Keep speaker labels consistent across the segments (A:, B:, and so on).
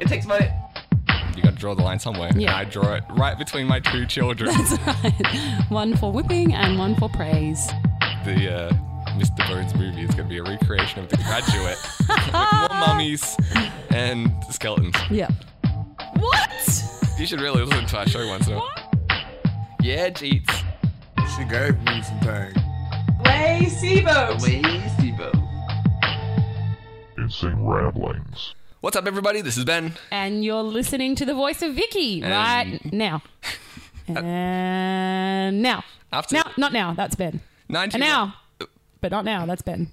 A: It takes money. You got to draw the line somewhere.
B: Yeah.
A: And I draw it right between my two children.
B: That's right. One for whipping and one for praise.
A: the uh, Mr. Bones movie is going to be a recreation of The Graduate with more mummies and skeletons.
B: Yeah. What?
A: You should really listen to our show once in a while. Yeah, Jeets.
C: She gave me some things.
D: Way Sibo.
A: Lazy Bo.
E: Insane Ramblings.
A: What's up, everybody? This is Ben.
B: And you're listening to the voice of Vicky
A: And- Uh,
B: right now. And now.
A: After
B: Now, not now. That's Ben.
A: 19
B: And now. But not now. That's Ben.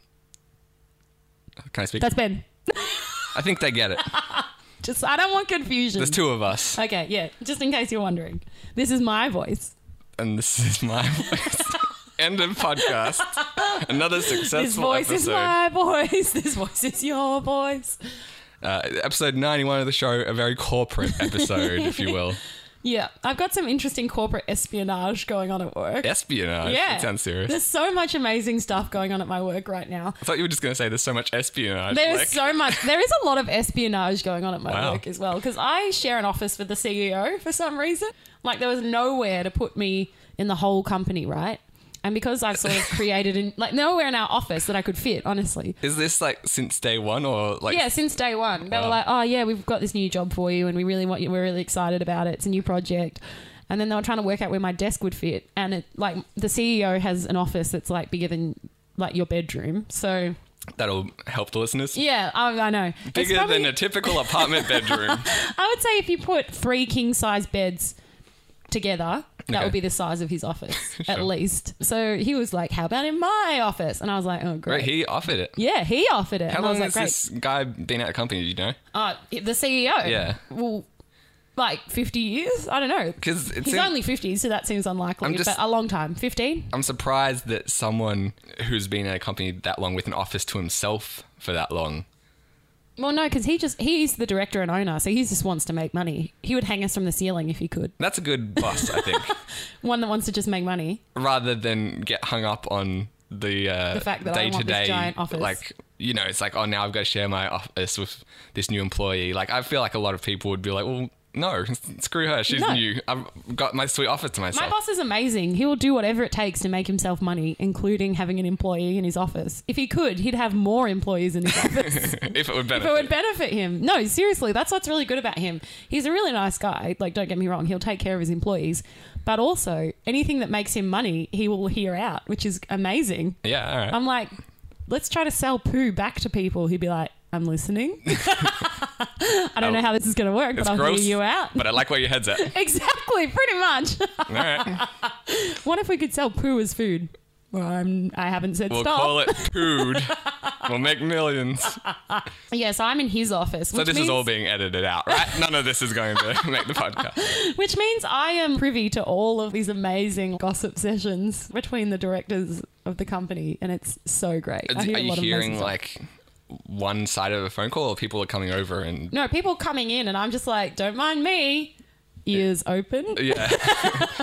A: Can I speak?
B: That's Ben.
A: I think they get it.
B: Just, I don't want confusion.
A: There's two of us,
B: Okay, yeah. Just in case you're wondering. This is my voice.
A: and this is my voice. End of podcast. Another successful
B: This voice
A: episode.
B: is my voice. This voice is your voice.
A: uh, episode 91 of the show, a very corporate episode, if you will.
B: Yeah, I've got some interesting corporate espionage going on at work.
A: Espionage.
B: Yeah.
A: It sounds serious.
B: There's so much amazing stuff going on at my work right now.
A: I thought you were just going to say there's so much espionage.
B: There's
A: like,
B: so much. There is a lot of espionage going on at my
A: Wow.
B: work as well because I share an office with the CEO for some reason. Like there was nowhere to put me in the whole company, right? And because I've sort of created in, like nowhere in our office that I could fit, honestly.
A: Is this like since day one or like. um,
B: Yeah, since day one, they were
A: Wow.
B: like, "Oh yeah, we've got this new job for you, and we really want you. We're really excited about it. It's a new project." And then they were trying to work out where my desk would fit, and it like the CEO has an office that's like bigger than like your bedroom. So
A: That'll help the listeners.
B: yeah, I, I know It's
A: Bigger
B: probably-
A: than a typical apartment bedroom.
B: I would say if you put three king size beds together, that
A: Okay.
B: would be the size of his office at least. So he was like, "How about in my office?" And I was like, "Oh great."
A: right, he offered it.
B: yeah, he offered it.
A: How
B: and I
A: long
B: was like,
A: has
B: "Great."
A: this guy been at a company? Do you know?
B: Uh, the CEO.
A: Yeah.
B: Well, like 50 years? I don't know.
A: Because it's
B: He's only 50, so that seems unlikely,
A: I'm just-
B: but a long time. 15?
A: I'm surprised that someone who's been at a company that long with an office to himself for that long.
B: Well, no, because he just, he's the director and owner, so he just wants to make money. He would hang us from the ceiling if he could.
A: That's a good boss, I think,
B: One that wants to just make money.
A: rather than get hung up on the uh,
B: The fact that I want
A: day
B: this
A: to day
B: giant office.
A: Like you know, it's like oh now I've got to share my office with this new employee. Like I feel like a lot of people would be like, well, no, screw her, she's
B: No.
A: new. I've got my sweet office to
B: My
A: myself.
B: boss is amazing. He will do whatever it takes to make himself money, including having an employee in his office. If he could, he'd have more employees in his office.
A: if it would benefit.
B: if it would benefit him. No, seriously, that's what's really good about him. He's a really nice guy. Like, don't get me wrong, he'll take care of his employees, but also anything that makes him money, he will hear out, which is amazing.
A: yeah, all right.
B: I'm like, let's try to sell poo back to people. He'd be like, I'm listening. I don't know how this is going to work, but
A: it's
B: I'll
A: gross,
B: hear you out.
A: but I like where your head's at.
B: exactly, pretty much.
A: All right,
B: what if we could sell poo as food? Well, I'm, I haven't said
A: we'll
B: stop.
A: call it food. we'll make millions.
B: Yeah, so I'm in his office.
A: So this is all being edited out, right? None of this is going to make the podcast.
B: Which means I am privy to all of these amazing gossip sessions between the directors of the company, and it's so great. I hear
A: Are
B: a
A: you
B: lot of amazing
A: hearing
B: stuff.
A: like one side of a phone call, or people are coming over and
B: No, people coming in, and I'm just like, don't mind me. Ears open.
A: yeah,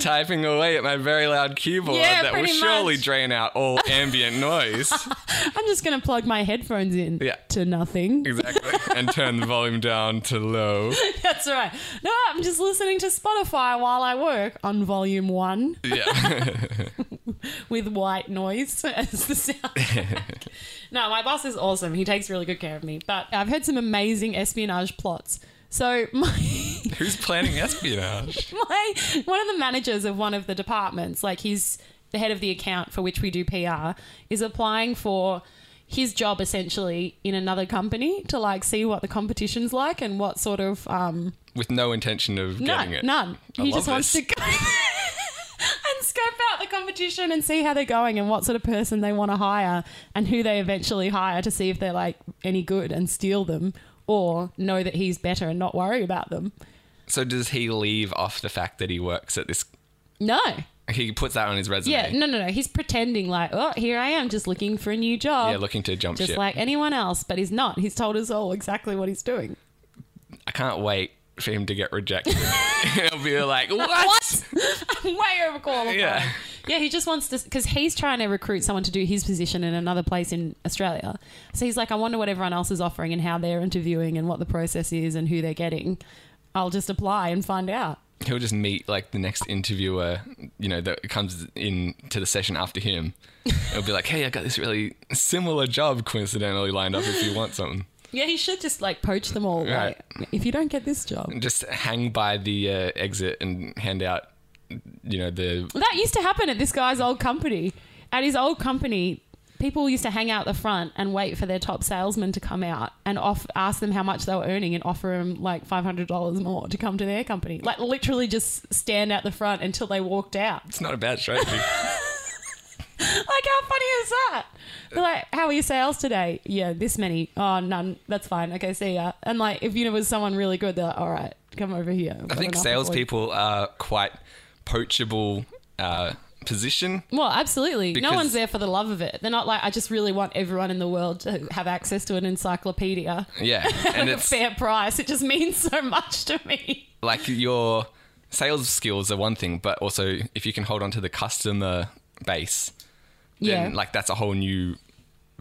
A: typing away at my very loud keyboard
B: Yeah,
A: that will
B: pretty
A: surely
B: much.
A: drain out all ambient noise.
B: I'm just going to plug my headphones in
A: Yeah.
B: to nothing.
A: exactly, and turn the volume down to low.
B: That's right. No, I'm just listening to Spotify while I work on volume one.
A: Yeah,
B: with white noise as the sound. no, my boss is awesome. He takes really good care of me. But I've heard some amazing espionage plots. So my
A: who's planning espionage?
B: my one of the managers of one of the departments, like he's the head of the account for which we do PR, is applying for his job essentially in another company to like see what the competition's like and what sort of um
A: With no intention of
B: no,
A: getting it.
B: none.
A: I
B: he
A: love
B: just wants
A: this.
B: to go and scope out the competition and see how they're going and what sort of person they want to hire and who they eventually hire to see if they're like any good and steal them or know that he's better and not worry about them.
A: So does he leave off the fact that he works at this?
B: No.
A: He puts that on his resume.
B: Yeah, no, no, no. He's pretending like, oh, here I am, just looking for a new job.
A: Yeah, looking to jump
B: just
A: ship.
B: like anyone else, but he's not. He's told us all exactly what he's doing.
A: I can't wait for him to get rejected. He'll be like, what?
B: Way overqualified.
A: Yeah.
B: Yeah, he just wants to because he's trying to recruit someone to do his position in another place in Australia. So he's like, I wonder what everyone else is offering and how they're interviewing and what the process is and who they're getting. I'll just apply and find out.
A: He'll just meet like the next interviewer, you know, that comes in to the session after him. It'll be like, hey, I got this really similar job coincidentally lined up if you want something.
B: Yeah, he should just like poach them all.
A: Right.
B: Like, if you don't get this job,
A: Just hang by the uh, exit and hand out, you know, the.
B: Well, that used to happen at this guy's old company. At his old company, people used to hang out the front and wait for their top salesman to come out and off ask them how much they were earning and offer them like five hundred dollars more to come to their company. Like literally, just stand out the front until they walked out.
A: It's not a bad strategy.
B: Like how funny is that? They're like, how are your sales today? Yeah, this many. Oh, none. That's fine. Okay, see ya. And like, if you was someone really good, they're like, all right, come over here.
A: I think salespeople are quite poachable uh, position.
B: Well, absolutely. no
A: Because-
B: one's there for the love of it. They're not like, I just really want everyone in the world to have access to an encyclopedia
A: Yeah,
B: at
A: and
B: like a
A: it's
B: fair price. It just means so much to me.
A: like your sales skills are one thing, but also if you can hold on to the customer base, then
B: yeah.
A: like that's a whole new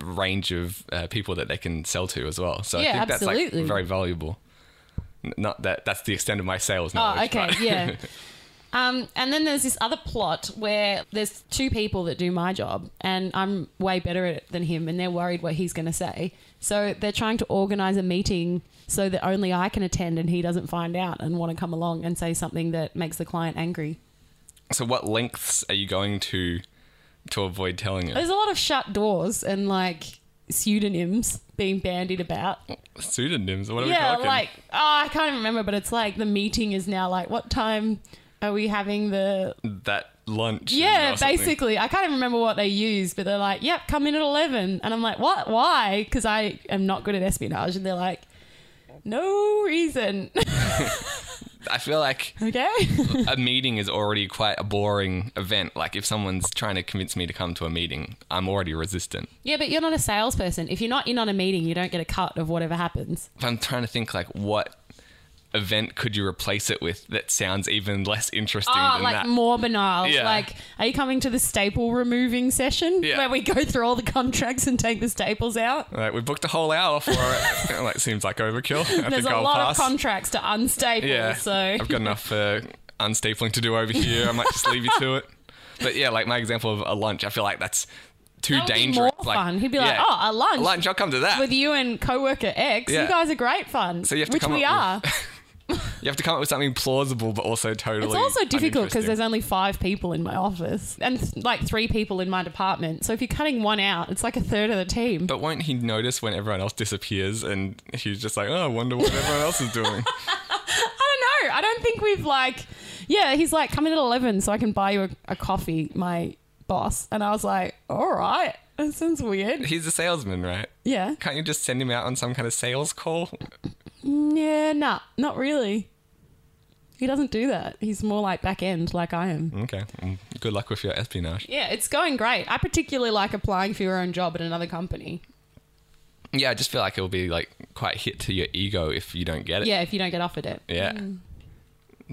A: range of uh, people that they can sell to as well. So I
B: Yeah,
A: think that's
B: absolutely.
A: like very valuable. N- Not that that's the extent of my sales knowledge.
B: oh, okay.
A: but-
B: yeah. Um, and then there's this other plot where there's two people that do my job, and I'm way better at it than him, and they're worried what he's going to say. So they're trying to organize a meeting so that only I can attend and he doesn't find out and want to come along and say something that makes the client angry.
A: so what lengths are you going to to avoid telling it?
B: There's a lot of shut doors and like pseudonyms being bandied about.
A: Pseudonyms? What are we
B: Uh, yeah,
A: talking?
B: like oh, I can't even remember, but it's like the meeting is now like what time are we having the
A: that lunch.
B: yeah
A: or something.
B: basically i can't even remember what they use but they're like yep come in at 11 and i'm like what why because i am not good at espionage and they're like no reason
A: I feel like
B: okay
A: a meeting is already quite a boring event. Like if someone's trying to convince me to come to a meeting, I'm already resistant.
B: yeah but you're not a salesperson if you're not in on a meeting you don't get a cut of whatever happens
A: If I'm trying to think like what event could you replace it with that sounds even less interesting
B: Oh,
A: than
B: like
A: that.
B: more banal.
A: Yeah.
B: Like, are you coming to the staple removing session
A: Yeah.
B: where we go through all the contracts and take the staples out?
A: like we booked a whole hour for it. I'm like seems like overkill. I
B: There's
A: think
B: a
A: I'll
B: lot
A: pass.
B: of contracts to unstaple.
A: yeah,
B: So
A: I've got enough uh, unstapling to do over here. I might just leave you to it. But yeah, like my example of a lunch, I feel like that's too
B: That would be
A: dangerous.
B: more
A: like,
B: fun. He'd be like,
A: yeah,
B: "Oh, a lunch."
A: lunch. I'll come to that."
B: with you and coworker X,
A: Yeah.
B: you guys are great fun.
A: So you have to
B: which
A: come
B: we are.
A: up You have to come up with something plausible, but also totally.
B: It's also difficult because there's
A: uninteresting.
B: only five people in my office and th- like three people in my department. So if you're cutting one out, it's like a third of the team.
A: But won't he notice when everyone else disappears and he's just like, oh, I wonder what everyone else is doing?
B: I don't know. I don't think we've like. Yeah, he's like, come in at eleven so I can buy you a, a coffee, my boss. And I was like, all right, that sounds weird.
A: he's a salesman, right?
B: Yeah,
A: Can't you just send him out on some kind of sales call?
B: yeah, nah, not really. He doesn't do that. He's more like back end, like I am.
A: Okay. Mm, Good luck with your espionage.
B: Yeah, it's going great. I particularly like applying for your own job at another company.
A: Yeah, I just feel like it'll be like quite hit to your ego if you don't get it.
B: Yeah, Mm. if you don't get offered it.
A: Yeah.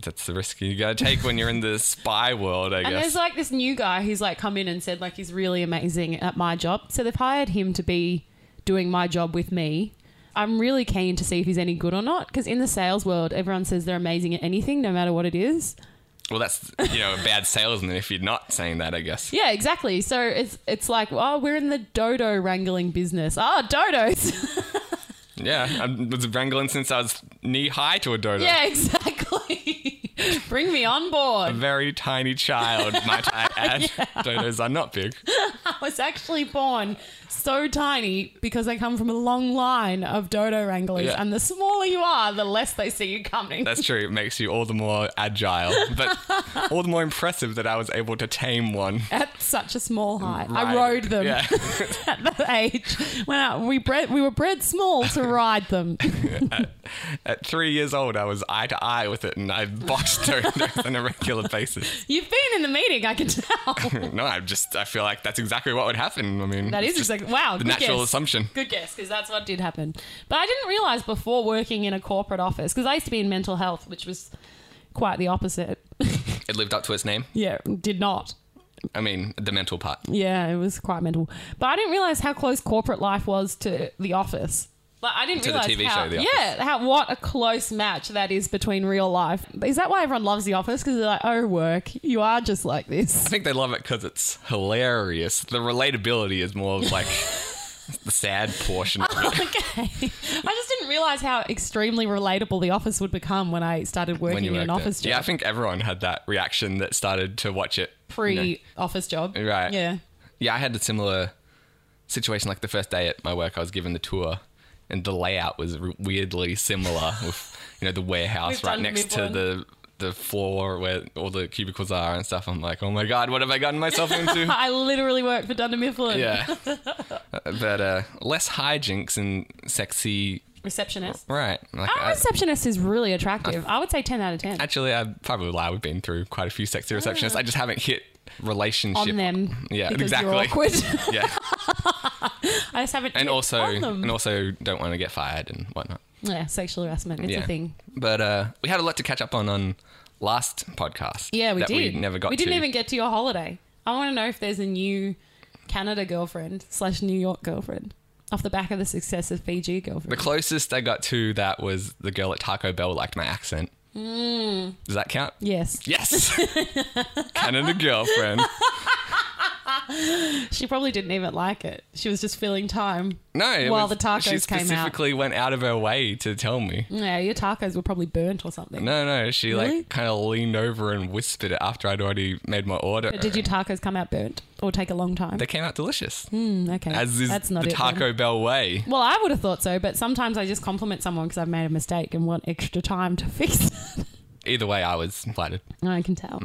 A: That's the risk you gotta take when you're in the spy world, I
B: And
A: guess.
B: there's like this new guy who's like come in and said like he's really amazing at my job. So they've hired him to be doing my job with me. I'm really keen to see if he's any good or not because in the sales world, everyone says they're amazing at anything, no matter what it is.
A: well, that's you know a bad salesman if you're not saying that, I guess.
B: Yeah, exactly. So it's it's like, oh, we're in the dodo wrangling business. Ah, dodos.
A: Yeah, I was wrangling since I was knee high to a dodo.
B: yeah, exactly. Bring me on board.
A: very tiny child, might I add. Dodos are not big.
B: I was actually born so tiny because I come from a long line of dodo wranglers,
A: Yeah.
B: and the smaller you are, the less they see you coming.
A: That's true. It makes you all the more agile, but all the more impressive that I was able to tame one.
B: at such a small height. I
A: Ride-
B: rode them
A: Yeah.
B: at that age. When I, we bred, we were bred small to ride them.
A: At three years old, I was eye to eye with it, and I boxed dodos on a regular basis.
B: You've been in the meeting, I can tell.
A: No, I just I feel like that's exactly what would happen. I mean,
B: That
A: it's
B: is
A: just
B: exactly wow.
A: the
B: good
A: natural
B: guess.
A: assumption.
B: Good guess, because that's what did happen. But I didn't realize before working in a corporate office, because I used to be in mental health, which was quite the opposite.
A: It lived up to its name.
B: Yeah, did not.
A: I mean, the mental part.
B: Yeah, it was quite mental. But I didn't realize how close corporate life was to The Office. Like I didn't
A: To the
B: realize
A: TV
B: how,
A: show, The
B: yeah, how what a close match that is between real life. Is that why everyone loves The Office? Because they're like, oh, work, you are just like
A: I
B: this.
A: think they love it because it's hilarious. The relatability is more of like the sad portion of it.
B: okay, I just didn't realize how extremely relatable The Office would become when I started working
A: When you
B: in an
A: worked
B: office
A: it.
B: job,
A: Yeah, I think everyone had that reaction that started to watch it. you
B: pre
A: know.
B: office job,
A: Right.
B: Yeah,
A: Yeah, I had a similar situation. Like the first day at my work, I was given the tour, and the layout was r- weirdly similar with you know the warehouse
B: We've
A: right
B: done
A: next to
B: Midland.
A: the the floor where all the cubicles are and stuff. I'm like, oh my god, what have I gotten myself into?
B: I literally worked for Dunder Mifflin,
A: yeah, but uh, less hijinks and sexy.
B: receptionist.
A: Right. Like,
B: Our
A: I-
B: receptionist is really attractive. I would say ten out of ten.
A: Actually, I probably lie. We've been through quite a few sexy receptionists. I just haven't hit relationship
B: on them.
A: Yeah,
B: because
A: exactly.
B: You're awkward.
A: Yeah,
B: I just haven't.
A: and
B: hit
A: also
B: on them.
A: and also don't want to get fired and whatnot.
B: yeah, sexual harassment. It's
A: yeah,
B: a thing.
A: But uh, we had a lot to catch up on on last podcast.
B: Yeah, we
A: that
B: did.
A: We never got.
B: We didn't
A: to.
B: even get to your holiday. I want to know if there's a new Canada girlfriend slash New York girlfriend off the back of the success of Fiji
A: The
B: girlfriend.
A: closest I got to that was the girl at Taco Bell liked my accent.
B: Mm.
A: Does that count?
B: yes,
A: Yes. Canada girlfriend.
B: she probably didn't even like it. She was just filling time.
A: No. it
B: While
A: was-
B: the tacos
A: she
B: came out.
A: specifically went out of her way to tell me.
B: Yeah, your tacos were probably burnt or something.
A: No, no, she
B: Really?
A: like kind of leaned over and whispered it after I'd already made my order.
B: But did your tacos come out burnt or take a long time?
A: They came out delicious,
B: Mm, okay,
A: as is
B: that's not
A: the
B: it. then.
A: Taco Bell way.
B: Well, I would have thought so, but sometimes I just compliment someone because I've made a mistake and want extra time to fix it.
A: Either way, I was flattered.
B: I can tell.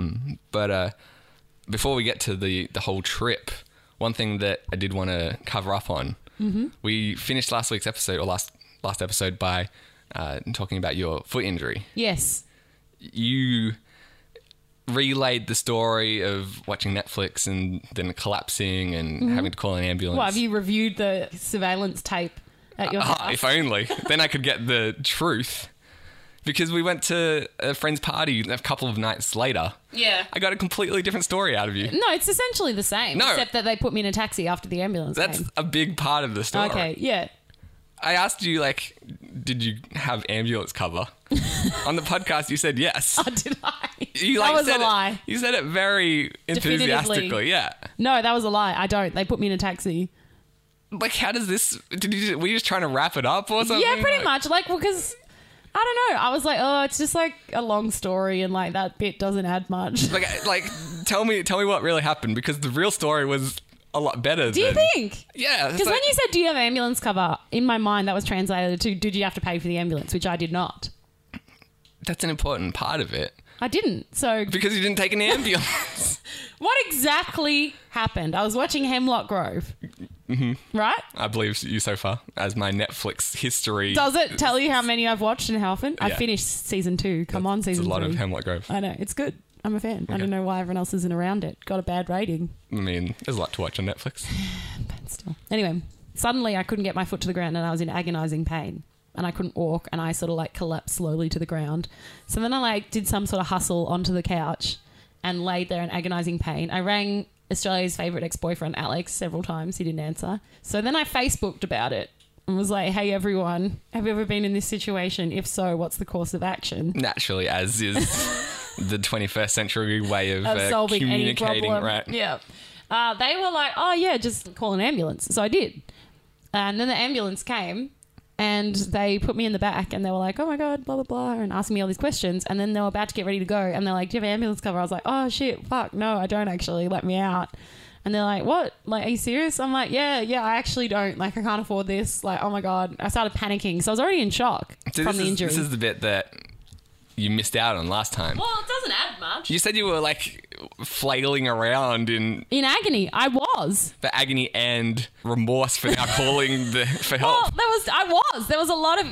A: But uh, before we get to the the whole trip, one thing that I did want to cover up on, mm-hmm. we finished last week's episode or last last episode by uh, talking about your foot injury.
B: Yes.
A: You relayed the story of watching Netflix and then collapsing and having to call an ambulance.
B: Well, Mm-hmm. have you reviewed the surveillance tape at your
A: Ah,
B: house?
A: if only. then I could get the truth. Because we went to a friend's party a couple of nights later.
B: yeah.
A: I got a completely different story out of you.
B: No, it's essentially the same,
A: No.
B: except that they put me in a taxi after the ambulance
A: That's
B: came.
A: a big part of the story.
B: Okay, yeah.
A: I asked you, like, did you have ambulance cover? On the podcast, you said yes.
B: Oh, did I?
A: You,
B: that was
A: said
B: a lie.
A: It, you said it very
B: Definitively.
A: enthusiastically. Yeah.
B: No, that was a lie. I don't. They put me in a taxi.
A: Like, how does this? Did you? Were you just trying to wrap it up or something?
B: yeah, pretty
A: Like,
B: much. Like, because I don't know. I was like, oh, it's just like a long story, and like that bit doesn't add much.
A: Like, I- like, tell me, tell me what really happened because the real story was a lot better.
B: Do you
A: than,
B: think?
A: Yeah. it's
B: Because
A: like-
B: when you said, do you have ambulance cover? In my mind, that was translated to, did you have to pay for the ambulance? Which I did not.
A: that's an important part of it
B: I didn't. So
A: because you didn't take an ambulance.
B: What exactly happened? I was watching Hemlock Grove. Mm-hmm. Right?
A: I believe you so far as my Netflix history.
B: Does it tell you how many I've watched and how often? I
A: Yeah.
B: finished season two. Come on,
A: It's a
B: season
A: lot
B: three.
A: of Hemlock Grove.
B: I know. It's good. I'm a fan. I don't know why everyone else isn't around it. Got a bad rating,
A: I mean, there's a lot to watch on Netflix.
B: but still. Anyway, suddenly I couldn't get my foot to the ground and I was in agonizing pain. And I couldn't walk and I sort of like collapsed slowly to the ground. So then I like did some sort of hustle onto the couch and laid there in agonizing pain. I rang Australia's favourite ex boyfriend, Alex, several times. He didn't answer. So then I Facebooked about it and was like, hey, everyone, have you ever been in this situation? If so, what's the course of action?
A: Naturally, as is the 21st century way of,
B: of
A: uh,
B: solving any
A: communicating,
B: problem.
A: right?
B: Yeah. Uh, they were like, oh, yeah, just call an ambulance. So I did. And then the ambulance came and they put me in the back and they were like, oh my God, blah, blah, blah, and asking me all these questions. And then they were about to get ready to go and they're like, do you have ambulance cover? I was like, oh shit, fuck, no, I don't actually. Let me out. And they're like, what? Like, are you serious? I'm like, yeah, yeah, I actually don't. Like, I can't afford this. Like, oh my God. I started panicking. So I was already in shock
A: So this
B: from the
A: is,
B: injury.
A: This is the bit that you missed out on last time.
B: well, it doesn't add much.
A: You said you were like flailing around in
B: In agony, I was.
A: the agony and remorse for now calling the, for help.
B: Well, there was I was there was a lot of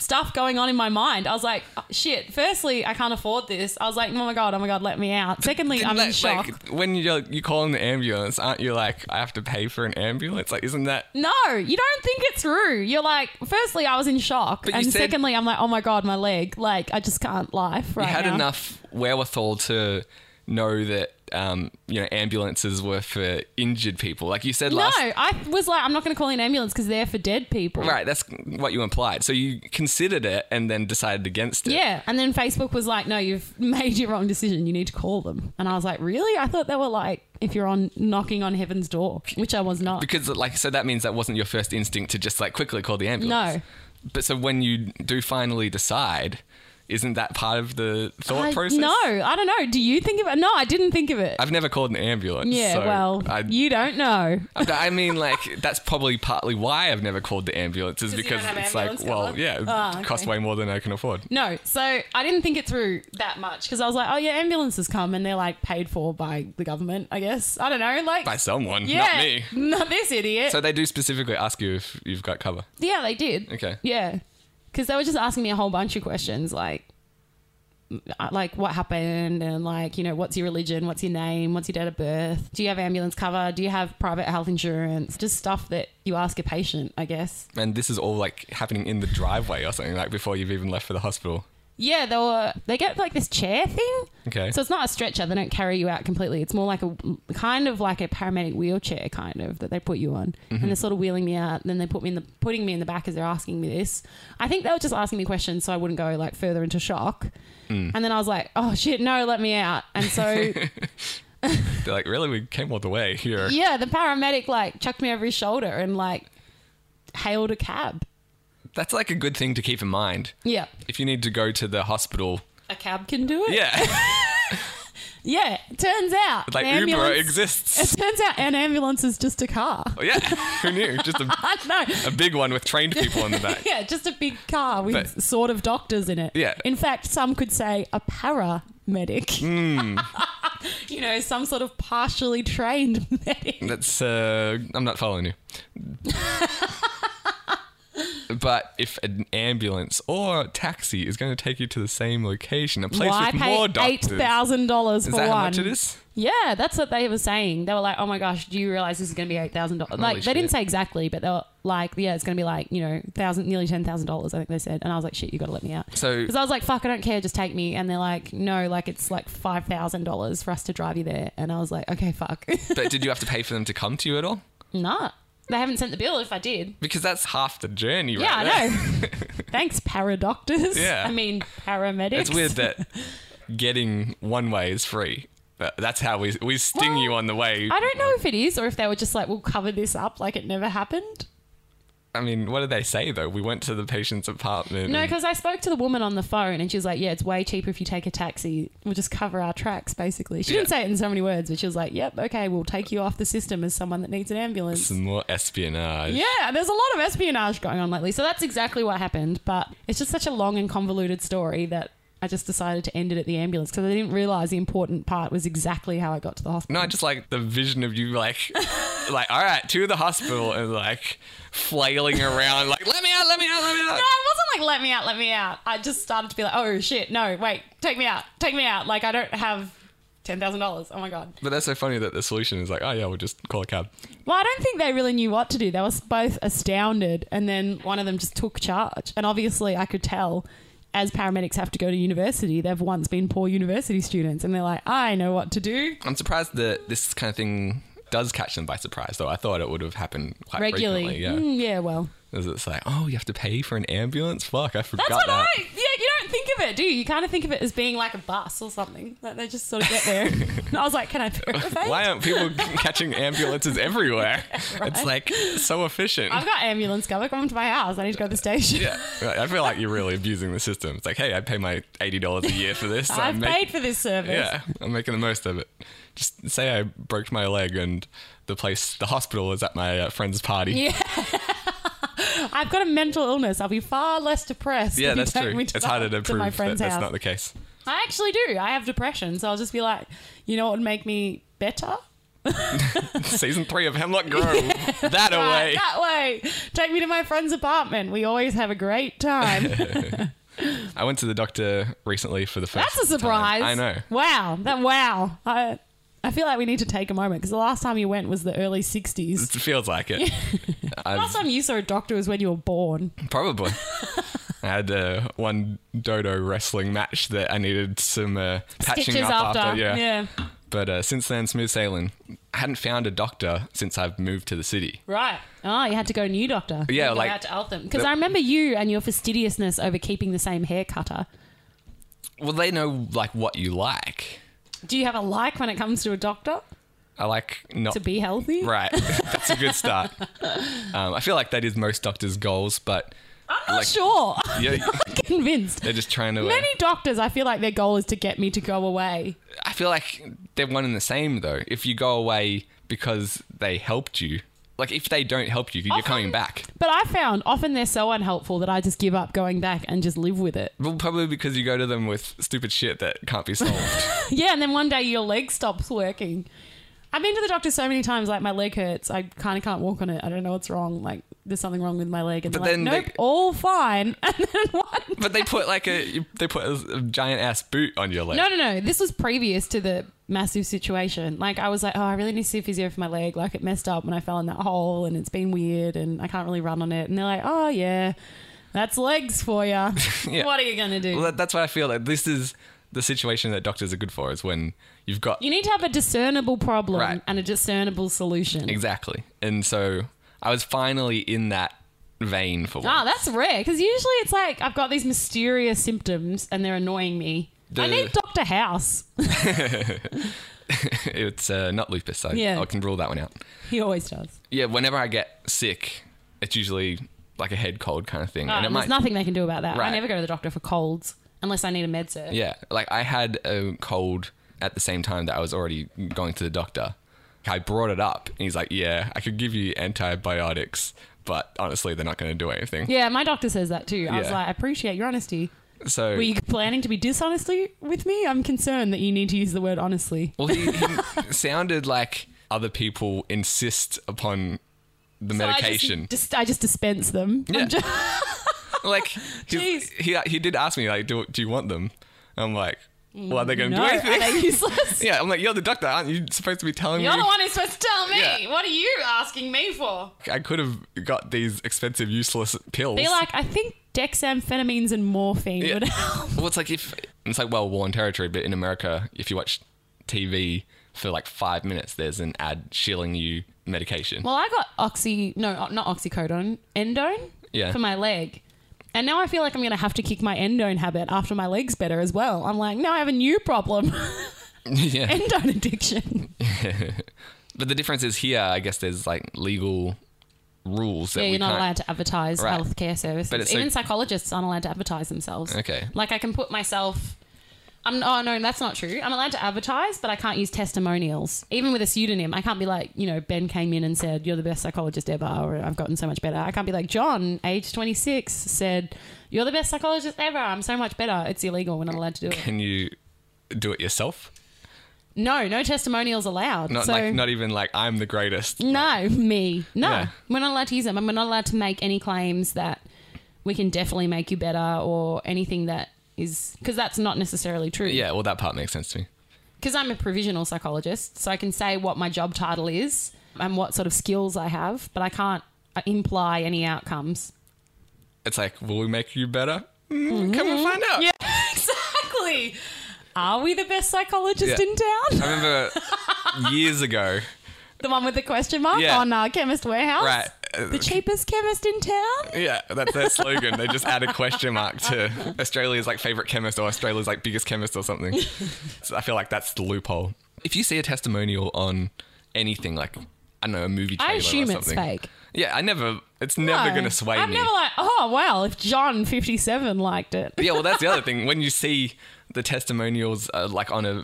B: stuff going on in my mind. I was like, oh, shit. Firstly, I can't afford this. I was like, oh my god, oh my god, let me out. Secondly, I'm in
A: Like-
B: shock.
A: Like, when you're, you call in the ambulance, aren't you like, I have to pay for an ambulance? Like, isn't that
B: no, you don't think it through. You're like, firstly, I was in shock,
A: But you
B: and
A: said-
B: secondly, I'm like, oh my god, my leg. Like, I just can't life right
A: you had
B: now.
A: enough wherewithal to know that um, you know, ambulances were for injured people. Like you said
B: No,
A: last
B: I was like, I'm not going to call an ambulance because they're for dead people.
A: Right, that's what you implied. So you considered it and then decided against it.
B: Yeah. And then Facebook was like, no, you've made your wrong decision. You need to call them. And I was like, really? I thought they were like, if you're on knocking on heaven's door, which I was not.
A: Because like so that means that wasn't your first instinct to just like quickly call the ambulance.
B: No.
A: But so when you do finally decide, isn't that part of the thought
B: I-
A: process?
B: No, I don't know. Do you think of it? No, I didn't think of it.
A: I've never called an ambulance.
B: yeah,
A: so
B: well,
A: I,
B: you don't know.
A: I mean, like that's probably partly why I've never called the ambulance is
B: 'Cause you
A: because
B: don't have
A: it's like,
B: ambulance
A: well,
B: cover?
A: yeah, it
B: Ah, okay.
A: costs way more than I can afford.
B: No, so I didn't think it through that much because I was like, oh yeah, ambulances come and they're like paid for by the government, I guess. I don't know, like
A: By someone,
B: yeah,
A: not me.
B: not this idiot.
A: So they do specifically ask you if you've got cover.
B: yeah, they did.
A: Okay.
B: Yeah, because they were just asking me a whole bunch of questions, like uh, like what happened and like you know what's your religion, what's your name, what's your date of birth, do you have ambulance cover, do you have private health insurance, just stuff that you ask a patient, I guess.
A: And this is all like happening in the driveway or something, like before you've even left for the hospital.
B: Yeah, they were. They get like this chair thing.
A: Okay.
B: So it's not a stretcher. They don't carry you out completely. It's more like a kind of like a paramedic wheelchair, kind of that they put you on,
A: Mm-hmm.
B: and they're sort of wheeling me out. And then they put me in the putting me in the back as they're asking me this. I think they were just asking me questions so I wouldn't go like further into shock.
A: Mm.
B: And then I was like, oh shit, no, let me out. And so
A: They're like, really? We came all the way here.
B: yeah, the paramedic like chucked me over his shoulder and like hailed a cab.
A: That's like a good thing to keep in mind.
B: Yeah,
A: If you need to go to the hospital,
B: a cab can do it.
A: yeah,
B: yeah. it Turns out
A: like
B: an
A: Uber
B: ambulance-
A: exists.
B: It turns out an ambulance is just a car.
A: Oh, yeah, who knew? Just a,
B: I don't know.
A: a big one with trained people in the back.
B: Yeah, just a big car with
A: But-
B: sort of doctors in it.
A: Yeah.
B: In fact, some could say a paramedic.
A: Hmm.
B: you know, some sort of partially trained medic.
A: That's uh, I'm not following you. but if an ambulance or taxi is going to take you to the same location, a place
B: Why
A: with
B: pay
A: more
B: eight
A: doctors,
B: thousand dollars for
A: is that
B: one?
A: how much it is?
B: Yeah, that's what they were saying. They were like, "Oh my gosh, do you realize this is going to be eight thousand dollars?" Like they didn't
A: shit.
B: say exactly, but they were like, "Yeah, it's going to be like you know, thousand, nearly ten thousand dollars." I think they said, and I was like, "Shit, you got to let me out."
A: So-
B: because I was like, "Fuck, I don't care, just take me." And they're like, "No, like it's like five thousand dollars for us to drive you there," and I was like, "Okay, fuck,
A: But did you have to pay for them to come to you at all?
B: nah." They haven't sent the bill. If I did,
A: Because that's half the journey, right?
B: yeah, I
A: there.
B: know. Thanks, paradoctors.
A: Yeah.
B: I mean paramedics.
A: It's weird that getting one way is free. But that's how we we sting
B: Well,
A: you on the way.
B: I don't know if it is or if they were just like, "We'll cover this up," like it never happened.
A: I mean, what did they say though? We went to the patient's apartment.
B: No,
A: and-
B: because I spoke to the woman on the phone and she was like, Yeah, it's way cheaper if you take a taxi. We'll just cover our tracks, basically. She didn't
A: Yeah.
B: say it in so many words, but she was like, Yep, okay, we'll take you off the system as someone that needs an ambulance.
A: some more espionage.
B: Yeah, there's a lot of espionage going on lately. So that's exactly what happened. But it's just such a long and convoluted story that I just decided to end it at the ambulance because I didn't realize the important part was exactly how I got to the hospital.
A: No, I just like the vision of you like like all right, to the hospital and like flailing around like let me out, let me out, let me out.
B: No, it wasn't like let me out, let me out. I just started to be like, oh shit, no, wait, take me out, take me out. Like I don't have ten thousand dollars. Oh my god.
A: But that's so funny that the solution is like, oh yeah, we'll just call a cab.
B: Well, I don't think they really knew what to do. They were both astounded, and then one of them just took charge. And obviously, I could tell as paramedics have to go to university, they've once been poor university students, and they're like, I know what to do.
A: I'm surprised that this kind of thing does catch them by surprise though. I thought it would have happened quite
B: Regularly.
A: frequently. Yeah.
B: Mm, yeah, well.
A: Is it's like, oh, you have to pay for an ambulance? Fuck, I forgot
B: That's what
A: that.
B: I. Yeah, you don't think of it, do you? You kind of think of it as being like a bus or something. Like they just sort of get there. and I was like, can I verify?
A: Why aren't people catching ambulances everywhere? It's
B: right.
A: like so efficient.
B: I've got ambulance cover. Come to my house. I need to go to the station.
A: yeah, Like, I feel like you're really abusing the system. It's like, hey, I pay my eighty dollars a year for this.
B: I've
A: I'm make-
B: paid for this service.
A: Yeah, I'm making the most of it. Just say I broke my leg and the place, the hospital, is at my uh, friend's party. Yeah,
B: I've got a mental illness. I'll be far less depressed. if you
A: that's
B: take
A: true.
B: me to
A: It's
B: the-
A: harder to prove
B: my
A: that
B: friend's
A: that's
B: house.
A: not the case.
B: I actually do. I have depression, so I'll just be like, you know what would make me better?
A: Season three of Hemlock Grove, that away.
B: That way. Take me to my friend's apartment. We always have a great time.
A: I went to the doctor recently for the first.
B: That's a
A: time.
B: surprise.
A: I know.
B: Wow. That wow. I I feel like we need to take a moment because the last time you went was the early
A: It
B: '60s.
A: feels like it. I've-
B: Last time you saw a doctor was when you were born.
A: Probably. I had uh, one dodo wrestling match that I needed some uh, patching
B: Stitches
A: up
B: after.
A: after. yeah.
B: yeah.
A: But uh, since then, smooth sailing. I hadn't found a doctor since I've moved to the city.
B: Right. Oh, you had to go new doctor.
A: Yeah,
B: You had to
A: like-
B: go out to Eltham because
A: the-
B: I remember you and your fastidiousness over keeping the same hair cutter.
A: Well, they know like what you like.
B: Do you have a like when it comes to a doctor
A: I like not
B: to be healthy?
A: right. That's a good start. Um, I feel like that is most doctors' goals, but
B: I'm not
A: Like-
B: sure. I'm
A: yeah,
B: convinced.
A: they're just trying to. uh,
B: Many doctors, I feel like their goal is to get me to go away.
A: I feel like they're one and the same though. If you go away because they helped you, like if they don't help you, you're coming back.
B: But I found often they're so unhelpful that I just give up going back and just live with it.
A: Well, probably because you go to them with stupid shit that can't be solved.
B: Yeah, and then one day your leg stops working. I've been to the doctor so many times, like my leg hurts. I kind of can't walk on it. I don't know what's wrong. Like there's something wrong with my leg. And
A: But
B: they're
A: then
B: like, nope,
A: they-
B: all fine. And then what?
A: but they put like a they put a, a giant ass boot on your leg.
B: No, no, no. This was previous to the massive situation. Like I was like, oh, I really need to see a physio for my leg. Like it messed up when I fell in that hole, and it's been weird, and I can't really run on it. And they're like, oh yeah, that's legs for you. What are you gonna do?
A: Well, that, that's what I feel like this is the situation that doctors are good for is when you've got
B: you need to have a discernible problem
A: Right.
B: and a discernible solution.
A: exactly. And so I was finally in that vein for once.
B: Ah, that's rare because usually it's like I've got these mysterious symptoms and they're annoying me.
A: The-
B: I need Doctor House.
A: it's uh, not lupus. I,
B: Yeah.
A: I can rule that one out.
B: he always does. Ah,
A: Yeah, whenever I get sick, it's usually like a head cold kind of thing,
B: Ah,
A: and it
B: and
A: might
B: there's nothing they can do about that. I
A: Right.
B: never go to the doctor for colds unless I need a med cert.
A: Yeah, like I had a cold at the same time that I was already going to the doctor. I brought it up, and he's like, "Yeah, I could give you antibiotics, but honestly, they're not going to do anything."
B: Yeah, my doctor says that too. I was
A: Yeah.
B: like, I appreciate your honesty.
A: So,
B: Were you planning to be dishonestly with me? I'm concerned that you need to use the word honestly.
A: well, he, he sounded like other people insist upon the medication.
B: I just, dis- I just dispense them. I'm
A: Yeah.
B: just-
A: like, he,
B: Jeez.
A: he he did ask me like, "Do do you want them?" I'm like, "Well, are they going to
B: no,
A: do
B: are
A: anything?"
B: they useless?
A: yeah, I'm like, "You're the doctor, aren't you supposed to be telling
B: You're
A: me?"
B: the one who's supposed to tell me.
A: Yeah.
B: What are you asking me for?
A: I could have got these expensive, useless pills.
B: Be like, I think dexamphetamines and morphine
A: Yeah.
B: would help.
A: Well, it's like if it's like well worn territory, but in America, if you watch TV for like five minutes, there's an ad shilling you medication.
B: Well, I got oxy, no, not oxycodone, endone
A: Yeah.
B: for my leg. And now I feel like I'm going to have to kick my endone habit after my leg's better as well. I'm like, now I have a new problem
A: yeah.
B: endone addiction.
A: But the difference is here, I guess there's like legal rules that
B: Yeah,
A: we
B: you're not
A: can't.
B: allowed to advertise
A: Right.
B: healthcare services.
A: But it's
B: Even
A: like-
B: psychologists aren't allowed to advertise themselves.
A: Okay.
B: Like I can put myself. I'm, oh no, that's not true. I'm allowed to advertise, but I can't use testimonials. Even with a pseudonym, I can't be like, you know, Ben came in and said, "You're the best psychologist ever," or "I've gotten so much better." I can't be like John, age 26, said, "You're the best psychologist ever. I'm so much better." It's illegal. We're not allowed to do it.
A: Can you do it yourself?
B: No, no testimonials allowed.
A: Not
B: so Mm.
A: like not even like I'm the greatest.
B: No, me. No.
A: Yeah.
B: We're not allowed to use them. And we're not allowed to make any claims that we can definitely make you better or anything that is because that's not necessarily true.
A: Yeah, well that part makes sense to me.
B: Because I'm a provisional psychologist, so I can say what my job title is and what sort of skills I have, but I can't uh, imply any outcomes.
A: It's like, will we make you better? Mm, Come
B: Mm-hmm.
A: and find out.
B: exactly. Are we the best psychologist
A: Yeah.
B: in town?
A: I remember years ago.
B: The one with the question mark
A: Yeah.
B: on uh, Chemist Warehouse?
A: Right.
B: The cheapest chemist in town?
A: Yeah, that's their slogan. They just add a question mark to Australia's like favorite chemist or Australia's like biggest chemist or something. So I feel like that's the loophole. If you see a testimonial on anything like I don't know a movie trailer
B: I assume
A: or
B: it's
A: something,
B: fake.
A: yeah, I never. It's never
B: No.
A: gonna sway
B: I'm
A: me.
B: never like, oh well, if John fifty seven liked it.
A: yeah, well, that's the other thing. When you see the testimonials uh, like on a,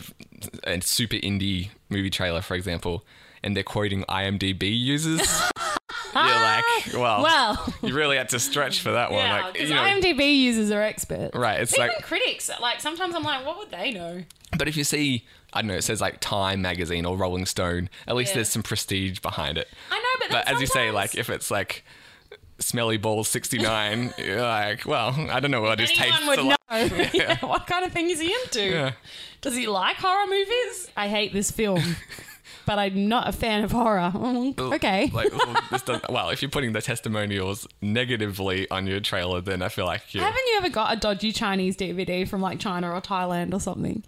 A: a super indie movie trailer, for example, and they're quoting IMDb users, you're like, well,
B: Ah, Well,
A: you really had to stretch for that one.
B: yeah,
A: like,
B: because
A: you know,
B: IMDb users are experts.
A: right? It's
B: Even
A: like
B: critics, like sometimes I'm like, what would they know?
A: But if you see, I don't know, it says like Time magazine or Rolling Stone, at least
B: Yeah.
A: there's some prestige behind it.
B: I know, but, then
A: But as you say,
B: sometimes-
A: like if it's like Smelly Balls 69, you're like, well, I don't know what his taste
B: anyone would know. yeah, what kind of thing is he into?
A: Yeah.
B: Does he like horror movies? I hate this film, but I'm not a fan of horror. Mm, Okay,
A: Like, well, this doesn't- well, if you're putting the testimonials negatively on your trailer, then I feel like you
B: haven't you ever got a dodgy Chinese DVD from like China or Thailand or something?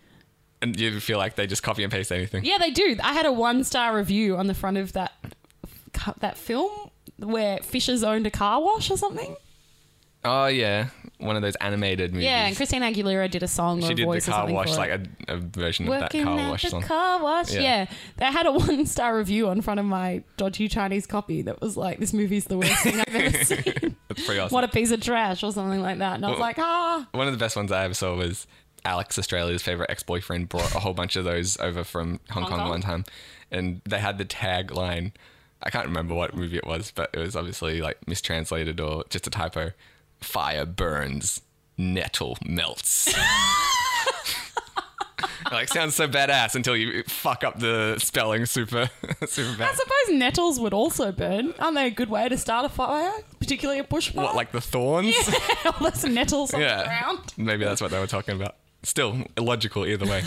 A: and you feel like they just copy and paste anything.
B: Yeah, they do. I had a one star review on the front of that that film where Fisher's owned a car wash or something.
A: Oh yeah, one of those animated movies.
B: Yeah, and Christina Aguilera did a song or
A: she
B: a
A: did the
B: voice or
A: car
B: something
A: wash
B: for it.
A: like a, a version of that
B: Working
A: car
B: at
A: wash
B: the
A: song.
B: car wash.
A: Yeah.
B: Yeah. they had a one star review on front of my dodgy Chinese copy that was like, "This movie's the worst thing I've ever seen.
A: That's pretty awesome.
B: what a piece of trash" or something like that. And I was
A: Well-
B: like, "Ah,
A: one of the best ones I ever saw was Alex, Australia's favorite ex-boyfriend, brought a whole bunch of those over from Hong,
B: Hong
A: Kong,
B: Kong?
A: one time, and they had the tagline. I can't remember what movie it was, but it was obviously like mistranslated or just a typo. Fire burns, nettle melts. like sounds so badass until you fuck up the spelling super super
B: I
A: bad.
B: suppose nettles would also burn. Aren't they a good way to start a fire, particularly a bush fire?
A: What like the thorns?
B: all those nettles on the
A: yeah.
B: ground."
A: Maybe that's what they were talking about. Still illogical either way.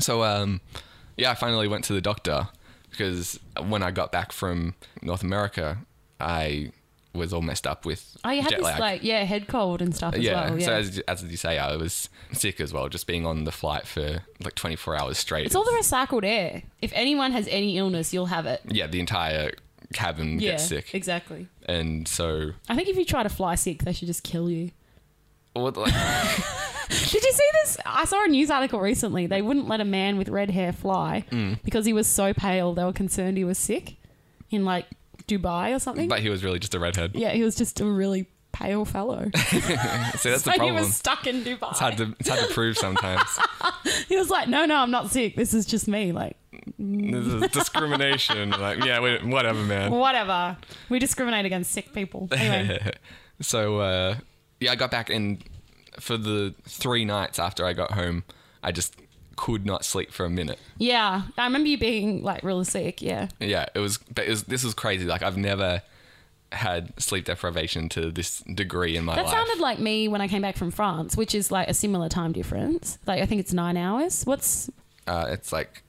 A: so um, yeah, I finally went to the doctor because when I got back from North America, I was all messed up with
B: Oh, you had
A: jet
B: this
A: lag.
B: like yeah head cold and stuff as
A: yeah.
B: well. Yeah,
A: So as, as you say, I was sick as well, just being on the flight for like 24 hours straight.
B: it's all the recycled air. If anyone has any illness, you'll have it.
A: yeah, the entire cabin
B: Yeah,
A: gets sick,
B: exactly.
A: and so
B: I think if you try to fly sick, they should just kill you.
A: what, like,
B: Did you see this? I saw a news article recently. They wouldn't let a man with red hair fly
A: Mm.
B: because he was so pale. They were concerned he was sick in like Dubai or something.
A: but he was really just a redhead.
B: yeah, he was just a really pale fellow.
A: See, that's
B: so
A: the
B: he
A: problem.
B: was stuck in Dubai.
A: it's hard to it's hard to prove sometimes.
B: he was like, "No, no, I'm not sick. This is just me." Like,
A: This is discrimination. like, yeah, we, whatever, man.
B: whatever. We discriminate against sick people. Anyway,
A: So, uh, yeah, I got back, and for the three nights after I got home, I just could not sleep for a minute.
B: yeah, I remember you being like really sick. Yeah.
A: Yeah, it was, but it was, this was crazy. Like, I've never had sleep deprivation to this degree in my
B: That
A: life.
B: sounded like me when I came back from France, which is like a similar time difference. Like I think it's nine hours. What's
A: uh, it's like,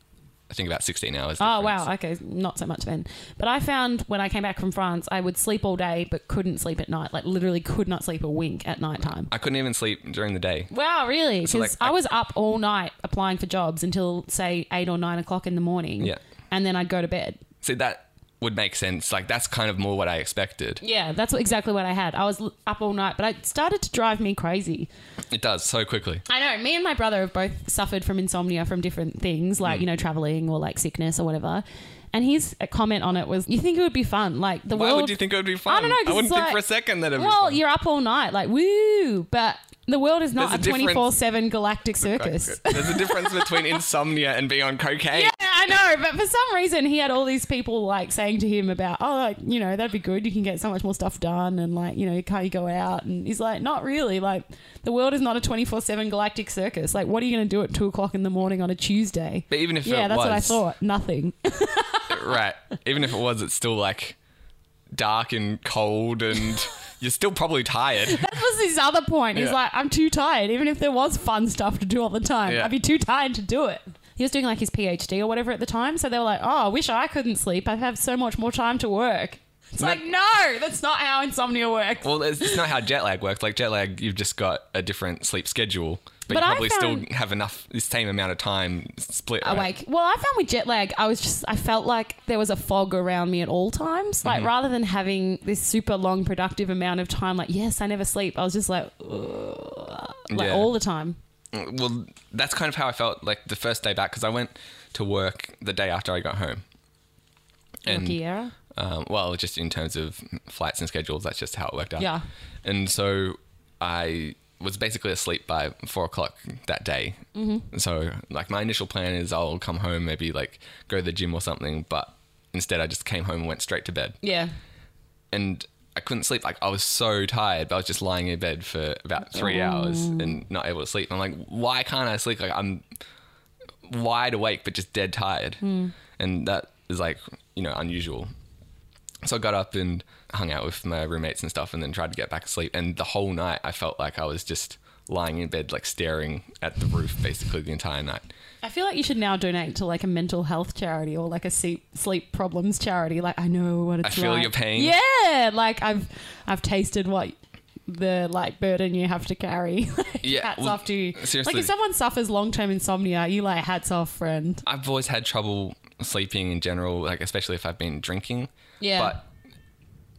A: I think about 16 hours.
B: oh
A: difference.
B: wow okay not so much then. But I found when I came back from France, I would sleep all day but couldn't sleep at night. Like literally could not sleep a wink at nighttime.
A: I couldn't even sleep during the day.
B: Wow, really? Because
A: So, like, I-
B: I was up all night applying for jobs until say eight or nine o'clock in the morning.
A: Yeah.
B: and then I'd go to bed.
A: See, that would make sense. Like, that's kind of more what I expected.
B: Yeah, that's what, exactly what I had. I was l- up all night, but it started to drive me crazy.
A: It does so quickly.
B: I know. Me and my brother have both suffered from insomnia from different things,
A: Mm.
B: like you know, traveling or like sickness or whatever. And his uh, comment on it was, "You think it would be fun? Like the
A: Why
B: world?
A: would you think it would be fun?
B: I don't know. 'cause
A: I wouldn't
B: it's
A: think
B: like-
A: for a second that it would be
B: Well,
A: fun.
B: you're up all night, like woo, but the world is not
A: There's a
B: a
A: difference.
B: twenty four seven galactic circus.
A: There's a difference between insomnia and being on cocaine.
B: Yeah, I know, but for some reason he had all these people like saying to him about, oh, like you know that'd be good. You can get so much more stuff done, and like you know can't you go out? And he's like, not really. Like the world is not a twenty four seven galactic circus. Like what are you going to do at two o'clock in the morning on a Tuesday?
A: But even if
B: yeah,
A: it
B: that's
A: was,
B: what I thought. Nothing.
A: Right. Even if it was, it's still like dark and cold, and you're still probably tired.
B: that was his other point. He's
A: Yeah.
B: like, I'm too tired. Even if there was fun stuff to do all the time,
A: Yeah.
B: I'd be too tired to do it. He was doing like his PhD or whatever at the time, so they were like, "Oh, I wish I couldn't sleep. I'd have so much more time to work." It's
A: No.
B: like, no, that's not how insomnia works.
A: Well, it's, it's not how jet lag works. Like jet lag, you've just got a different sleep schedule, but,
B: But
A: you
B: I
A: probably
B: found-
A: still have enough the same amount of time split. right?
B: awake. Well, I found with jet lag, I was just I felt like there was a fog around me at all times. Like
A: Mm-hmm.
B: rather than having this super long productive amount of time, like yes, I never sleep. I was just like, "Ugh," like
A: Yeah.
B: all the time.
A: well, that's kind of how I felt like the first day back because I went to work the day after I got home.
B: Lucky era.
A: Um, well, just in terms of flights and schedules, that's just how it worked out.
B: Yeah.
A: And so I was basically asleep by four o'clock that day. Mm-hmm. So, like, my initial plan is I'll come home, maybe like go to the gym or something. But instead, I just came home and went straight to bed.
B: Yeah.
A: And I couldn't sleep. Like, I was so tired, but I was just lying in bed for about three hours and not able to sleep. I'm like, why can't I sleep? Like, I'm wide awake, but just dead tired.
B: Hmm.
A: And that is like, you know, unusual. So I got up and hung out with my roommates and stuff, and then tried to get back to sleep. And the whole night, I felt like I was just lying in bed, like staring at the roof, basically the entire night.
B: I feel like you should now donate to like a mental health charity or like a sleep sleep problems charity. Like I know what it's
A: feel
B: like.
A: your pain.
B: Yeah, like I've I've tasted what the like burden you have to carry. Like,
A: Yeah,
B: hats
A: well,
B: off to you. Like
A: seriously.
B: if someone suffers long term insomnia, you like hats off, friend.
A: I've always had trouble sleeping in general, like especially if I've been drinking.
B: Yeah.
A: But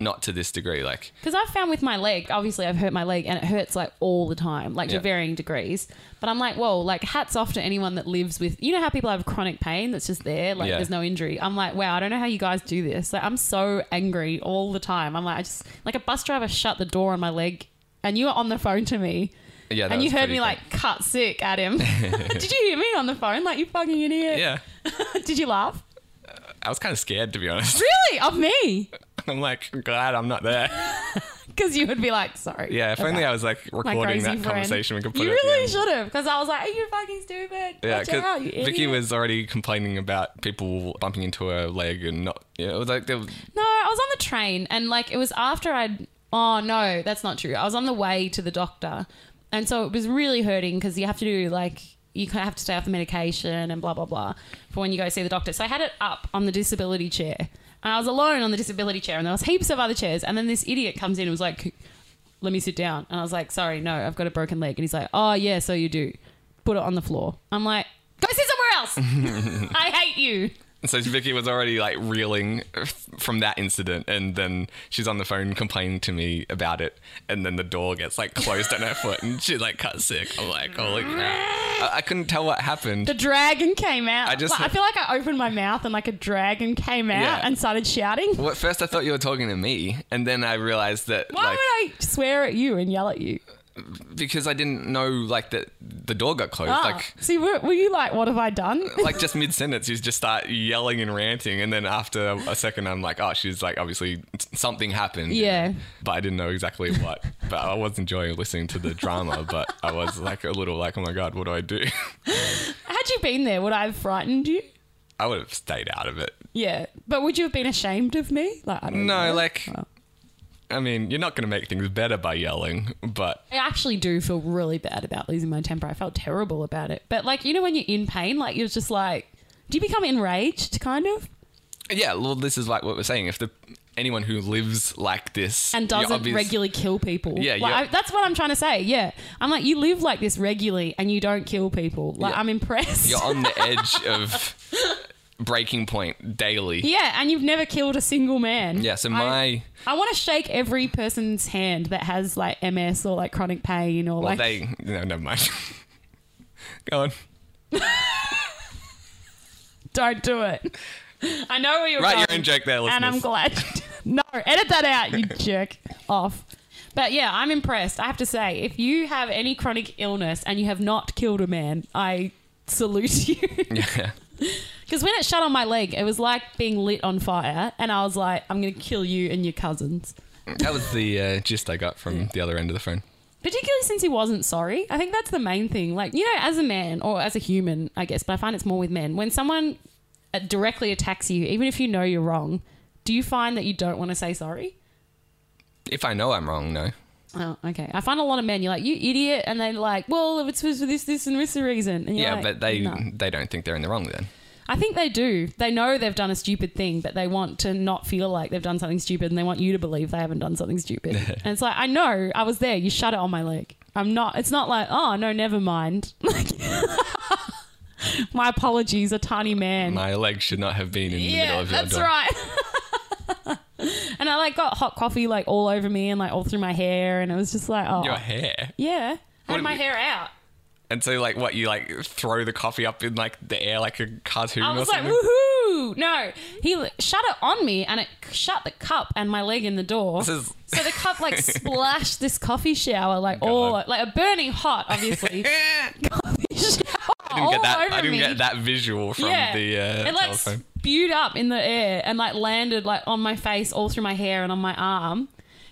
A: not to this degree. Like
B: Because I've found with my leg, obviously I've hurt my leg and it hurts like all the time, like
A: Yeah.
B: to varying degrees. But I'm like, whoa, like hats off to anyone that lives with, you know how people have chronic pain that's just there, like
A: Yeah.
B: there's no injury. I'm like, wow, I don't know how you guys do this. Like I'm so angry all the time. I'm like, I just, like a bus driver shut the door on my leg and you were on the phone to me.
A: yeah, that
B: and you
A: was
B: heard
A: pretty
B: me
A: bad.
B: like cut sick at him. Did you hear me on the phone? Like you fucking idiot.
A: Yeah.
B: Did you laugh?
A: I was kinda scared to be honest.
B: Really? Of me?
A: I'm like, glad I'm not there.
B: Because you would be like, sorry.
A: Yeah, if only I was like
B: my
A: recording
B: crazy
A: that
B: friend.
A: conversation we could put
B: You
A: it at the
B: really
A: end.
B: should have, because I was like, "Are you fucking stupid?
A: Yeah,
B: Watch out, you
A: because Vicky
B: idiot."
A: was already complaining about people bumping into her leg and not. Yeah, it was like there was,
B: No, I was on the train, and like it was after I'd. Oh no, that's not true. I was on the way to the doctor, and so it was really hurting because you have to do like you kind of have to stay off the medication and blah blah blah for when you go see the doctor. So I had it up on the disability chair, and I was alone on the disability chair, and there was heaps of other chairs, and then this idiot comes in and was like, "Let me sit down," and I was like, "Sorry, no, I've got a broken leg," and he's like, "Oh yeah, so you do." Put it on the floor. I'm like, "Go sit somewhere else." I hate you.
A: so Vicky was already like reeling from that incident, and then she's on the phone complaining to me about it, and then the door gets like closed on her foot, and she like cut sick. I'm like, holy crap! I, I couldn't tell what happened.
B: The dragon came out. I
A: I just-
B: I feel like I opened my mouth and like a dragon came out
A: Yeah.
B: and started shouting.
A: Well, at first I thought you were talking to me, and then I realized that
B: Why
A: like
B: would I swear at you and yell at you?
A: because I didn't know like that the door got closed.
B: Ah,
A: Like
B: see, were, were you like, what have I done?
A: like just mid sentence, you just start yelling and ranting, and then after a second, I'm like, oh, she's like, obviously something happened.
B: Yeah.
A: But I didn't know exactly what. But I was enjoying listening to the drama, but I was like a little like, oh my god, what do I do?
B: Had you been there, would I have frightened you?
A: I would have stayed out of it.
B: Yeah, but would you have been ashamed of me? Like, I don't
A: No,
B: know.
A: like, I mean, you're not going to make things better by yelling, but
B: I actually do feel really bad about losing my temper. I felt terrible about it. But like, you know, when you're in pain, like you're just like, do you become enraged, kind of?
A: yeah. Well, this is like what we're saying. If the anyone who lives like this
B: and
A: you're
B: doesn't
A: obvious-
B: regularly kill people.
A: Yeah,
B: like,
A: yeah.
B: I, that's what I'm trying to say. Yeah, I'm like, you live like this regularly, and you don't kill people. Like,
A: Yeah.
B: I'm impressed.
A: you're on the edge of breaking point daily.
B: yeah, and you've never killed a single man.
A: Yeah, so
B: I-
A: my-
B: I, want to shake every person's hand that has like MS or like chronic pain or
A: Well,
B: like.
A: they no, never mind. Go on.
B: don't do it. I know where you're
A: Write
B: going.
A: your own joke there,
B: And I'm
A: listeners.
B: glad. no, edit that out, you jerk off. But yeah, I'm impressed. I have to say, if you have any chronic illness and you have not killed a man, I salute you.
A: Yeah.
B: Because when it shut on my leg, it was like being lit on fire, and I was like, I'm going to kill you and your cousins.
A: That was the uh, gist I got from the other end of the phone.
B: Particularly since he wasn't sorry. I think that's the main thing. Like, you know, as a man or as a human, I guess, but I find it's more with men, when someone uh, directly attacks you, even if you know you're wrong, do you find that you don't want to say sorry?
A: If I know I'm wrong, no.
B: Oh, okay. I find a lot of men, you're like, you idiot. And they're like, well, if it's for this, this, and this reason. And you're
A: Yeah,
B: like,
A: but they
B: "No."
A: they don't think they're in the wrong then.
B: I think they do. They know they've done a stupid thing, but they want to not feel like they've done something stupid and they want you to believe they haven't done something stupid. and it's like, I know, I was there. You shut it on my leg. I'm not, it's not like, oh, no, never mind. Like, my apologies, a tiny man.
A: My leg should not have been in the middle
B: yeah,
A: of your
B: that's
A: door.
B: right. and I like got hot coffee like all over me and like all through my hair. And it was just like, oh,
A: Your hair.
B: yeah. I
A: What
B: had my
A: do you-
B: hair out.
A: And so like what you like throw the coffee up in like the air like a cartoon
B: I was
A: or
B: like,
A: something.
B: woohoo! No, he l- shut it on me and it c- shut the cup and my leg in the door.
A: This is-
B: so the cup like splashed this coffee shower like all
A: God.
B: like a burning hot, obviously.
A: Eh,
B: coffee shower
A: I didn't get that
B: all over
A: I didn't
B: me.
A: get that visual from
B: yeah,
A: the uh,
B: it like
A: telephone.
B: spewed up in the air and like landed like on my face, all through my hair and on my arm.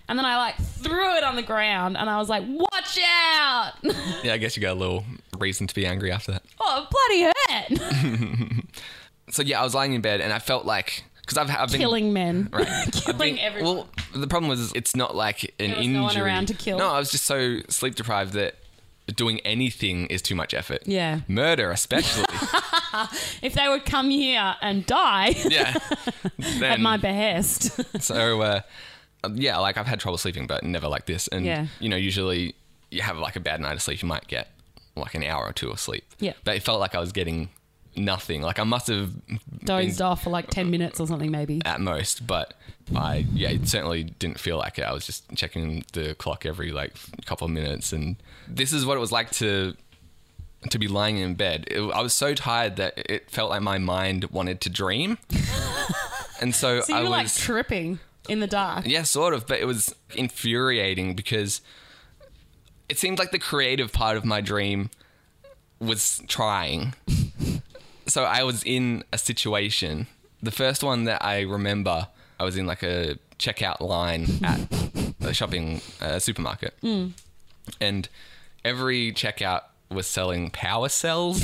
B: And then I like threw it on the ground and I was like, "Watch out!"
A: Yeah, I guess you got a little reason to be angry after that.
B: oh, bloody hurt!
A: So yeah, I was lying in bed and I felt like because I've, I've been
B: Killing men,
A: Right. I
B: killing
A: think-
B: everyone.
A: Well, the problem was it's not like an
B: There was
A: injury.
B: no one around to kill.
A: No, I was just so sleep deprived that doing anything is too much effort.
B: Yeah.
A: Murder, especially.
B: if they would come here and die
A: yeah. Then,
B: at my behest.
A: So uh, uh, yeah, like I've had trouble sleeping, but never like this. And
B: Yeah.
A: you know, usually you have like a bad night of sleep, you might get like an hour or two of sleep.
B: Yeah.
A: but it felt like I was getting nothing. Like I must have
B: Dozed
A: been-
B: off for like 10 minutes or something, maybe.
A: at most, but I yeah, it certainly didn't feel like it. I was just checking the clock every like couple of minutes, and this is what it was like to to be lying in bed. It, I was so tired that it felt like my mind wanted to dream, and so,
B: So
A: I
B: you were
A: was
B: like tripping in the dark.
A: yeah, sort of, but it was infuriating because it seemed like the creative part of my dream was trying. so I was in a situation. The first one that I remember, I was in like a checkout line at a shopping uh, supermarket. And every checkout was selling power cells,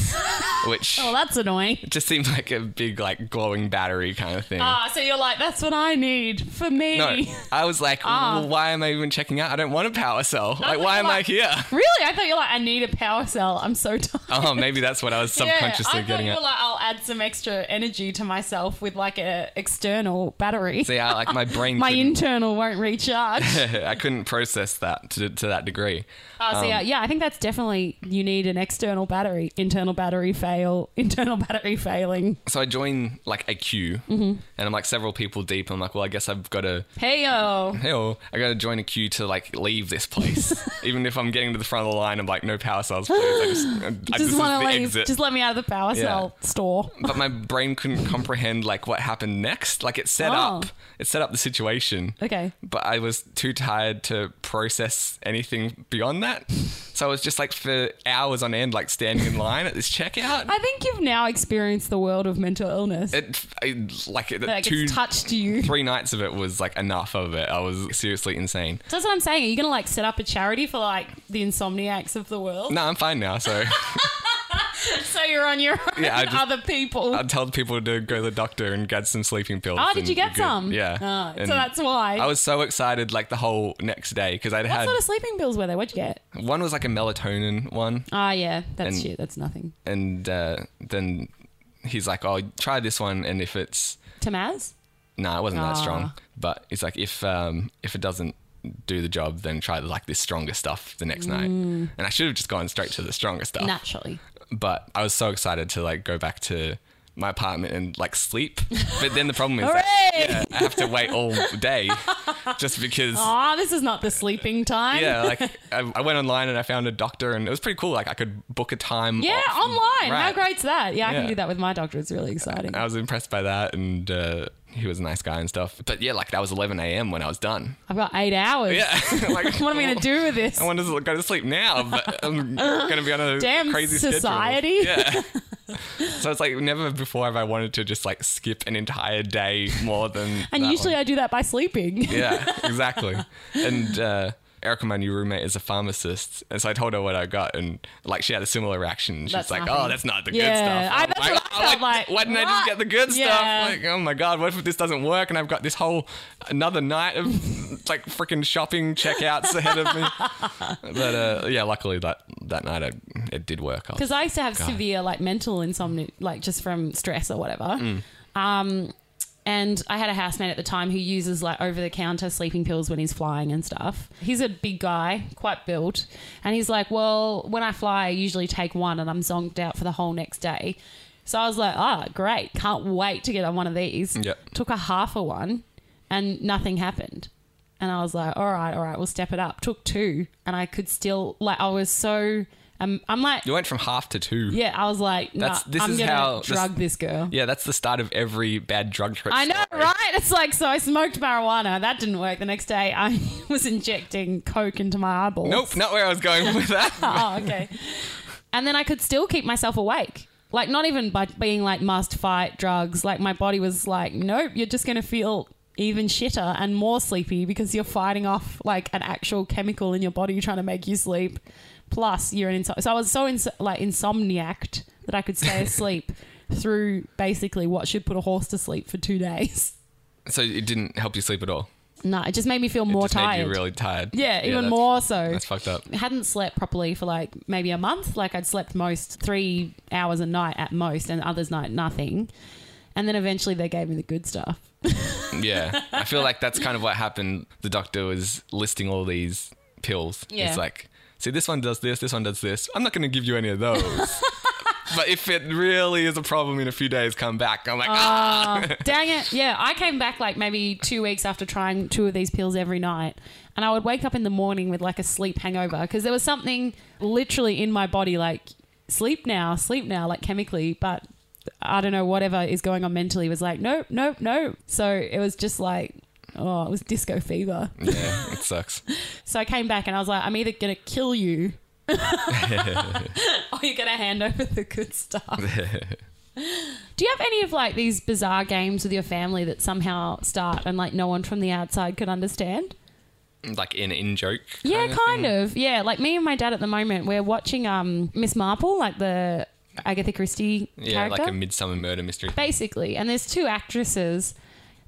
A: which
B: Well, that's annoying.
A: just seemed like a big like glowing battery kind of thing.
B: Ah, so you're like, that's what I need for me.
A: No, I was like,
B: Ah.
A: well, why am I even checking out? I don't want a power cell. Like, why am I
B: like-
A: here?
B: Really? I thought you're like, I need a power cell. I'm so tired.
A: Oh, maybe that's what I was subconsciously
B: yeah, I thought
A: getting
B: you were
A: at.
B: like, I'll add some extra energy to myself with like a external battery.
A: See, I, like my brain,
B: My
A: couldn't,
B: internal won't recharge.
A: I couldn't process that to, to that degree.
B: Oh,
A: Um,
B: so yeah, yeah, I think that's definitely you need an external battery, internal battery fail, internal battery failing.
A: So I joined like a queue,
B: Mm-hmm.
A: and I'm like several people deep. I'm like, well, I guess I've got to
B: Hey yo,
A: hell, I got to join a queue to like leave this place. Even if I'm getting to the front of the line, I'm like, no power cells, please. I just, I, I, this
B: just
A: is the
B: want to leave.
A: exit.
B: Just let me out of the power cell store.
A: but my brain couldn't comprehend like what happened next. Like it set
B: Oh.
A: up, it set up the situation.
B: Okay.
A: but I was too tired to process anything beyond that. So I was just like for hours on end, like standing in line at this checkout.
B: I think you've now experienced the world of mental illness.
A: it, I, like, it-
B: like
A: two,
B: it's touched you.
A: three nights of it was like enough of it. I was seriously insane.
B: So that's what I'm saying. Are you going to like set up a charity for like the insomniacs of the world?
A: No, I'm fine now. So
B: So you're on your own
A: Yeah, I
B: and
A: just-
B: other people.
A: I told people to go to the doctor and get some sleeping pills.
B: oh,
A: and
B: did you get
A: good-
B: some?
A: Yeah.
B: Oh,
A: And
B: so that's why.
A: I was so excited like the whole next day because I'd
B: what
A: had
B: sort of sleeping pills were there? What'd you get?
A: one was like a melatonin one.
B: Ah, yeah, that's
A: And-
B: shit. That's nothing.
A: And uh, then he's like, oh, try this one. And if it's
B: Tamaz?
A: No, it wasn't that
B: Ah.
A: strong. But it's like if um, if it doesn't do the job, then try like this stronger stuff the next night.
B: Mm.
A: And I should have just gone straight to the stronger stuff.
B: Naturally.
A: But I was so excited to like go back to my apartment and like sleep. But then the problem is that
B: Hooray!
A: I have to wait all day just because.
B: Ah, this is not the sleeping time.
A: Yeah, like I, I went online and I found a doctor, and it was pretty cool. Like I could book a time.
B: Yeah,
A: off.
B: online. How
A: Right.
B: great's that? Yeah, I
A: Yeah.
B: can do that with my doctor. It's really exciting.
A: I was impressed by that, and uh, he was a nice guy and stuff. But yeah, like that was 11 a.m. when I was done.
B: I've got eight hours.
A: Yeah, like,
B: What am I going to do with this?
A: I want to go to sleep now, but I'm going to be on a
B: Damn
A: crazy
B: society.
A: Schedule. Yeah. so it's like never before have I wanted to just like skip an entire day more than.
B: And
A: that
B: usually
A: one.
B: I do that by sleeping.
A: yeah, exactly. And uh, Erica, my new roommate, is a pharmacist, and so I told her what I got, and like she had a similar reaction. She's
B: That's
A: like,
B: nothing.
A: "Oh, that's not the
B: Yeah, I-
A: good stuff."
B: that's
A: I'm
B: what I felt
A: I'm
B: like.
A: why didn't I just
B: What?
A: get the good
B: Yeah.
A: stuff? Like, oh my god, what if this doesn't work? And I've got this whole another night of like freaking shopping checkouts ahead of me. But uh, yeah, luckily that that night I, it did work. I was-
B: Because I used to have severe like mental insomnia, like just from stress or whatever. Um, and I had a housemate at the time who uses like over the counter sleeping pills when he's flying and stuff. He's a big guy, quite built. And he's like, Well, when I fly, I usually take one and I'm zonked out for the whole next day. So I was like, Ah, great. Can't wait to get on one of these.
A: Yep.
B: Took a half of one and nothing happened. And I was like, All right, all right, we'll step it up. Took two and I could still, like, I was so. Um, I'm like
A: you went from half to two.
B: yeah, I was like, nah,
A: That's- this
B: I'm
A: is
B: gonna
A: how- this-
B: drug this, girl.
A: Yeah, that's the start of every bad drug trip.
B: I know,
A: story.
B: right? It's like so. I smoked marijuana. That didn't work. The next day, I was injecting coke into my eyeballs.
A: Nope, not where I was going with that.
B: Oh, okay. and then I could still keep myself awake. Like not even by being like must fight drugs. Like my body was like, nope, you're just gonna feel even shitter and more sleepy because you're fighting off like an actual chemical in your body trying to make you sleep. Plus, you're an insom- so I was so ins- like insomniac that I could stay asleep through basically what should put a horse to sleep for two days.
A: so it didn't help you sleep at all.
B: No, it just made me feel more
A: just
B: tired.
A: Made you really tired.
B: yeah, even
A: that's-
B: more so
A: That's fucked up.
B: hadn't slept properly for like maybe a month. Like I'd slept most three hours a night at most, and others night nothing. And then eventually they gave me the good stuff,
A: Yeah. I feel like that's kind of what happened. The doctor was listing all these pills.
B: Yeah.
A: It's like, see, this one does this, this one does this. I'm not going to give you any of those. but if it really is a problem in a few days, come back. I'm like, ah.
B: Dang it. Yeah, I came back like maybe two weeks after trying two of these pills every night. And I would wake up in the morning with like a sleep hangover because there was something literally in my body like, sleep now, sleep now, like chemically. But I don't know, whatever is going on mentally was like, nope, nope, nope. So it was just like, oh, it was disco fever.
A: yeah, it sucks.
B: So I came back and I was like, I'm either going to kill you or you're going to hand over the good stuff. Do you have any of like these bizarre games with your family that somehow start and like no one from the outside could understand?
A: like an in joke.
B: Yeah,
A: of
B: kind of. Yeah, like me and my dad at the moment, we're watching um Miss Marple, like the Agatha Christie
A: Yeah,
B: character.
A: like a midsummer murder mystery.
B: basically. And there's two actresses,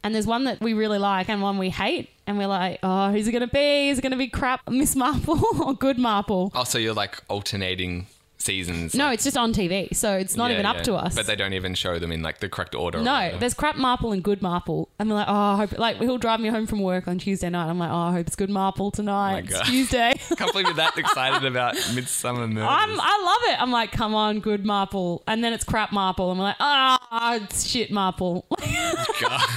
B: and there's one that we really like and one we hate. And we're like, oh, who's it going to be? Is it going to be crap Miss Marple or good Marple?
A: Oh, so you're like alternating seasons.
B: No, it's just on TV, so it's not
A: Yeah,
B: even up
A: yeah.
B: to us.
A: But they don't even show them in like the correct order. or
B: no,
A: whatever.
B: there's crap Marple and good Marple, and we're like, oh, I hope like he'll drive me home from work on Tuesday night. I'm like, oh, I hope it's good Marple tonight. It's
A: Oh God.
B: Tuesday.
A: Can't believe you're that excited about midsummer murder.
B: I'm, I love it. I'm like, come on, good Marple, and then it's crap Marple, and we're like, ah, it's shit Marple.
A: God.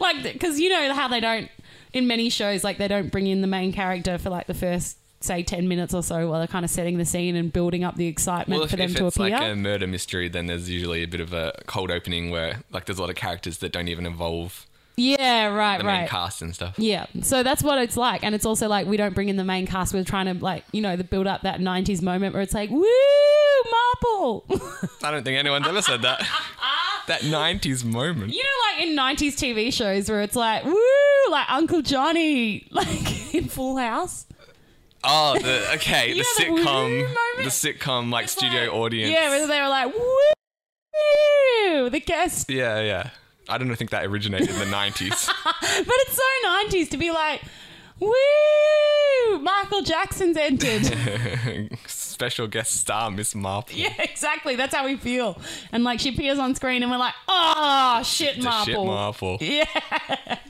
B: like because you know how they don't in many shows like they don't bring in the main character for like the first say 10 minutes or so while they're kind of setting the scene and building up the excitement
A: Well, if,
B: for them
A: if
B: to
A: it's
B: appear
A: like a murder mystery, then there's usually a bit of a cold opening where like there's a lot of characters that don't even involve
B: yeah right
A: the main
B: right
A: cast and stuff.
B: yeah so that's what it's like and it's also like we don't bring in the main cast we're trying to like you know the build up that 90s moment where it's like woo marple
A: I don't think anyone's ever said that. that '90s moment.
B: you know like in 90s tv shows where it's like woo like uncle johnny like in full house
A: Oh, the okay, the
B: You know the
A: sitcom,
B: moment?
A: the sitcom like studio
B: Like,
A: audience.
B: yeah where they were like woo the guest
A: Yeah, yeah. I don't think that originated in the 90s.
B: But it's so 90s to be like, woo, Michael Jackson's entered.
A: Special guest star, Miss Marple.
B: yeah, exactly. That's how we feel. And like she appears on screen and we're like, oh, shit,
A: The
B: Marple.
A: shit Marple.
B: Yeah,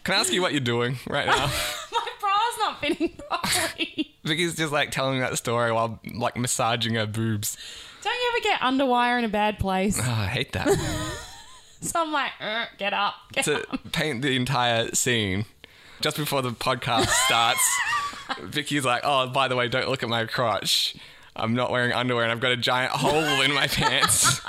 A: Can I ask you what you're doing right now?
B: my bra's not fitting properly.
A: Vicky's just like telling that story while like massaging her boobs.
B: Don't you ever get underwire in a bad place?
A: Oh, I hate that.
B: So I'm like, "Uh, get up. Get
A: to
B: up.
A: paint the entire scene just before the podcast starts. Vicky's like, "Oh, by the way, don't look at my crotch. I'm not wearing underwear, and I've got a giant hole in my pants."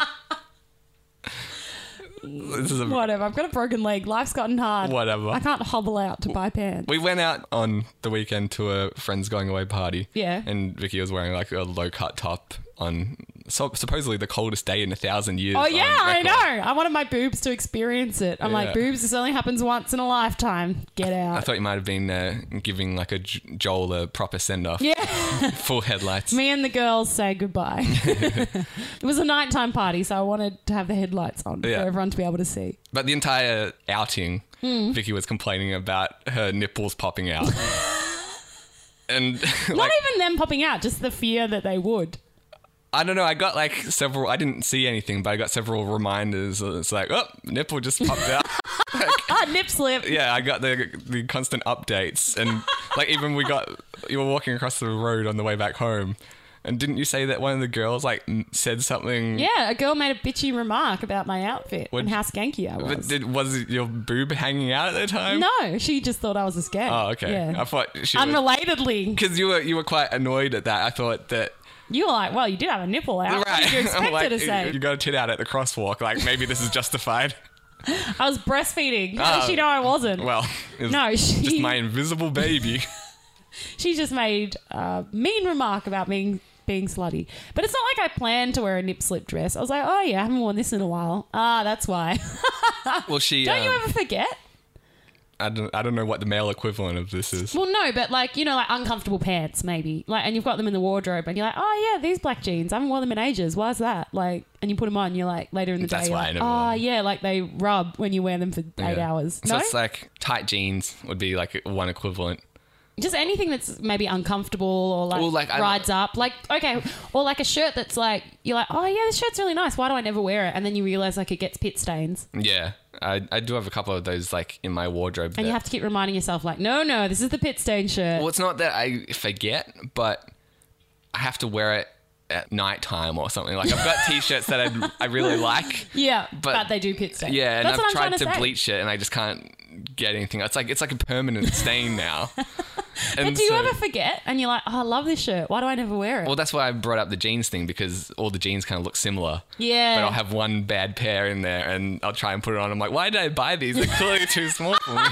A: this is a
B: Whatever. I've got a broken leg. Life's gotten hard.
A: Whatever.
B: I can't hobble out to buy pants.
A: We went out on the weekend to a friend's going away party.
B: Yeah.
A: And Vicky was wearing like a low cut top on so, supposedly the coldest day in a thousand years.
B: Oh
A: on
B: yeah, I
A: record.
B: know. I wanted my boobs to experience it. I'm
A: Yeah.
B: like, boobs. This only happens once in a lifetime. Get
A: I
B: out.
A: thought you might have been uh, giving like a J- Joel a proper send off.
B: yeah.
A: Full headlights.
B: Me and the girls say goodbye. it was a nighttime party, so I wanted to have the headlights on
A: Yeah.
B: for everyone to be able to see.
A: But the entire outing,
B: Hmm.
A: Vicky was complaining about her nipples popping out. and
B: Not
A: like,
B: even them popping out, just the fear that they would.
A: I don't know, I got like several, I didn't see anything, but I got several reminders. It's like, oh, nipple just popped out.
B: Ah, nip slip.
A: yeah, I got the the constant updates, and like even we got you were walking across the road on the way back home, and didn't you say that one of the girls like m- said something?
B: Yeah, a girl made a bitchy remark about my outfit
A: What'd
B: and
A: you-
B: how skanky I was.
A: But did, was it your boob hanging out at the time?
B: no, she just thought I was a skank.
A: Oh, okay. I
B: Yeah.
A: thought she
B: Unrelatedly,
A: because you were you were quite annoyed at that. I thought that
B: you were like, "Well, you did have a nipple out. What did you
A: I'm
B: expect her
A: like,
B: to say?"
A: you got a tit out at the crosswalk. Like maybe this is justified.
B: I was breastfeeding. How did
A: Oh.
B: she know I wasn't?
A: Well, it was
B: No, she
A: just my invisible baby.
B: she just made a mean remark about being being slutty. But it's not like I planned to wear a nip slip dress. I was like, oh yeah, I haven't worn this in a while. Ah, that's why.
A: well, she.
B: Don't you
A: um,
B: ever forget?
A: I don't. I don't know what the male equivalent of this is.
B: Well, no, but like you know, like uncomfortable pants maybe. Like, and you've got them in the wardrobe, and you're like, oh yeah, these black jeans. I haven't worn them in ages. Why's that? Like, and you put them on. You're like later in the
A: That's
B: day.
A: why I
B: you're
A: never wore
B: like, oh
A: them."
B: yeah, like they rub when you wear them for eight
A: Yeah.
B: hours.
A: So
B: no.
A: it's like tight jeans would be like one equivalent.
B: just anything that's maybe uncomfortable or like,
A: Well, like, I-
B: rides up, like okay, or like a shirt that's like you're like, oh yeah, this shirt's really nice. Why do I never wear it? And then you realize like it gets pit stains,
A: Yeah, I, I do have a couple of those like in my wardrobe. that-
B: and you have to keep reminding yourself like, no, no, this is the pit stain shirt.
A: well, it's not that I forget, but I have to wear it at nighttime or something. Like I've got t-shirts that I, I really like.
B: yeah, but,
A: but-
B: they do pit stain.
A: Yeah, and
B: That's what
A: I've
B: I'm
A: tried
B: trying
A: to
B: say.
A: bleach it, and I just can't get anything. It's like it's like a permanent stain now.
B: But do you ever forget? And you're like, oh, I love this shirt. Why do I never wear it?
A: Well, that's why I brought up the jeans thing because all the jeans kind of look similar.
B: Yeah.
A: But I'll have one bad pair in there, and I'll try and put it on. I'm like, why did I buy these? They're clearly too small for me.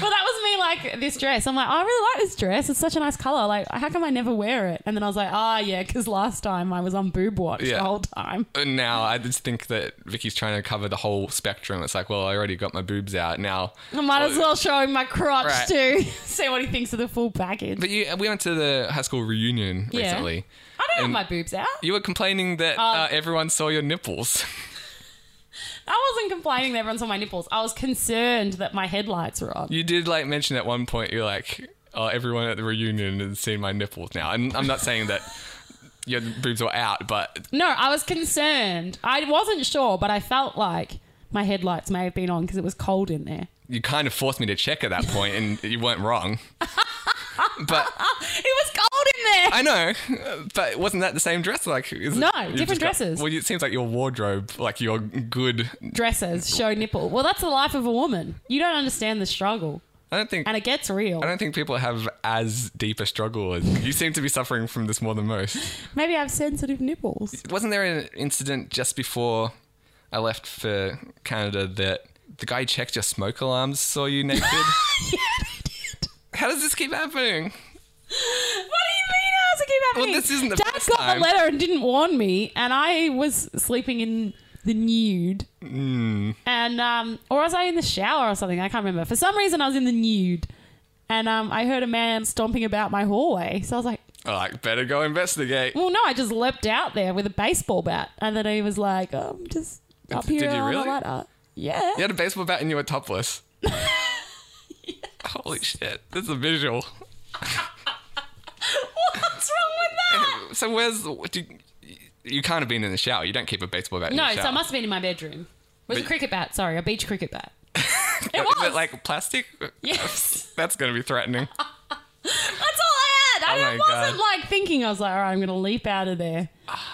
B: Well, that was me like this dress. I'm like, oh, I really like this dress. It's such a nice color. Like, how come I never wear it? And then I was like, ah, yeah, because last time I was on boob watch
A: Yeah.
B: the whole time.
A: And now I just think that Vicky's trying to cover the whole spectrum. It's like, well, I already got my boobs out now.
B: I might as well show him my crotch
A: Oh, Right.
B: too. See what he thinks of the full package.
A: But you, we went to the high school reunion
B: Yeah. Oh.
A: recently.
B: I don't have
A: and-
B: my boobs out.
A: You were complaining that uh, everyone saw your nipples.
B: I wasn't complaining that everyone saw my nipples. I was concerned that my headlights were on.
A: You did like mention at one point you're like, oh, everyone at the reunion has seen my nipples now. And I'm not saying that your boobs were out, but
B: No, I was concerned. I wasn't sure, but I felt like my headlights may have been on because it was cold in there.
A: you kind of forced me to check at that point, and you weren't wrong. but
B: It was cold in there.
A: I know, but wasn't that the same dress? Like, is it-
B: No,
A: you've
B: different
A: just got-
B: dresses.
A: well, it seems like your wardrobe, like your good.
B: Dresses show nipple. Well, that's the life of a woman. You don't understand the struggle.
A: I don't think.
B: and it gets real.
A: I don't think people have as deep a struggle as you seem to be suffering from this more than most.
B: Maybe I have sensitive nipples.
A: Wasn't there an incident just before I left for Canada that the guy who checked your smoke alarms saw you naked? How does this keep happening?
B: What do you mean? How's it keep happening?
A: Well, this isn't the
B: Dad
A: first
B: got
A: time.
B: the letter and didn't warn me, and I was sleeping in the nude.
A: Mm.
B: And um, or was I in the shower or something? I can't remember. For some reason, I was in the nude, and um, I heard a man stomping about my hallway. So I was like,
A: All right, better go investigate.
B: "Well, no, I just leapt out there with a baseball bat." And then he was like, oh, "I'm just up
A: Did
B: here
A: you
B: on
A: really?
B: the ladder." Yeah.
A: You had a baseball bat and you were topless. Holy shit, this is a visual.
B: What's wrong with that?
A: So where's the, what do you, you can't have been in the shower. You don't keep a baseball bat in
B: No,
A: the shower.
B: so I must have been in my bedroom. It was
A: But-
B: a cricket bat, sorry, a beach cricket bat.
A: Is
B: it
A: it
B: was.
A: like plastic?
B: yes.
A: That's going to be threatening.
B: That's all I had. I
A: Oh
B: it
A: my
B: wasn't like thinking I was like, all right, I'm gonna leap out of there.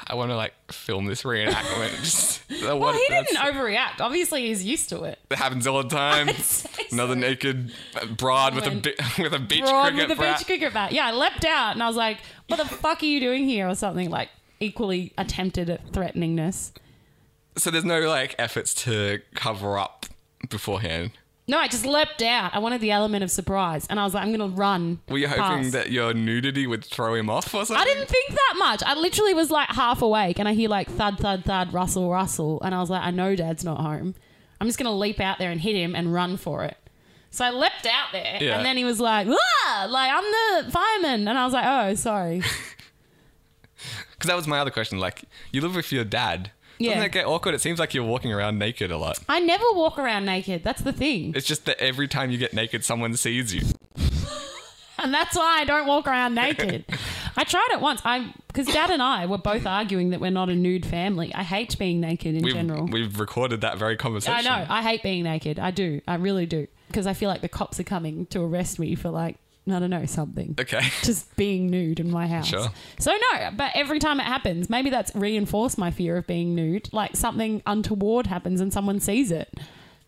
A: I want to like film this reenactment. Just,
B: Well, he didn't overreact. Obviously he's used to it.
A: That happens all the time.
B: I'd say
A: Another
B: so.
A: naked broad with a
B: Woman.
A: bi- with a beach
B: Brawn
A: cricket
B: with a
A: bat.
B: beach cricket bat. Yeah, I leapt out and I was like, what the fuck are you doing here? Or something like equally attempted at threateningness.
A: so there's no like efforts to cover up beforehand.
B: No, I just leapt out. I wanted the element of surprise. And I was like, I'm gonna run.
A: Were you hoping
B: past.
A: that your nudity would throw him off or something?
B: I didn't think that much. I literally was like half awake and I hear like thud, thud, thud, rustle, rustle. And I was like, I know dad's not home. I'm just going to leap out there and hit him and run for it. So I leapt out there
A: Yeah.
B: and then he was like, ah, like I'm the fireman. And I was like, oh, sorry.
A: Because that was my other question. Like, you live with your dad.
B: Yeah.
A: Doesn't that get awkward? It seems like you're walking around naked a lot.
B: I never walk around naked. That's the thing.
A: It's just that every time you get naked, someone sees you.
B: And that's why I don't walk around naked. I tried it once. I because dad and I were both arguing that we're not a nude family. I hate being naked in
A: We've,
B: general.
A: we've recorded that very
B: I
A: conversation.
B: know. I hate being naked. I do. I really do. Because I feel like the cops are coming to arrest me for like I don't know something.
A: Okay.
B: Just being nude in my house.
A: Sure.
B: So no, but every time it happens, maybe that's reinforced my fear of being nude. Like something untoward happens and someone sees it.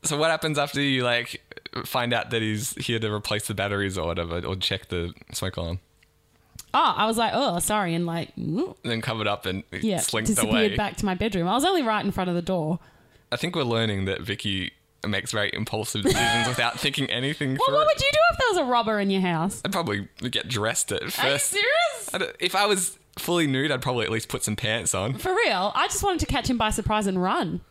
A: So what happens after you like find out that he's here to replace the batteries or whatever, or check the smoke alarm,
B: Oh, I was like, oh, sorry, and like, mm,
A: and then covered up and
B: yeah,
A: slinked
B: disappeared
A: away?
B: back to my bedroom. I was only right in front of the door.
A: I think we're learning that Vicky makes very impulsive decisions without thinking anything
B: Well,
A: through.
B: what would you do if there was a robber in your house?
A: I'd probably get dressed at
B: Are you
A: first.
B: serious?
A: I don't- if I was fully nude, I'd probably at least put some pants on.
B: For real? I just wanted to catch him by surprise and run.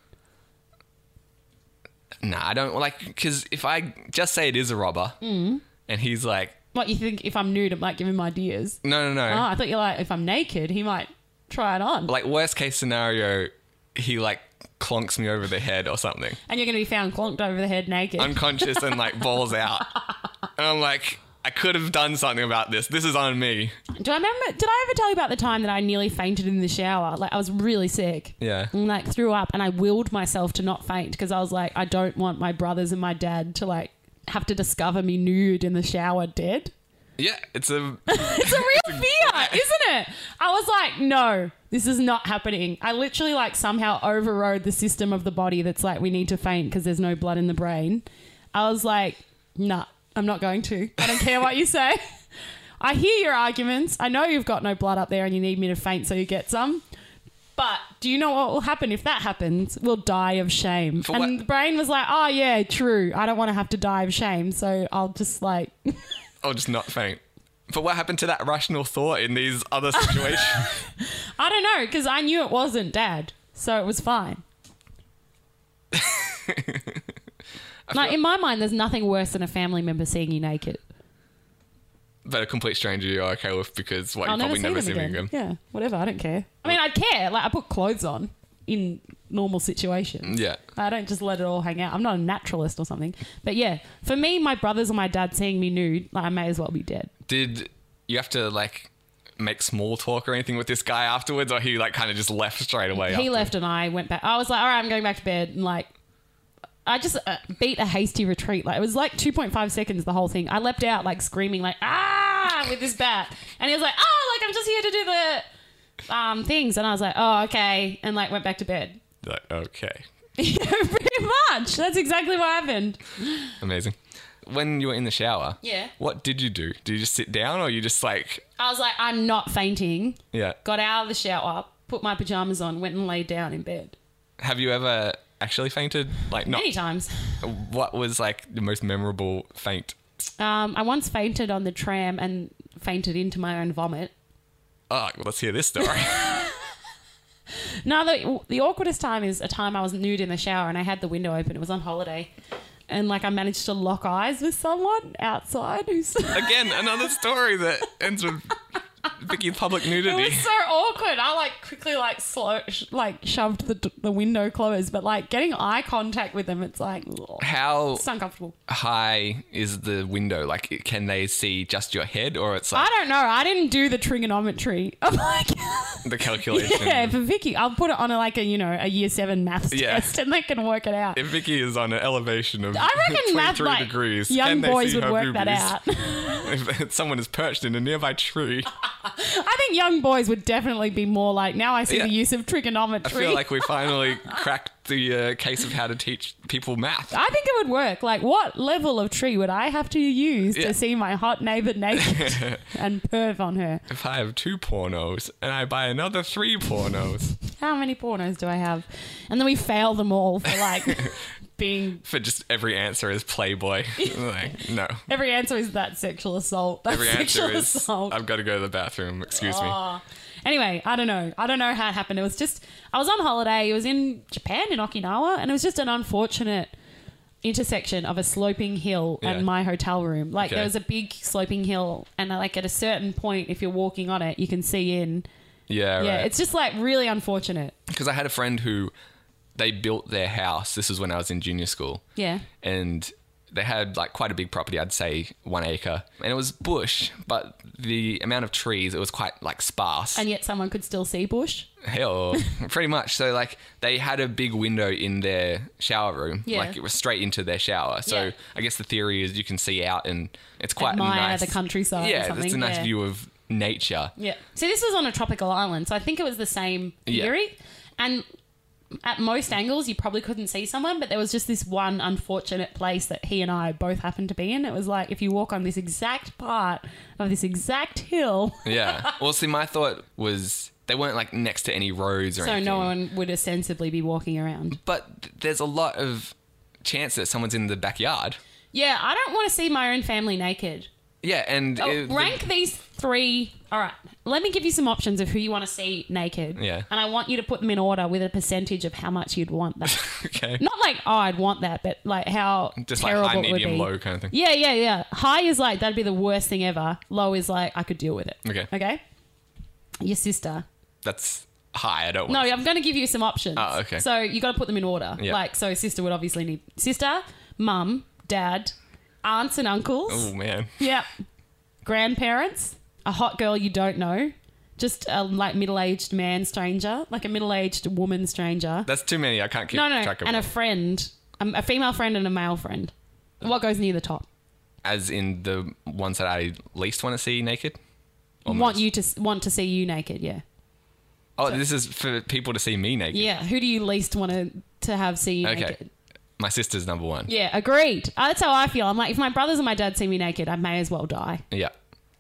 A: Nah, I don't like because if I just say it is a robber,
B: Mm.
A: and he's like,
B: What you think? If I'm nude, it might give him ideas.
A: no, no, no,
B: Oh, I thought you're like, if I'm naked, he might try it on.
A: like worst case scenario, he like clonks me over the head or something,
B: and you're going to be found clonked over the head naked.
A: unconscious and like balls out, and I'm like, I could have done something about this. This is on me.
B: Do I remember? Did I ever tell you about the time that I nearly fainted in the shower? Like I was really sick.
A: Yeah.
B: And like threw up, and I willed myself to not faint because I was like, I don't want my brothers and my dad to like have to discover me nude in the shower dead.
A: Yeah, it's a
B: It's a real fear, isn't it? I was like, no, this is not happening. I literally like somehow overrode the system of the body that's like, we need to faint because there's no blood in the brain. I was like, nah, I'm not going to. I don't care what you say. I hear your arguments. I know you've got no blood up there and you need me to faint so you get some. But do you know what will happen if that happens? We'll die of shame.
A: For
B: and
A: what-
B: the brain was like, oh, yeah, true. I don't want to have to die of shame. So I'll just like.
A: I'll Oh, just not faint. But what happened to that rational thought in these other situations?
B: I don't know because I knew it wasn't dad, so it was fine. like in my mind, there's nothing worse than a family member seeing you naked.
A: but a complete stranger you're okay with because what
B: I'll
A: you
B: never
A: probably
B: see
A: never
B: them
A: see
B: again.
A: again.
B: Yeah, whatever. I don't care. I mean, I'd care. Like I put clothes on in normal situations.
A: Mm, Yeah.
B: I don't just let it all hang out. I'm not a naturalist or something. But yeah, for me, my brothers or my dad seeing me nude, like I may as well be dead.
A: Did you have to like make small talk or anything with this guy afterwards, or he like kind of just left straight away?
B: He
A: after?
B: left and I went back. I was like, all right, I'm going back to bed. And like, I just uh, beat a hasty retreat. Like, it was like 2.5 seconds, the whole thing. I leapt out, like, screaming, like, ah, with this bat. And he was like, oh, like, I'm just here to do the um, things. And I was like, oh, okay. And like, went back to bed.
A: Like, okay,
B: You know, Pretty much. That's exactly what happened.
A: amazing. When you were in the shower,
B: Yeah.
A: What did you do? Did you just sit down, or you just like,
B: I was like, I'm not fainting.
A: yeah?
B: Got out of the shower, put my pajamas on, went and laid down in bed.
A: Have you ever actually fainted? Like, not.
B: Many times.
A: What was like the most memorable faint?
B: Um, I once fainted on the tram and fainted into my own vomit.
A: Oh, well, let's hear this story.
B: No, the, the awkwardest time is a time I was nude in the shower and I had the window open. It was on holiday. And like I managed to lock eyes with someone outside who's. it
A: Again, another story that ends with Vicky public nudity.
B: was so awkward. I like quickly like slow sh- like shoved the, d- the window closed, but like getting eye contact with them, it's like ugh,
A: How
B: it's uncomfortable.
A: high is the window? Like, can they see just your head, or it's
B: I
A: like
B: don't know. I didn't do the trigonometry. I'm like,
A: the calculation?
B: yeah, for Vicky, I'll put it on a, like a you know a year seven maths
A: Yeah.
B: test, and they can work it out.
A: If Vicky is on an elevation of
B: I reckon math
A: 23
B: like
A: degrees,
B: young
A: can they
B: boys
A: see
B: would
A: her
B: work that
A: boobies?
B: out.
A: if someone is perched in a nearby tree,
B: I think young boys would definitely be more like now I see
A: Yeah.
B: the use of
A: I
B: trigonometry.
A: feel like we finally cracked the uh, case of how to teach people math.
B: I think it would work. Like, what level of tree would I have to use
A: Yeah.
B: to see my hot neighbor naked and perv on her?
A: If I have two pornos and I buy another three pornos
B: How many pornos do I have? And then we fail them all for like being.
A: for just every answer is Playboy, like no.
B: Every answer is that sexual assault. That
A: Every
B: sexual
A: answer is
B: assault.
A: I've got to go to the bathroom. Excuse me.
B: Oh. Anyway, I don't know. I don't know how it happened. It was just I was on holiday. It was in Japan in Okinawa, and it was just an unfortunate intersection of a sloping hill
A: Yeah.
B: and my hotel room. Like
A: Okay.
B: there was a big sloping hill, and uh, like at a certain point, if you're walking on it, you can see in.
A: Yeah,
B: Yeah,
A: right.
B: it's just like really unfortunate.
A: because I had a friend who they built their house. This was when I was in junior school.
B: Yeah.
A: And they had like quite a big property, I'd say one acre. And it was bush, but the amount of trees, it was quite like sparse.
B: And yet someone could still see bush.
A: Hell, pretty much. So like they had a big window in their shower room.
B: Yeah.
A: Like it was straight into their shower. So
B: Yeah.
A: I guess the theory is you can see out and it's quite
B: Admire
A: nice.
B: the countryside or
A: Yeah, it's a
B: something,
A: nice
B: yeah.
A: view of nature.
B: Yeah. So this was on a tropical island, so I think it was the same
A: Yeah.
B: theory. And at most angles, you probably couldn't see someone, but there was just this one unfortunate place that he and I both happened to be in. It was like if you walk on this exact part of this exact hill,
A: Yeah. well, see, my thought was they weren't like next to any roads or
B: so
A: anything.
B: no one would ostensibly be walking around.
A: but th- there's a lot of chance that someone's in the backyard.
B: Yeah, I don't want to see my own family naked.
A: Yeah, and
B: Oh,
A: it- the-
B: rank these three. All right, let me give you some options of who you want to see naked.
A: Yeah.
B: And I want you to put them in order with a percentage of how much you'd want that.
A: okay,
B: not like oh I'd want that, but like how
A: just like
B: terrible
A: high,
B: it would
A: medium,
B: be.
A: low kind of thing.
B: Yeah, yeah, yeah. High is like that'd be the worst thing ever. Low is like I could deal with it.
A: Okay.
B: Okay. Your sister.
A: That's high. I don't
B: No,
A: want.
B: I'm going to give you some options.
A: Oh, okay.
B: So you got to put them in order.
A: Yeah.
B: Like so, sister would obviously need sister, mum, dad, aunts and uncles.
A: Oh man,
B: Yep. grandparents, a hot girl you don't know, just a like middle-aged man stranger, like a middle-aged woman stranger.
A: That's too many. I can't keep
B: No, no,
A: track of
B: and a
A: it.
B: friend, um, a female friend and a male friend. What goes near the top?
A: As in the ones that I least want to see naked.
B: Want you to s- want to see you naked? Yeah,
A: Oh, this is for people to see me naked.
B: yeah. Who do you least want to to have see you
A: Okay.
B: naked?
A: My sister's number one. Yeah.
B: Yeah, agreed. Uh, That's how I feel. I'm like, if my brothers and my dad see me naked, I may as well die.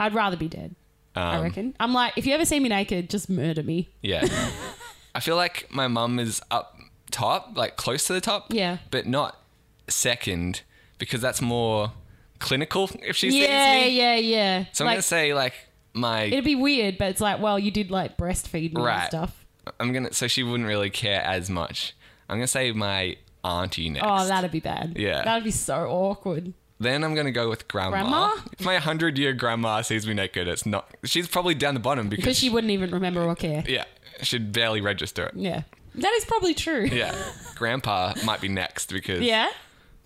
B: I'd rather be dead. I
A: Um,
B: reckon. I'm like, if you ever see me naked, just murder me.
A: Yeah. I feel like my mum is up top, like close to the top.
B: Yeah.
A: But not second because that's more clinical if she sees
B: Yeah,
A: me.
B: yeah, yeah.
A: So I'm
B: like,
A: gonna say like my
B: it'd be weird, but it's like, well, you did like breastfeed me and
A: Right.
B: stuff.
A: I'm gonna so she wouldn't really care as much. I'm gonna say my auntie next.
B: Oh, that'd be bad.
A: Yeah.
B: that'd be so awkward.
A: Then I'm gonna go with grandma.
B: Grandma?
A: If my hundred year grandma sees me naked, it's not. She's probably down the bottom because,
B: Because she wouldn't even remember or care.
A: yeah, she'd barely register it.
B: Yeah, that is probably true.
A: Yeah, grandpa might be next because
B: Yeah?
A: Oh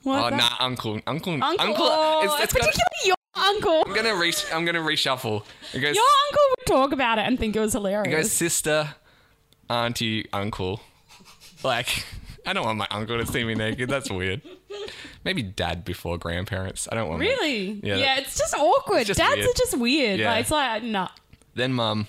B: What
A: nah,
B: about-
A: uncle, uncle,
B: Uncle, Oh,
A: it's, it's gonna,
B: particularly your uncle.
A: I'm gonna reach. I'm gonna reshuffle. It goes.
B: your uncle would talk about it and think it was hilarious.
A: it goes sister, auntie, uncle. Like, I don't want my uncle to see me naked. That's weird. Maybe dad before grandparents. I don't want. my-
B: Really?
A: Yeah.
B: Yeah, it's just awkward.
A: It's just
B: Dads
A: weird.
B: are just weird.
A: Yeah.
B: Like, it's like, uh, nah.
A: Then mum,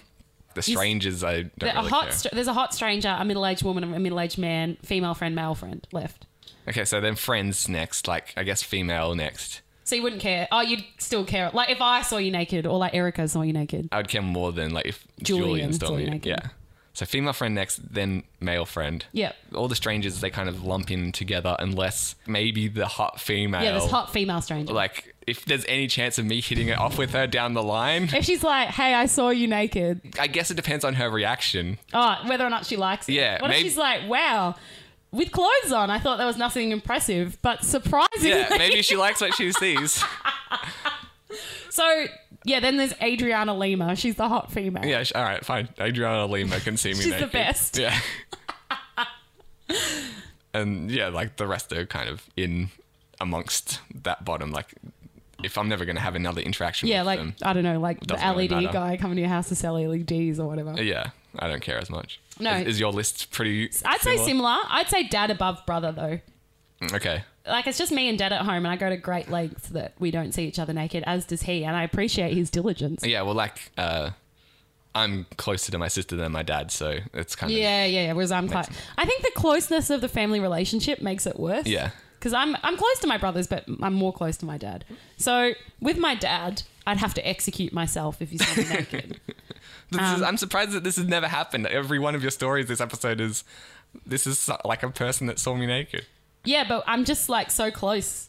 A: the strangers. I don't
B: The- a
A: really
B: hot
A: care.
B: str- there's a hot stranger, a middle aged woman, a middle aged man, female friend, male friend left.
A: Okay, so then friends next, like I guess female next.
B: So you wouldn't care. Oh, you'd still care. Like if I saw you naked or like Erica saw you nakid.
A: I would care more than like if
B: Julian
A: Julian
B: saw
A: stole
B: you
A: me.
B: naked.
A: Yeah. So female friend next, then male friend.
B: Yep.
A: All the strangers they kind of lump in together unless maybe the hot female.
B: Yeah, this hot female stranger.
A: Like if there's any chance of me hitting it off with her down the line,
B: if she's like, "Hey, I saw you naked,"
A: I guess it depends on her reaction.
B: oh, whether or not she likes it.
A: Yeah,
B: What
A: maybe-
B: if she's like, "Wow, with clothes on, I thought there was nothing impressive, but surprisingly."
A: Yeah, maybe she likes what she sees.
B: so yeah, then there's Adriana Lima. She's the hot female.
A: Yeah, sh- all right, fine. Adriana Lima can see me
B: She's the
A: naked.
B: best.
A: Yeah. and yeah, like the rest are kind of in amongst that bottom. Like, if I'm never going to have another interaction
B: Yeah,
A: with
B: like
A: them,
B: I don't know, like the
A: Doesn't really
B: LED
A: matter.
B: guy coming to your house to sell LEDs or whatever.
A: yeah, I don't care as much.
B: No.
A: Is, is your list pretty.
B: I'd say similar. I'd say dad above brother though.
A: Okay.
B: Like it's just me and dad at home, and I go to great lengths that we don't see each other naked, as does he, and I appreciate his diligence.
A: Yeah, well, like, uh, I'm closer to my sister than my dad, so it's kind of.
B: Yeah, yeah, yeah. Whereas I'm quite. I think the closeness of the family relationship makes it worse.
A: Yeah.
B: Because I'm I'm close to my brothers, but I'm more close to my dad. So with my dad, I'd have to execute myself if he saw me naked.
A: This
B: Um,
A: is, I'm surprised that this has never happened. Every one of your stories this episode is. This is so- like a person that saw me naked.
B: Yeah, but I'm just like so close.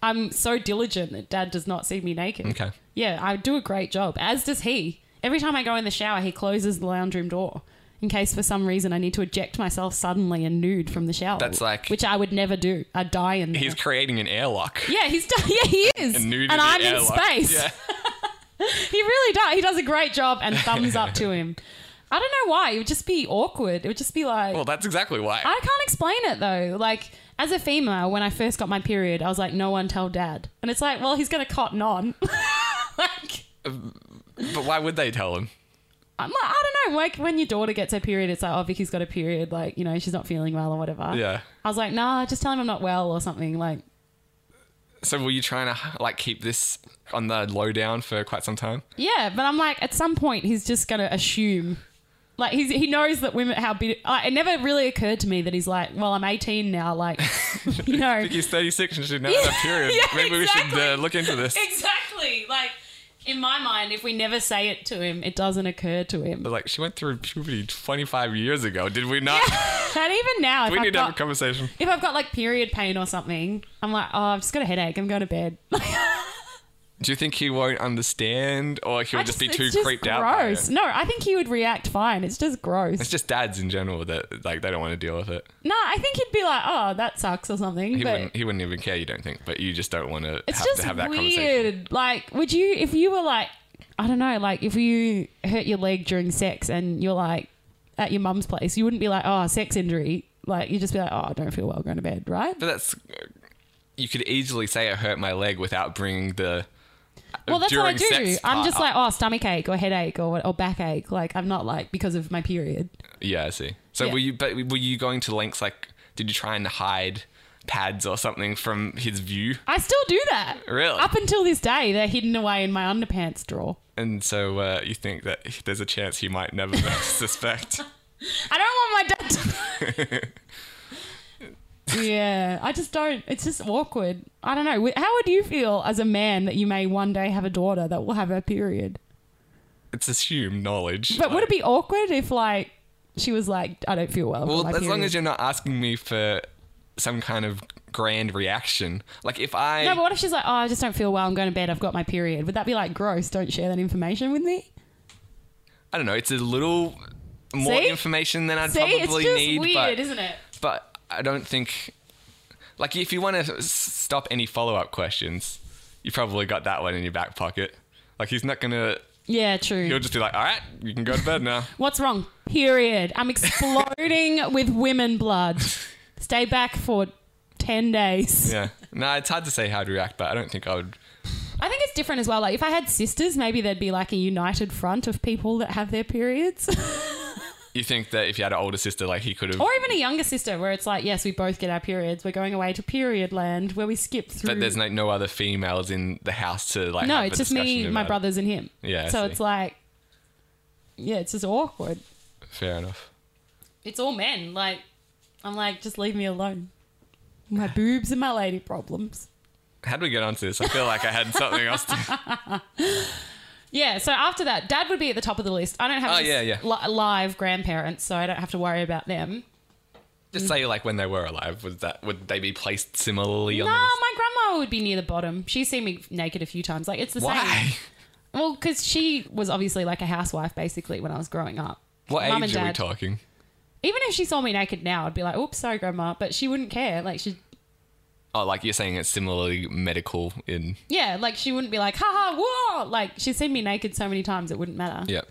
B: I'm so diligent that dad does not see me naked.
A: Okay.
B: Yeah, I do a great job, as does he. Every time I go in the shower, he closes the lounge room door in case for some reason I need to eject myself suddenly and nude from the shower.
A: That's like-
B: which I would never do. I'd die in there.
A: He's creating an airlock.
B: yeah, he's done. Yeah, he is.
A: And nude in the
B: I'm in
A: airlock.
B: space.
A: Yeah.
B: He really does. He does a great job, and thumbs up to him. I don't know why. It would just be awkward. It would just be like,
A: Well, that's exactly why.
B: I can't explain it though. Like as a female, when I first got my period, I was like, "No one tell dad," and it's like, well, he's gonna cotton on. like
A: but why would they tell him?
B: I'm like, I don't know. Like when your daughter gets her period, it's like, "Oh, Vicky's got a period." Like you know, she's not feeling well or whatever.
A: Yeah.
B: I was like, "Nah, just tell him I'm not well or something." Like
A: So were you trying to like keep this on the low down for quite some time?
B: yeah, but I'm like, at some point, he's just gonna assume. Like he's, he knows that women how big. Like, it never really occurred to me that he's like, well, I'm 18 now. Like, you know,
A: He's 36 and should now
B: Yeah,
A: have a period.
B: yeah,
A: Maybe we should uh,
B: exactly.
A: look into this.
B: Exactly. Like in my mind, if we never say it to him, it doesn't occur to him.
A: But like she went through puberty 25 years ago, did we not?
B: And even now, if
A: We
B: I've,
A: need to have a
B: got,
A: conversation.
B: if I've got like period pain or something, I'm like, oh, I've just got a headache. I'm going to bed.
A: Do you think he won't understand or he'll
B: I
A: just, be too
B: it's just
A: creeped
B: gross.
A: out? by it?
B: No, I think he would react fine. It's just gross.
A: It's just dads in general that like they don't want to deal with it.
B: no, I think he'd be like, oh, that sucks or something.
A: He
B: but
A: wouldn't he wouldn't even care, you don't think, but you just don't want to
B: it's
A: have
B: just
A: to have that conversation.
B: weird. Like, would you if you were like, I don't know, like if you hurt your leg during sex and you're like at your mum's place, you wouldn't be like, oh, sex injury. Like you'd just be like, oh, I don't feel well, going to bed,
A: Uh,
B: right?
A: But that's you could easily say I hurt my leg without bringing the
B: Well, that's what I
A: during
B: do.
A: sex
B: I'm just
A: part.
B: like, oh, stomach ache or headache or or backache. Like, I'm not like because of my period.
A: Yeah, I see. So
B: Yeah.
A: were you but were you going to lengths like did you try and hide pads or something from his view?
B: I still do that.
A: Really?
B: Up until this day, they're hidden away in my underpants drawer.
A: And so uh, you think that there's a chance he might never suspect.
B: I don't want my dad to. yeah, I just don't. It's just awkward. I don't know. How would you feel as a man that you may one day have a daughter that will have her period?
A: It's assumed knowledge.
B: But would it be awkward if like she was like, I don't feel well. I've got
A: Well,
B: my
A: as long
B: period."
A: as you're not asking me for some kind of grand reaction. Like if I
B: No, but what if she's like, oh, I just don't feel well. I'm going to bed. I've got my period. Would that be like gross? Don't share that information with me.
A: I don't know, it's a little more
B: See?
A: information than I'd
B: See,
A: probably
B: it's just
A: need.
B: weird,
A: but,
B: isn't it?
A: but I don't think, like, if you want to stop any follow up questions, you probably got that one in your back pocket. Like, he's not gonna.
B: Yeah,
A: He'll
B: true.
A: just be like, "All right, you can go to bed now."
B: What's wrong? Period. I'm exploding with women blood. Stay back for ten days.
A: yeah. No, it's hard to say how I'd react, but I don't think I would.
B: I think it's different as well. Like if I had sisters, maybe there'd be like a united front of people that have their periods,
A: You think that if you had an older sister, like he could have.
B: or even a younger sister, where it's like, yes, we both get our periods. We're going away to period land where we skip through.
A: But there's like no other females in the house to like.
B: no,
A: have
B: it's
A: a
B: just me,
A: discussion
B: my
A: about it.
B: brothers, and him.
A: Yeah, I
B: so
A: see.
B: it's like, yeah, it's just awkward.
A: Fair enough.
B: It's all men. Like I'm like, just leave me alone. My boobs and my lady problems.
A: How do we get onto this? I feel like I had something else. to...
B: Yeah, so after that, dad would be at the top of the list. I don't have
A: Oh,
B: any
A: yeah, yeah.
B: li- live grandparents, so I don't have to worry about them.
A: Just say like when they were alive, was that would they be placed similarly
B: No,
A: on the list?
B: my grandma would be near the bottom. She's seen me naked a few times. Like it's the same.
A: Why?
B: Well, because she was obviously like a housewife basically when I was growing up.
A: What
B: Mum and
A: age are we
B: Dad.
A: talking?
B: Even if she saw me naked now, I'd be like, "Oops, sorry, grandma," but she wouldn't care. Like she,
A: Oh, like you're saying it's similarly medical in.
B: yeah, like she wouldn't be like, "Ha ha, whoa!" Like she's seen me naked so many times, it wouldn't matter.
A: Yeah.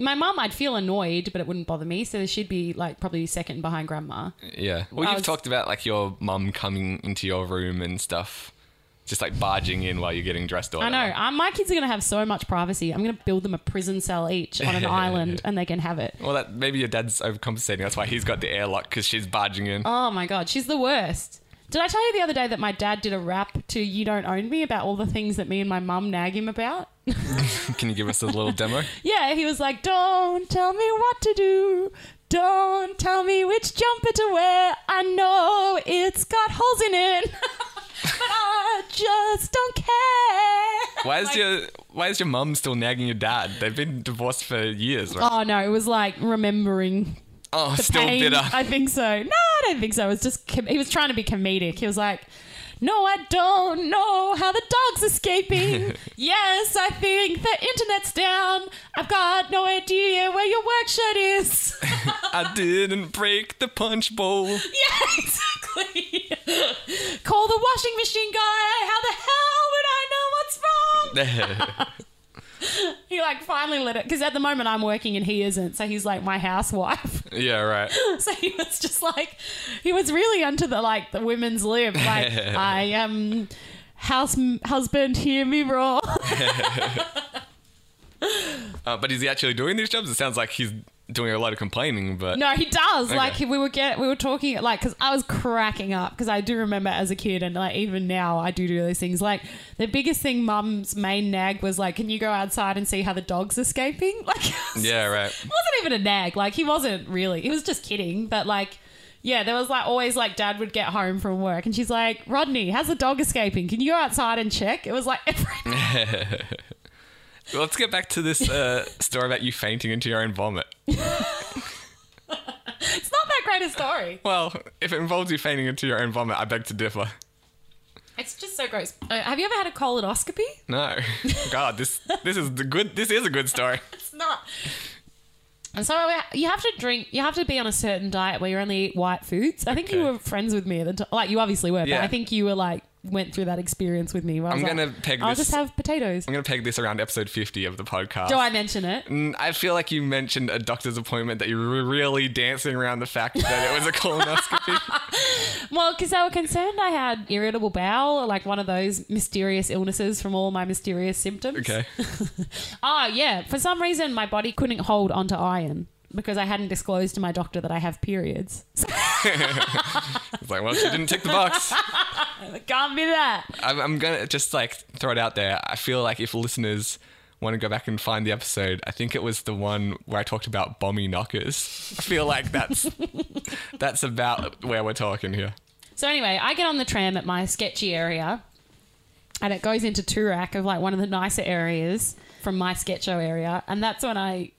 B: My mum, I'd feel annoyed, but it wouldn't bother me. So she'd be like probably second behind grandma.
A: Yeah. Well,
B: I
A: you've
B: was-
A: talked about like your mum coming into your room and stuff, just like barging in while you're getting dressed or
B: I know.
A: whatever.
B: Uh, my kids are going to have so much privacy. I'm going to build them a prison cell each on an island, and they can have it.
A: Well, that maybe your dad's overcompensating. That's why he's got the airlock because she's barging in.
B: Oh my god, she's the worst. Did I tell you the other day that my dad did a rap to "You Don't Own Me" about all the things that me and my mum nag him about?
A: Can you give us a little demo?
B: Yeah, he was like, "Don't tell me what to do. Don't tell me which jumper to wear. I know it's got holes in it, but I just don't care."
A: Why is
B: Like-
A: your Why is your mum still nagging your dad? They've been divorced for years. Right?
B: Oh no, it was like remembering
A: Oh, still
B: pain.
A: bitter.
B: I think so. No, I don't think so. It was just com- he was trying to be comedic. He was like, "No, I don't know how the dog's escaping. yes, I think the internet's down. I've got no idea where your work shirt is."
A: I didn't break the punch bowl.
B: yeah, exactly. Call the washing machine guy. How the hell would I know what's wrong? He like finally let it because at the moment I'm working and he isn't, so he's like my housewife.
A: yeah, right.
B: So he was just like, he was really onto the like the women's lib. Like I am house husband, hear me roar.
A: Uh, but is he actually doing these jobs? It sounds like he's doing a lot of complaining, but
B: No, he does. Like
A: Okay.
B: we were get we were talking like because I was cracking up because I do remember as a kid and like even now I do do those things. Like the biggest thing mum's main nag was like, can you go outside and see how the dog's escaping? Like
A: yeah, right.
B: It wasn't even a nag. Like he wasn't really. He was just kidding. But like, yeah, there was like always like dad would get home from work and she's like, Rodney, how's the dog escaping? Can you go outside and check? It was like every.
A: Well, Let's get back to this uh, story about you fainting into your own vomit.
B: it's not that great a story.
A: Well, if it involves you fainting into your own vomit, I beg to differ.
B: It's just so gross. Uh, have you ever had a colonoscopy?
A: No, God, this this is the good. This is a good story.
B: It's not. And so uh, you have to drink. You have to be on a certain diet where you only eat white foods. I think you
A: Okay.
B: were friends with me at the time. Like you obviously were,
A: Yeah.
B: but I think you were like went through that experience with me. Where I was
A: I'm
B: like,
A: gonna peg
B: I'll
A: this-
B: just have potatoes.
A: I'm going to peg this around episode 50 of the podcast.
B: Do I mention it?
A: Mm, I feel like you mentioned a doctor's appointment that you were really dancing around the fact that it was a colonoscopy.
B: Well, because they were concerned I had irritable bowel, or like one of those mysterious illnesses from all my mysterious symptoms.
A: okay.
B: Ah, yeah. For some reason, my body couldn't hold onto iron because I hadn't disclosed to my doctor that I have periods. So
A: It's like, well, she didn't tick the box.
B: it can't be that.
A: I'm, I'm going to just like throw it out there. I feel like if listeners want to go back and find the episode, I think it was the one where I talked about bomby knockers. I feel like that's that's about where we're talking here.
B: So anyway, I get on the tram at my sketchy area, and it goes into Turak of like one of the nicer areas from my sketcho area, and that's when I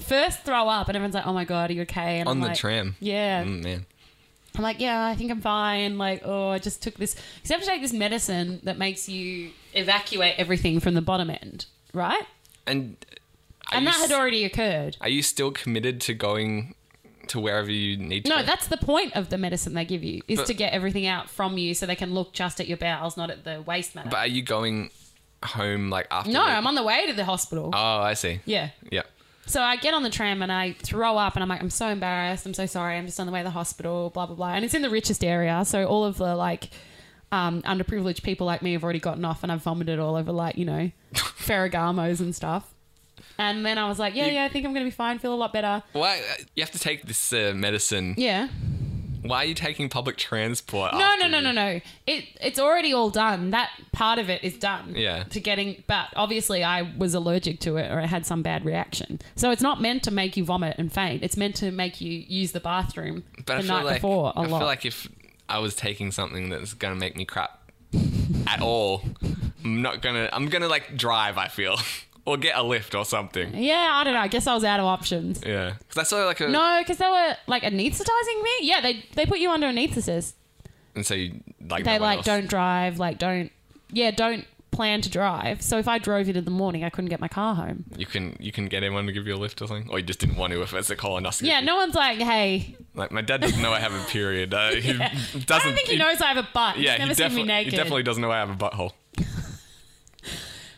B: first throw up, and everyone's like, "Oh my god, are you okay?" And
A: On
B: I'm
A: the
B: like,
A: tram.
B: Yeah,
A: Mm, man.
B: I'm like, yeah, I think I'm fine. Like, oh, I just took this. Because you have to take this medicine that makes you evacuate everything from the bottom end, right?
A: And are,
B: And
A: you,
B: that had
A: s-
B: already occurred.
A: are you still committed to going to wherever you need to
B: No,
A: go?
B: that's the point of the medicine they give you is
A: But-
B: to get everything out from you, so they can look just at your bowels, not at the waste matter.
A: But are you going home like after?
B: no,
A: the-
B: I'm on the way to the hospital.
A: Oh, I see.
B: yeah.
A: Yeah.
B: So I get on the tram and I throw up and I'm like, I'm so embarrassed. I'm so sorry. I'm just on the way to the hospital, blah, blah, blah. And it's in the richest area. So all of the like um, underprivileged people like me have already gotten off and I've vomited all over like, you know, Ferragamo's and stuff. And then I was like, yeah,
A: You-
B: yeah, I think I'm going to be fine. Feel a lot better.
A: Why you have to take this uh, medicine?
B: Yeah.
A: Why are you taking public transport?
B: No, no, no, no, no. It it's already all done. That part of it is done.
A: Yeah.
B: To getting, but obviously I was allergic to it or I had some bad reaction. So it's not meant to make you vomit and faint. It's meant to make you use the bathroom
A: But I
B: the
A: feel
B: night
A: like
B: before a
A: I
B: lot.
A: feel like if I was taking something that's gonna make me crap at all, I'm not gonna. I'm gonna like drive. I feel or get a lift or something.
B: yeah, I don't know. I guess I was out of options.
A: Yeah, because I saw like a
B: No, because they were like anesthetizing me. Yeah, they they put you under anesthetist.
A: and so you, like no
B: They
A: one
B: like
A: else.
B: don't drive. Like don't. Yeah, don't plan to drive. So if I drove it in the morning, I couldn't get my car home.
A: You can you can get anyone to give you a lift or something, or you just didn't want to if it's a colonoscopy.
B: Yeah, no one's like, hey,
A: Like my dad doesn't know I have a period. Uh, he doesn't.
B: I don't think he knows I have a butt.
A: Yeah,
B: He's never
A: he,
B: seen
A: defi-
B: me naked.
A: he definitely doesn't know I have a butthole.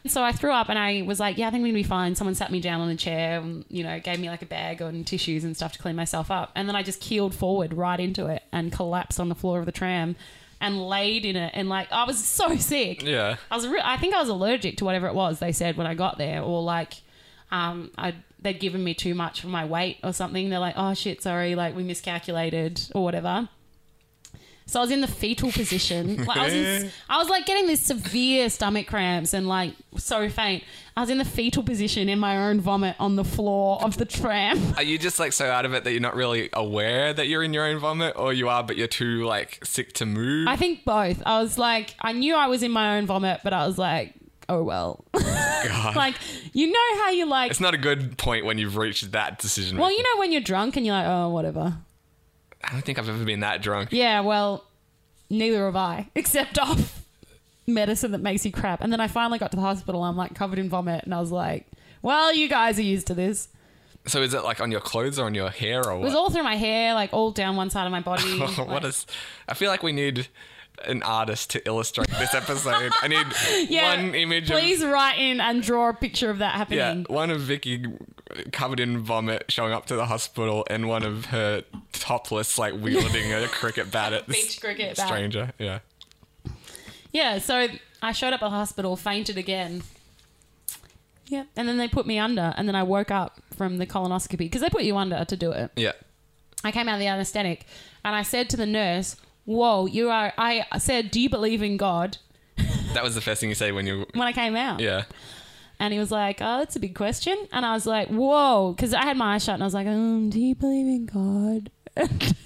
B: So I threw up and I was like, yeah, I think I'm going to be fine. Someone sat me down on a chair and, you know, gave me like a bag and tissues and stuff to clean myself up. And then I just keeled forward right into it and collapsed on the floor of the tram and laid in it. And like, I was so sick.
A: Yeah.
B: I was, re- I think I was allergic to whatever it was they said when I got there, or like, um, I they'd given me too much for my weight or something. They're like, oh shit, sorry, like we miscalculated or whatever. So I was in the fetal position. Like I was, in, I was like getting these severe stomach cramps and like so faint. I was in the fetal position in my own vomit on the floor of the tram.
A: Are you just like so out of it that you're not really aware that you're in your own vomit, or you are but you're too like sick to move?
B: I think both. I was like, I knew I was in my own vomit, but I was like, oh well.
A: God.
B: like you know how you like
A: it's not a good point when you've reached that decision.
B: Well, you know when you're drunk and you're like, oh, whatever.
A: I don't think I've ever been that drunk.
B: Yeah, well, neither have I, except off medicine that makes you crap. And then I finally got to the hospital. I'm like covered in vomit, and I was like, well, you guys are used to this.
A: So is it like on your clothes or on your hair or
B: It was
A: what?
B: all through my hair, like all down one side of my body.
A: what
B: like-
A: is? I feel like we need an artist to illustrate this episode. I need
B: Yeah,
A: one image. of
B: Please write in and draw a picture of that
A: Yeah,
B: happening.
A: one of Vicky covered in vomit showing up to the hospital, and one of her topless, like wielding a cricket bat at this
B: Beach cricket bat.
A: stranger. Yeah,
B: Yeah. so I showed up at the hospital, fainted again. Yeah. And then they put me under, and then I woke up from the colonoscopy because they put you under to do it.
A: yeah.
B: I came out of the anesthetic and I said to the nurse, Whoa, you are. I said, Do you believe in God?
A: That was the first thing you say when you.
B: When I came out.
A: Yeah,
B: And he was like, Oh, that's a big question. And I was like, Whoa. Because I had my eyes shut and I was like, um, Do you believe in God?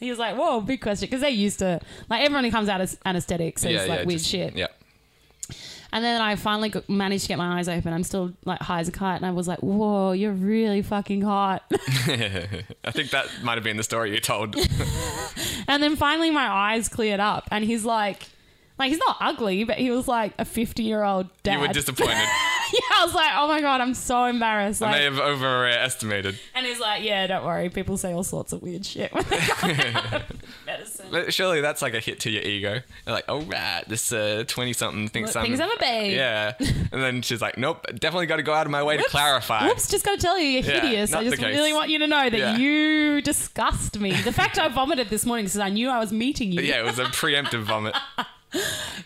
B: he was like, Whoa, big question. Because they used to, like, everyone who comes out of anesthetic says,
A: yeah,
B: like,
A: yeah,
B: weird
A: just-
B: shit.
A: Yeah,
B: And then I finally got, managed to get my eyes open. I'm still, like, high as a kite. And I was like, Whoa, you're really fucking hot.
A: I think that might have been the story you told.
B: And then finally, my eyes cleared up, and he's like, like he's not ugly, but he was like a fifty-year-old dad.
A: You were disappointed.
B: yeah, I was like, oh my god, I'm so embarrassed.
A: I may
B: Like,
A: have overestimated.
B: and he's like, yeah, don't worry. People say all sorts of weird shit when they come out of medicine.
A: But surely that's like a hit to your ego. You're like, oh right, this uh, twenty something thinks I'm,
B: Look, thinks I'm a babe.
A: Yeah, and then she's like, nope, definitely got to go out of my way to clarify.
B: Whoops, just got to tell you, you're
A: Yeah,
B: hideous.
A: not
B: I
A: the
B: just
A: case.
B: really want you to know that
A: Yeah.
B: you disgust me. The fact I vomited this morning is because I knew I was meeting you.
A: But yeah, it was a preemptive vomit.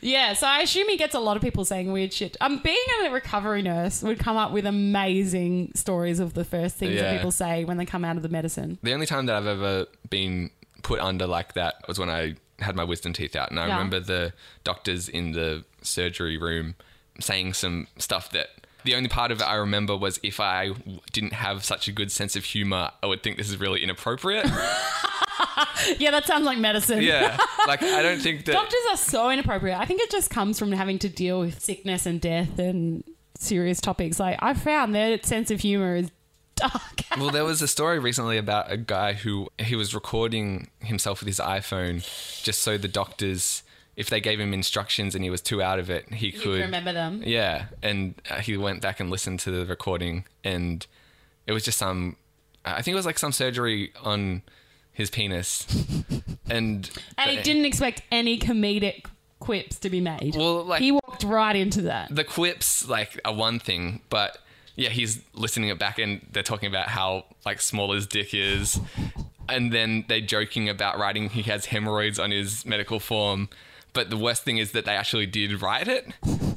B: Yeah, so I assume he gets a lot of people saying weird shit. Um, being a recovery nurse would come up with amazing stories of the first things that
A: Yeah.
B: people say when they come out of the medicine.
A: The only time that I've ever been put under like that was when I had my wisdom teeth out, and I
B: Yeah.
A: remember the doctors in the surgery room saying some stuff that. The only part of it I remember was if I w- didn't have such a good sense of humor, I would think this is really inappropriate.
B: Yeah, that sounds like medicine.
A: yeah, like I don't think that.
B: Doctors are so inappropriate. I think it just comes from having to deal with sickness and death and serious topics. Like I found their sense of humor is dark.
A: Well, there was a story recently about a guy who he was recording himself with his iPhone just so the doctors, if they gave him instructions and he was too out of it, he
B: you
A: could.
B: remember them.
A: Yeah. And uh, he went back and listened to the recording and it was just some, I think it was like some surgery on his penis. and
B: And he didn't expect any comedic quips to be made.
A: Well, like-
B: he walked right into that.
A: the quips like are one thing, but yeah, he's listening it back and they're talking about how like small his dick is, and then they're joking about writing he has hemorrhoids on his medical form. But the worst thing is that they actually did write it.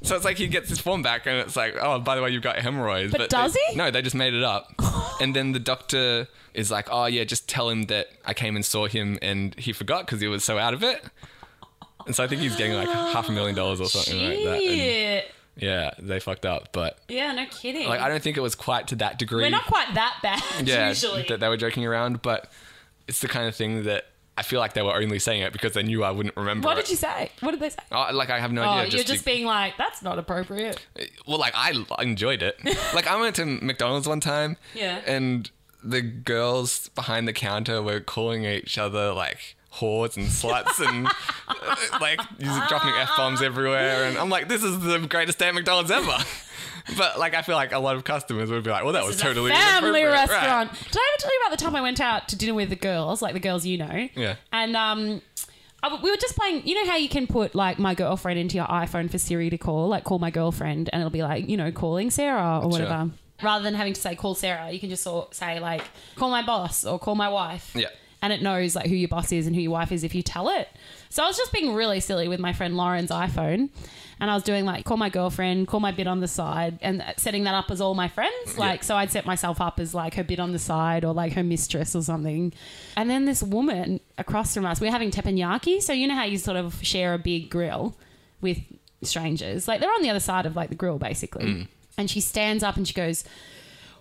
A: So it's like he gets his form back and it's like, oh, by the way, you've got hemorrhoids. But,
B: does
A: they-
B: he?
A: No, they just made it up. and then the doctor is like, oh, yeah, just tell him that I came and saw him and he forgot because he was so out of it. And so I think he's getting like half a million dollars or something like that. And-
B: Shit.
A: yeah, they fucked up, but
B: Yeah, no kidding.
A: like I don't think it was quite to that degree.
B: We're not quite that bad
A: yeah,
B: usually.
A: that they were joking around, but it's the kind of thing that I feel like they were only saying it because they knew I wouldn't remember.
B: what
A: it.
B: did you say? What did they say?
A: Oh, like I have no
B: Oh,
A: idea.
B: you're just
A: to-
B: being like, that's not appropriate.
A: well, like I l- enjoyed it. like I went to McDonald's one time,
B: Yeah.
A: and the girls behind the counter were calling each other like whores and sluts and uh, like just dropping f bombs everywhere, and I'm like, this is the greatest day at McDonald's ever. But like, I feel like a lot of customers would be like, "Well, that was
B: It's
A: totally
B: a family
A: inappropriate. Right.
B: restaurant. Did I ever tell you about the time I went out to dinner with the girls, like the girls you know?
A: Yeah.
B: And um, I w we were just playing. You know how you can put like my girlfriend into your iPhone for Siri to call, like call my girlfriend, and it'll be like you know calling Sarah or whatever. Rather than having to say call Sarah, you can just sort say like call my boss or call my wife.
A: Yeah.
B: And it knows like who your boss is and who your wife is if you tell it. So I was just being really silly with my friend Lauren's iPhone, and I was doing like call my girlfriend, call my bit on the side, and setting that up as all my friends. Like so, I'd set myself up as like her bit on the side or like her mistress or something. And then this woman across from us, we are having teppanyaki. So you know how you sort of share a big grill with strangers, like they're on the other side of like the grill basically. And she stands up and she goes,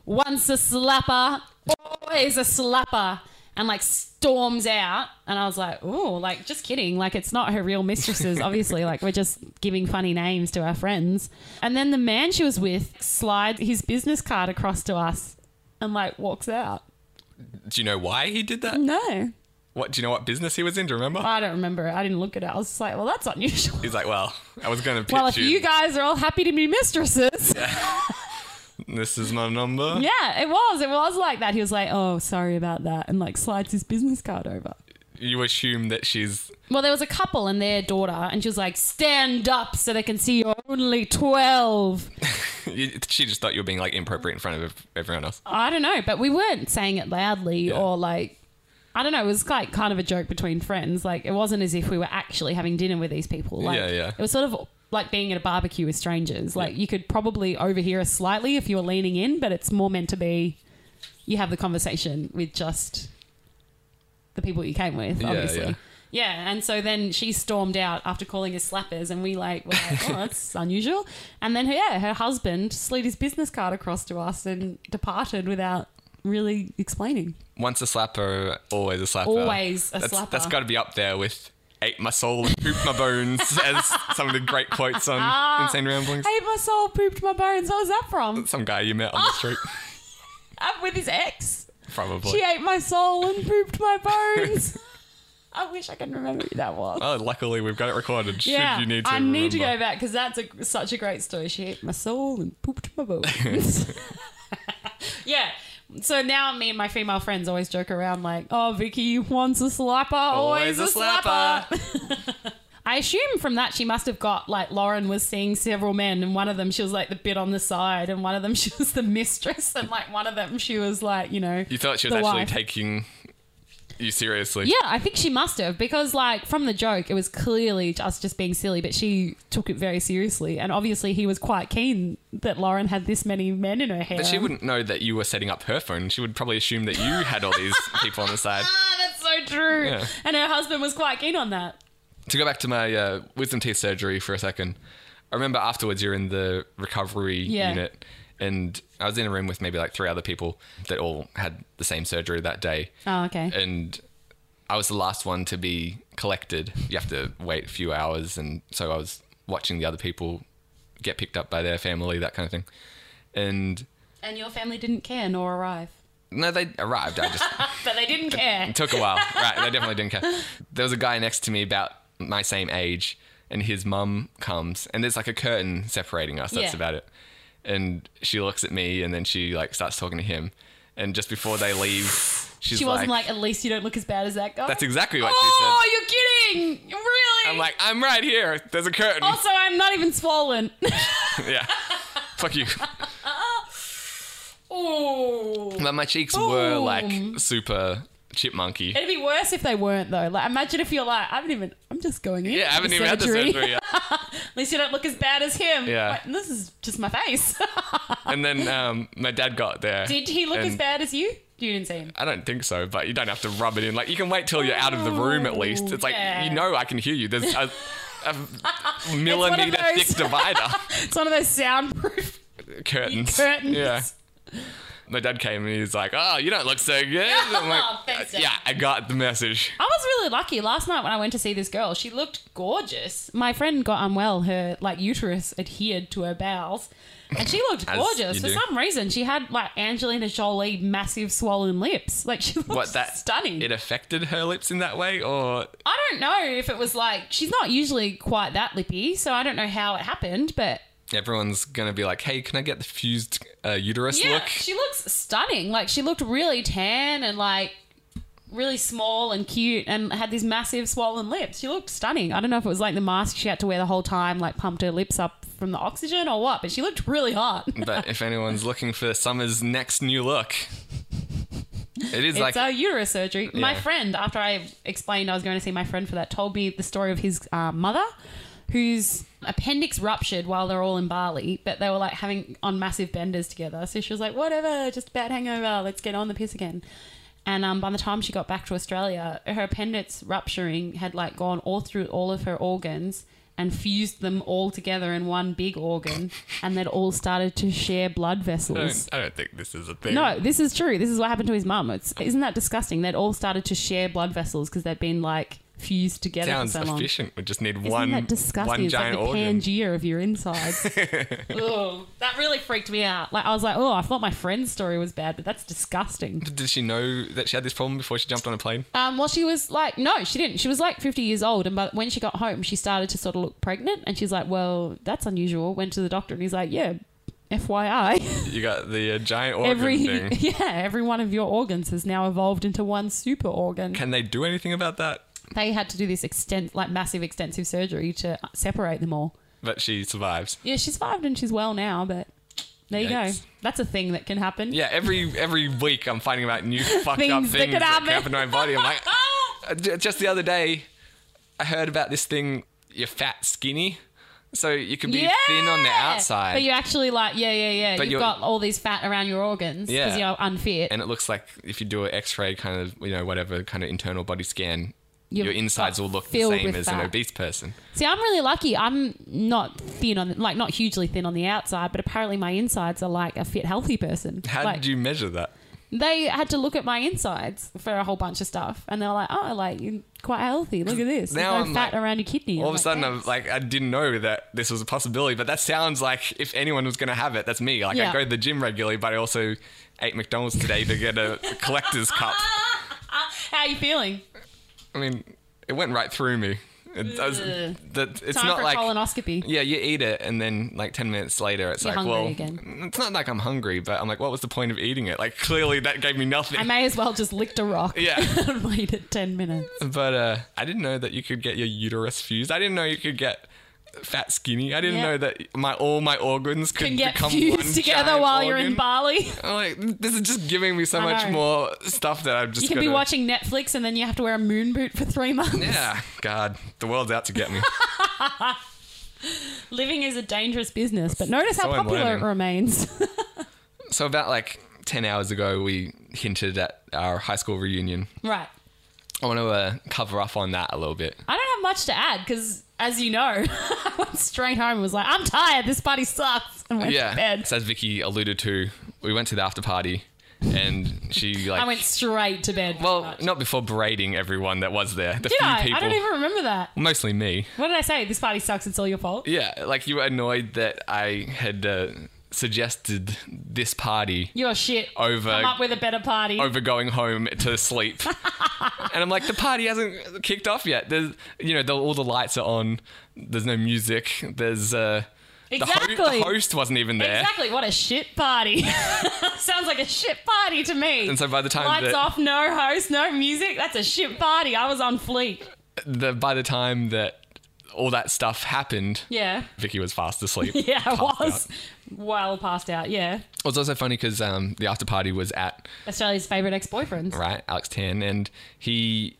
B: once a slapper, always a slapper, and like storms out. And I was like, oh, like just kidding. Like it's not her real mistresses, obviously. like we're just giving funny names to our friends. And then the man she was with slides his business card across to us and like walks out.
A: Do you know why he did that?
B: No.
A: What do you know? What business he was in? Do you remember?
B: I don't remember it. I didn't look at it. I was just like, well, that's unusual.
A: He's like, "Well, I was going to pitch
B: Well, if
A: you.
B: you guys are all happy to be mistresses.
A: this is my number."
B: Yeah, it was. It was like that. He was like, oh, sorry about that. And like slides his business card over.
A: You assume that she's
B: Well, there was a couple and their daughter, and she was like, "Stand up so they can see you're only 12.
A: You- She just thought you were being like inappropriate in front of ev- everyone else.
B: I don't know, but we weren't saying it loudly or like, I don't know. It was like kind of a joke between friends. Like it wasn't as if we were actually having dinner with these people. Like,
A: Yeah, yeah.
B: It was sort of like being at a barbecue with strangers. Like you could probably overhear us slightly if you were leaning in, but it's more meant to be you have the conversation with just the people you came with,
A: Yeah,
B: obviously.
A: yeah.
B: Yeah, and so then she stormed out after calling us slappers, and we like were like, oh, that's unusual. And then her, yeah, her husband slid his business card across to us and departed without really explaining.
A: Once a slapper, always a slapper.
B: Always a
A: that's,
B: slapper.
A: That's got to be up there with "ate my soul and pooped my bones" as some of the great quotes
B: Ah.
A: on Insane Ramblings.
B: I ate my soul, pooped my bones. What was that from?
A: Some guy you met on the street,
B: Up with his ex.
A: probably.
B: She ate my soul and pooped my bones. I wish I can remember who that was.
A: Oh, luckily we've got it recorded. Should
B: yeah,
A: you need to?
B: I need to go
A: remember.
B: back because that's a, such a great story. She ate my soul and pooped my bones. yeah. So now me and my female friends always joke around like, "Oh, Vicky, once a slapper, always, a slapper." I assume from that she must have got like Lauren was seeing several men, and one of them she was like the bit on the side, and one of them she was the mistress, and like one of them she was like, you know,
A: You thought she was
B: the
A: actually
B: wife.
A: taking you seriously.
B: Yeah, I think she must have because, like, from the joke, it was clearly us just being silly, but she took it very seriously. And obviously, he was quite keen that Lauren had this many men in her hair.
A: But she wouldn't know that you were setting up her phone. She would probably assume that you had all these people on the side.
B: Ah, that's so true.
A: Yeah.
B: And her husband was quite keen on that.
A: To go back to my uh, wisdom teeth surgery for a second, I remember afterwards you're in the recovery
B: Yeah.
A: unit, and I was in a room with maybe like three other people that all had the same surgery that day.
B: Oh, okay.
A: and I was the last one to be collected. You have to wait a few hours, and so I was watching the other people get picked up by their family, that kind of thing. And
B: and your family didn't care nor arrive.
A: no, they arrived. I just
B: But they didn't care.
A: it took a while. Right, they definitely didn't care. There was a guy next to me about my same age, and his mum comes, and there's like a curtain separating us. That's
B: Yeah.
A: about it. And she looks at me, and then she like starts talking to him. And just before they leave, she's
B: She wasn't like, at least you don't look as bad as that guy.
A: That's exactly what she said.
B: Oh, you're kidding! Really?
A: I'm like, I'm right here. There's a curtain.
B: also, I'm not even swollen.
A: yeah. Fuck you.
B: Ooh.
A: But my cheeks were
B: Boom.
A: like super chipmunky.
B: It'd be worse if they weren't though. Like imagine if you're like, I haven't even I'm just going in.
A: Yeah, I
B: for
A: haven't even had the surgery yet.
B: At least you don't look as bad as him.
A: Yeah.
B: Wait, this is just my face.
A: And then um, my dad got there.
B: Did he look
A: and
B: as bad as you? You didn't see him.
A: I don't think so, but you don't have to rub it in. Like you can wait till you're out of the room at least. It's like
B: Oh, Yeah.
A: you know I can hear you. There's a, a millimeter
B: those-
A: thick divider
B: It's one of those soundproof
A: curtains.
B: curtains.
A: Yeah. My dad came and he's like, "Oh, you don't look so good." I'm like,
B: Oh, Thanks, Dad.
A: "Yeah, I got the message."
B: I was really lucky last night when I went to see this girl. She looked gorgeous. My friend got unwell. Her like uterus adhered to her bowels, and she looked
A: As
B: gorgeous
A: you
B: for
A: do.
B: some reason. She had like Angelina Jolie massive swollen lips. Like she looked
A: What that
B: stunning.
A: It affected her lips in that way, or
B: I don't know if it was like she's not usually quite that lippy, so I don't know how it happened, but
A: everyone's gonna be like, "Hey, can I get the fused uh, uterus
B: yeah,
A: look?"
B: she looks stunning. Like she looked really tan and like really small and cute and had these massive swollen lips. She looked stunning. I don't know if it was like the mask she had to wear the whole time like pumped her lips up from the oxygen or what, but she looked really hot.
A: but if anyone's looking for summer's next new look, it is like
B: it's a uterus surgery. My
A: Yeah.
B: friend, after I explained I was going to see my friend for that, told me the story of his uh, mother, whose appendix ruptured while they're all in Bali, but they were like having on massive benders together. So she was like, "Whatever, just a bad hangover. Let's get on the piss again." And um, by the time she got back to Australia, her appendix rupturing had like gone all through all of her organs and fused them all together in one big organ, and they'd all started to share blood
A: I
B: vessels.
A: don't, I don't think this is a thing.
B: No, this is true. This is what happened to his mum. It's isn't that disgusting? They'd all started to share blood vessels because they'd been like fused together
A: sounds
B: for so long.
A: efficient. We just need
B: Isn't
A: one
B: that disgusting?
A: one
B: it's like
A: giant
B: the
A: organ.
B: Pangea of your insides. Ugh, that really freaked me out. Like I was like, oh, I thought my friend's story was bad, but that's disgusting.
A: Did she know that she had this problem before she jumped on a plane?
B: Um, well, she was like, no, she didn't. She was like 50 years old. And but when she got home, she started to sort of look pregnant. And she's like, well, that's unusual. Went to the doctor and he's like, yeah, FYI.
A: You got the uh, giant organ
B: every
A: thing.
B: yeah every one of your organs has now evolved into one super organ
A: Can they do anything about that?
B: they had to do this extent like massive extensive surgery to separate them all
A: But she survives.
B: yeah she survived and she's well now but there you
A: Yikes.
B: go that's a thing that can happen
A: Yeah, every every week I'm finding out new fucked up
B: Things
A: things that
B: that could
A: can
B: happen.
A: happen to my body. I'm like, Uh, ju- just the other day, I heard about this thing. You're fat, skinny, so you can be
B: Yeah!
A: thin on the outside,
B: but you're actually like yeah yeah yeah
A: But
B: you've
A: you're-
B: got all these fat around your organs because
A: Yeah.
B: you're unfit
A: and it looks like if you do an X-ray, kind of you know whatever kind of internal body scan,
B: You've
A: your insides
B: got
A: will look the
B: filled
A: same
B: with
A: as an
B: fat.
A: obese person.
B: see i'm really lucky i'm not thin on like not hugely thin on the outside but apparently my insides are like a fit healthy person
A: How
B: like,
A: did you measure that?
B: they had to look at my insides for a whole bunch of stuff, and they were like, "Oh, like you're quite healthy. Look at this. There's
A: Now
B: no
A: I'm
B: fat
A: like-
B: around your kidney."
A: All
B: I'm
A: of a sudden, I'm
B: "Thanks."
A: like, I didn't know that this was a possibility, but that sounds like if anyone was going to have it, that's me. Like,
B: Yeah.
A: I go to the gym regularly, but I also ate "Oh." McDonald's today to get a collector's cup.
B: How are you feeling?
A: I mean, It went right through me. It, I was-
B: Ugh.
A: that, it's
B: Time
A: not
B: for
A: like
B: colonoscopy.
A: yeah, you eat it, and then like ten minutes later, it's
B: You're
A: like,
B: hungry
A: well,
B: again.
A: it's not like I'm hungry, but I'm like, what was the point of eating it? Like, clearly that gave me nothing.
B: I may as well just licked a rock.
A: Yeah.
B: and waited ten minutes.
A: but uh, I didn't know that you could get your uterus fused. I didn't know you could get fat skinny. I didn't
B: Yeah.
A: know that my all my organs could
B: Can get
A: become one
B: fused together
A: giant
B: while you're in
A: organ.
B: Bali.
A: I'm like, this is just giving me so
B: I
A: much
B: know.
A: more stuff that I've just.
B: You can be
A: gotta-
B: watching Netflix and then you have to wear a moon boot for three months.
A: Yeah, God, the world's out to get me.
B: Living is a dangerous business, but notice how
A: So I'm
B: popular it
A: learning.
B: remains.
A: so about like ten hours ago, we hinted at our high school reunion.
B: right.
A: I want to uh, cover up on that a little bit.
B: I don't have much to add because, as you know, I went straight home and was like, I'm tired. This party sucks. And went
A: yeah.
B: to bed.
A: So as Vicky alluded to, we went to the after party, and she like
B: I went straight to bed.
A: well,
B: pretty much.
A: not before berating everyone that was there. The few
B: did I?
A: people,
B: I don't even remember that.
A: mostly me.
B: What did I say? This party sucks. It's all your fault.
A: Yeah, like you were annoyed that I had uh, suggested this party
B: You're shit.
A: Over-
B: Come up with a better party.
A: over going home to sleep. and I'm like, the party hasn't kicked off yet. There's, you know, the, all the lights are on. There's no music. There's uh, the, ho-
B: Exactly.
A: the host wasn't even there.
B: Exactly. What a shit party. Sounds like a shit party to me.
A: And so by the time
B: Lights
A: that-
B: off, no host, no music. That's a shit party. I was on fleek.
A: The, by the time that all that stuff happened,
B: Yeah.
A: Vicky was fast asleep.
B: Yeah, I
A: Passed
B: was.
A: out.
B: Well passed out. Yeah.
A: It was also funny because um, the after party was at
B: Australia's favourite ex boyfriends.
A: right? Alex Tan, and he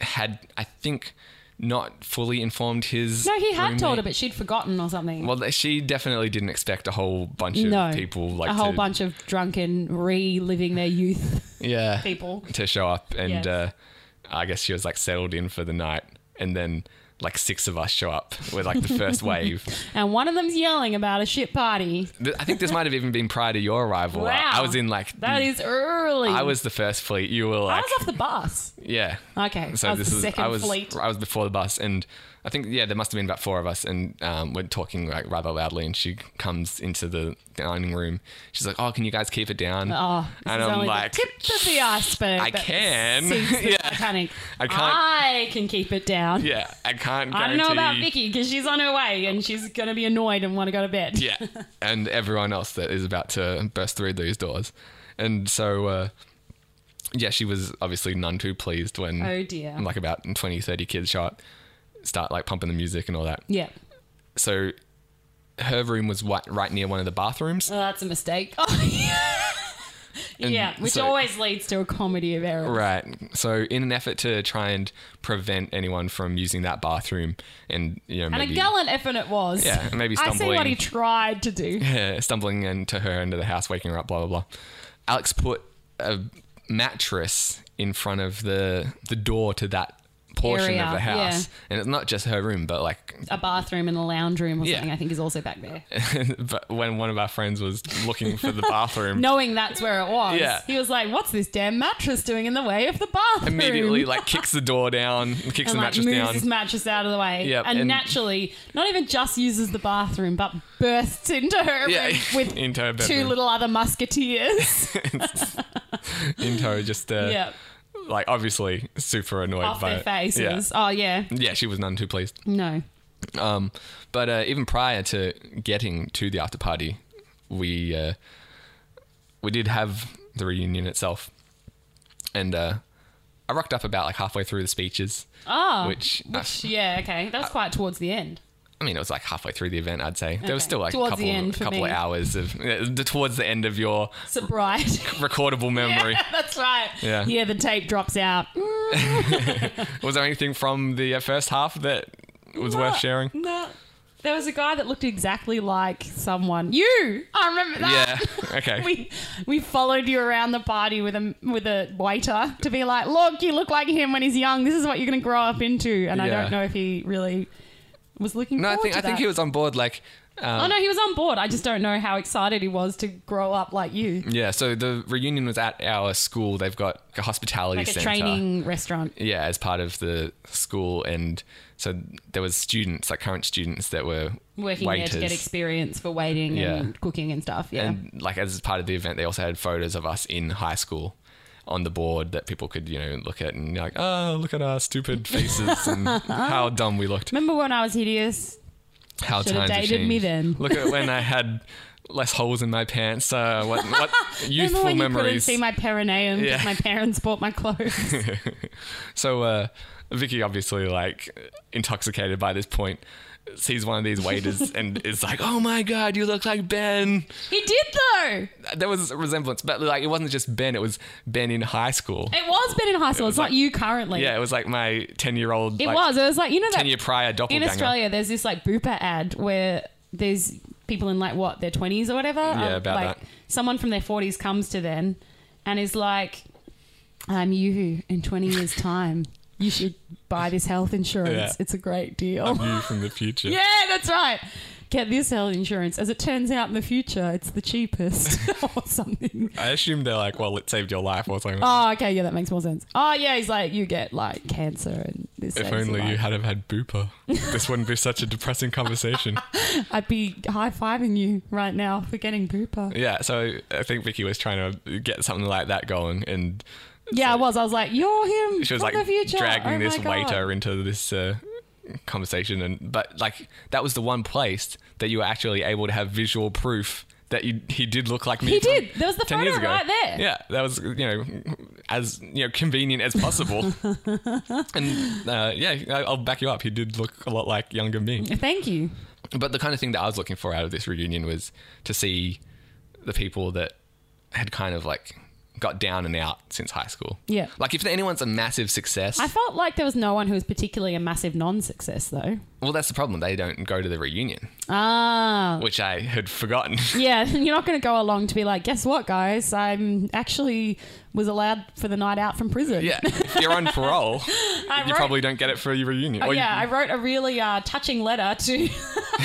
A: had, I think, not fully informed his.
B: No, he had
A: roommate.
B: told her, but she'd forgotten or something.
A: Well, th- she definitely didn't expect a whole bunch of
B: no.
A: people like
B: a whole
A: to,
B: bunch of drunken, reliving their youth
A: yeah,
B: people.
A: to show up, and
B: Yes.
A: uh, I guess she was like settled in for the night, and then like six of us show up with like the first wave.
B: And one of them's yelling about a shit party.
A: Th- I think this might have even been prior to your arrival. I-
B: Wow.
A: I, was in like
B: That
A: the-
B: is early.
A: Mm. I was the first fleet. You were
B: I
A: like
B: was off the bus.
A: Yeah.
B: Okay,
A: So
B: I was
A: this
B: the
A: is
B: second
A: I was
B: fleet.
A: I was before the bus, and I think yeah, there must have been about four of us, and um, we're talking like rather loudly, and she comes into the dining room. She's like, "Oh, can you guys keep it down?"
B: Oh, this
A: and
B: is
A: I'm
B: only
A: like,
B: the tip of the iceberg.
A: I
B: that
A: can.
B: sinks the
A: Yeah.
B: Titanic.
A: I can't-
B: I can keep it down.
A: "Yeah, I can't."
B: I don't know about
A: guarantee-
B: Vicky because she's on her way and she's gonna be annoyed and want to go to bed.
A: Yeah, and everyone else that is about to burst through these doors, and so. Uh, yeah, she was obviously none too pleased when
B: Oh, dear.
A: like about 20, 30 kids show up, start like pumping the music and all that.
B: Yeah.
A: so her room was wi- right near one of the bathrooms.
B: Oh, that's a mistake. Oh, yeah. yeah, which
A: so-
B: always leads to a comedy of errors.
A: Right. So in an effort to try and prevent anyone from using that bathroom and you know
B: And
A: maybe
B: a gallant effort it was.
A: Yeah, maybe
B: I see what
A: stumbling.
B: he tried to do.
A: uh, stumbling into her into the house, waking her up, blah blah blah. Alex put a mattress in front of the the door to that portion
B: Area,
A: of the house.
B: yeah.
A: And it's not just her room, but like
B: A bathroom and a lounge room or
A: Yeah.
B: something, I think, is also back there.
A: but when one of our friends was looking for the bathroom
B: Knowing that's where it was,
A: Yeah.
B: he was like, "What's this damn mattress doing in the way of the bathroom?"
A: immediately like kicks the door down, kicks
B: and
A: the
B: like
A: mattress
B: moves
A: down.
B: his mattress out of the way,
A: Yep,
B: and,
A: and-
B: naturally, not even just uses the bathroom, but bursts into her
A: Yeah,
B: room with
A: into her
B: two
A: bedroom.
B: little other musketeers.
A: in tow, just uh,
B: yep,
A: like obviously super annoyed
B: off
A: by
B: their
A: it.
B: faces.
A: Yeah.
B: Oh yeah,
A: yeah, she was none too pleased.
B: no,
A: Um, but uh, even prior to getting to the after party, we uh, we did have the reunion itself, and uh, I rocked up about like halfway through the speeches,
B: oh,
A: which, uh, I-
B: which- yeah, okay, that was quite towards the end.
A: I mean it was like halfway through the event. I'd say there was
B: Okay.
A: still like
B: Towards
A: a couple
B: the end for
A: couple
B: me.
A: of hours of uh, the- towards the end of your
B: Sobriety.
A: recordable memory.
B: That's right.
A: Yeah.
B: Yeah, the tape drops out.
A: Was there anything from the uh, first half that was worth sharing?
B: No. There was a guy that looked exactly like someone. You, I remember
A: Yeah.
B: that.
A: Okay.
B: we we followed you around the party with a with a waiter to be like, look, you look like him when he's young. This is what you're going to grow up into. And I
A: Yeah.
B: don't know if he really was looking.
A: no, I
B: forward
A: think
B: to
A: I think
B: that.
A: he was on board. Like um,
B: Oh no, he was on board. I just don't know how excited he was to grow up like you,
A: Yeah, so the reunion was at our school. They've got a hospitality
B: like a
A: center.
B: training restaurant.
A: Yeah, as part of the school, and so there was students, like current students, that were
B: Working
A: waiters.
B: there to get experience for waiting and
A: Yeah.
B: cooking and stuff. Yeah.
A: And like as part of the event, they also had photos of us in high school. on the board that people could, you know, look at and be like, oh, look at our stupid faces and how dumb we looked.
B: Remember when I was hideous?
A: How
B: Should've
A: times have
B: dated me
A: changed.
B: then.
A: Look at when I had less holes in my pants. Uh, what, what youthful
B: Remember when you
A: memories.
B: couldn't see my perineum because
A: Yeah.
B: my parents bought my clothes?
A: So uh, Vicky, obviously like intoxicated by this point, sees one of these waiters and is like, "Oh my god, you look like Ben."
B: he did though.
A: There was a resemblance, but like it wasn't just Ben; it was Ben in high school.
B: It was Ben in high school.
A: was
B: It's not
A: like-
B: you currently.
A: yeah, it was like my ten-year-old.
B: It was. It was like you know that
A: ten-year prior doppelganger.
B: in Australia. There's this like Bupa ad where there's people in like what their twenties or whatever. Um,
A: Yeah, about
B: like,
A: that.
B: Someone from their forties comes to them and is like, "I'm you in twenty years time. You should buy this health
A: Yeah.
B: insurance. It's a great deal."
A: You from the future.
B: yeah, that's right. Get this health insurance. As it turns out, in the future, it's the cheapest or something.
A: I assume they're like, "Well, it saved your life," or something.
B: Oh, okay, yeah, that makes more sense. Oh, yeah, he's like, you get like cancer and this.
A: if
B: saves your
A: only
B: life."
A: you had have had Booper, this wouldn't be such a depressing conversation.
B: I'd be high fiving you right now for getting pooper.
A: yeah, so I think Vicky was trying to get something like that going, and
B: Yeah, I was. I was like, you're him.
A: she was like
B: from the future.
A: dragging
B: Oh
A: this
B: my God.
A: waiter into this uh, conversation and but like that was the one place that you were actually able to have visual proof that you, he did look like me
B: He
A: from
B: did. There was the
A: 10 years
B: photo
A: ago.
B: right there.
A: yeah that was you know as you know convenient as possible and uh, yeah I- i'll back you up he did look a lot like younger me
B: Thank you.
A: but the kind of thing that I was looking for out of this reunion was to see the people that had kind of like got down and out since high school.
B: Yeah.
A: Like if anyone's a massive success,
B: I felt like there was no one who was particularly a massive non-success though.
A: well, that's the problem. They don't go to the reunion,
B: Ah.
A: which I had forgotten.
B: Yeah, you're not going to go along to be like, guess what, guys? I'm actually was allowed for the night out from prison.
A: yeah. If you're on parole,
B: I
A: you
B: wrote,
A: probably don't get it for your reunion.
B: Oh,
A: Or you-
B: yeah, I wrote a really uh, touching letter to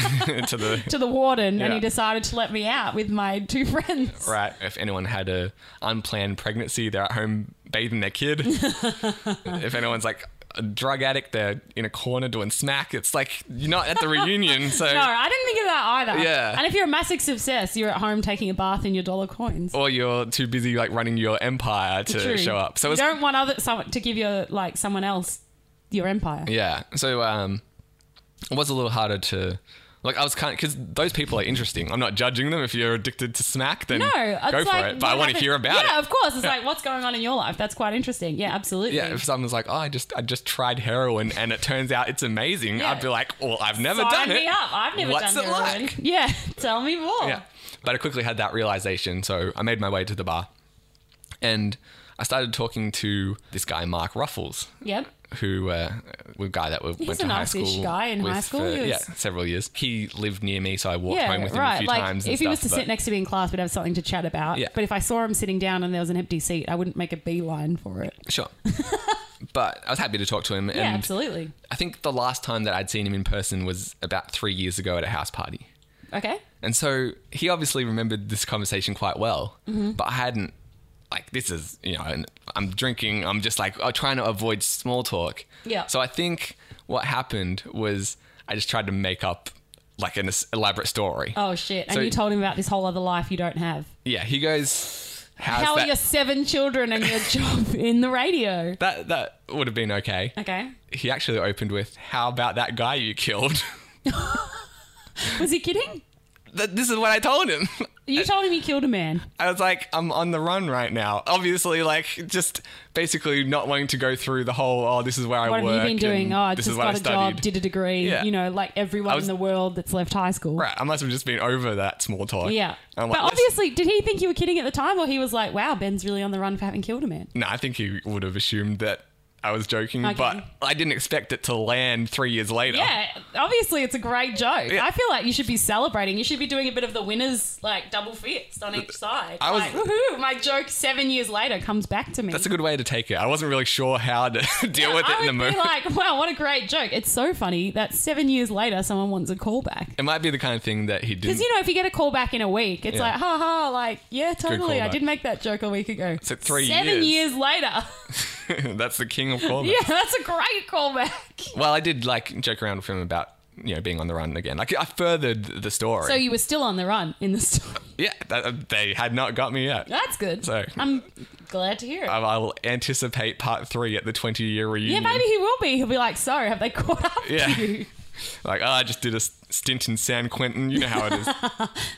A: to the
B: to the warden, and
A: Yeah.
B: he decided to let me out with my two friends.
A: right. If anyone had a unplanned pregnancy, they're at home bathing their kid. if anyone's like a drug addict, they're in a corner doing smack. It's like you're not at the reunion, so
B: No, I didn't think of that either.
A: Yeah.
B: And if you're a massive success, you're at home taking a bath in your dollar coins.
A: or you're too busy like running your empire to
B: True.
A: show up. So
B: you
A: it's
B: don't want other someone to give your like someone else your empire.
A: yeah. So um, it was a little harder to like. I was kind of because those people are interesting. I'm not judging them. If you're addicted to smack, then
B: No, it's
A: go for
B: like,
A: it. But I
B: what
A: want to
B: happened-
A: hear about
B: Yeah,
A: it.
B: of course. It's like what's going on in your life. That's quite interesting. Yeah, absolutely.
A: Yeah, if someone's like, "Oh, I just I just tried heroin and it turns out it's amazing,"
B: Yeah.
A: I'd be like, "Well, I've never
B: Sign
A: done
B: me
A: it."
B: up. I've never
A: What's
B: done
A: it
B: heroin.
A: like?
B: Yeah, tell me more.
A: Yeah. But I quickly had that realization, so I made my way to the bar, and I started talking to this guy, Mark Ruffles,
B: Yep.
A: who uh, a guy that we went
B: a
A: to high
B: nice-ish
A: school
B: guy in
A: with
B: high school.
A: for,
B: He was-
A: yeah several years he lived near me so I walked
B: Yeah,
A: home with him
B: right.
A: a few
B: like,
A: times and
B: if he was to
A: stuff,
B: sit
A: but-
B: next to me in class, we'd have something to chat about.
A: Yeah.
B: But if I saw him sitting down and there was an empty seat, I wouldn't make a beeline for it.
A: sure but I was happy to talk to him
B: yeah,
A: and
B: absolutely.
A: I think the last time that I'd seen him in person was about three years ago at a house party
B: Okay.
A: and so he obviously remembered this conversation quite well
B: Mm-hmm.
A: but I hadn't like this is you know and I'm drinking I'm just like I'm trying to avoid small talk
B: Yeah.
A: so I think what happened was I just tried to make up like an es- elaborate story
B: Oh shit! And
A: So-
B: you told him about this whole other life you don't have.
A: Yeah, he goes. How's
B: How are
A: that?
B: your seven children and your job in the radio?
A: that that would have been okay.
B: Okay.
A: He actually opened with, "How about that guy you killed?"
B: Was he kidding?
A: That- this is what I told him.
B: You told him you killed a man.
A: I was like, "I'm on the run right now." Obviously, like just basically not wanting to go through the whole. Oh, this is where I
B: What
A: work.
B: have you been doing?
A: and
B: Oh, I
A: this
B: just
A: is what
B: got
A: I
B: a
A: studied.
B: job, did a degree.
A: Yeah.
B: You know, like everyone
A: was-
B: in the world that's left high school.
A: right, I must have just been over that small talk.
B: Yeah.
A: I'm
B: but
A: like, "Let's-"
B: obviously, did he think you were kidding at the time, or he was like, "Wow, Ben's really on the run for having killed a man"?
A: no, I think he would have assumed that I was joking,
B: Okay.
A: but I didn't expect it to land three years later.
B: Yeah, obviously it's a great joke.
A: Yeah.
B: I feel like you should be celebrating. You should be doing a bit of the winners like double fist on each side.
A: I was-
B: like, woohoo! My joke seven years later comes back to me.
A: That's a good way to take it. I wasn't really sure how to deal with it
B: I
A: in
B: would
A: the moment.
B: be like, wow, what a great joke. It's so funny that seven years later someone wants a callback.
A: it might be the kind of thing that he didn't
B: Because, you know, if you get a callback in a week, it's
A: Yeah.
B: like, ha ha, like, yeah, totally. I
A: callback.
B: did make that joke a week ago.
A: So three
B: Seven
A: years.
B: years, later.
A: That's the king of callbacks.
B: yeah, that's a great callback.
A: Well, I did like joke around with him about you know being on the run again. Like I furthered the story.
B: So you were still on the run in the story.
A: yeah, that, uh, they had not got me yet.
B: That's good.
A: So-
B: I'm glad to hear it.
A: I- I'll anticipate part three at the 20 year
B: yeah,
A: reunion.
B: maybe he will be. He'll be like, "Sorry, have they caught up?" to
A: Yeah.
B: you?"
A: Like, oh, I just did a s- stint in San Quentin. You know how it is.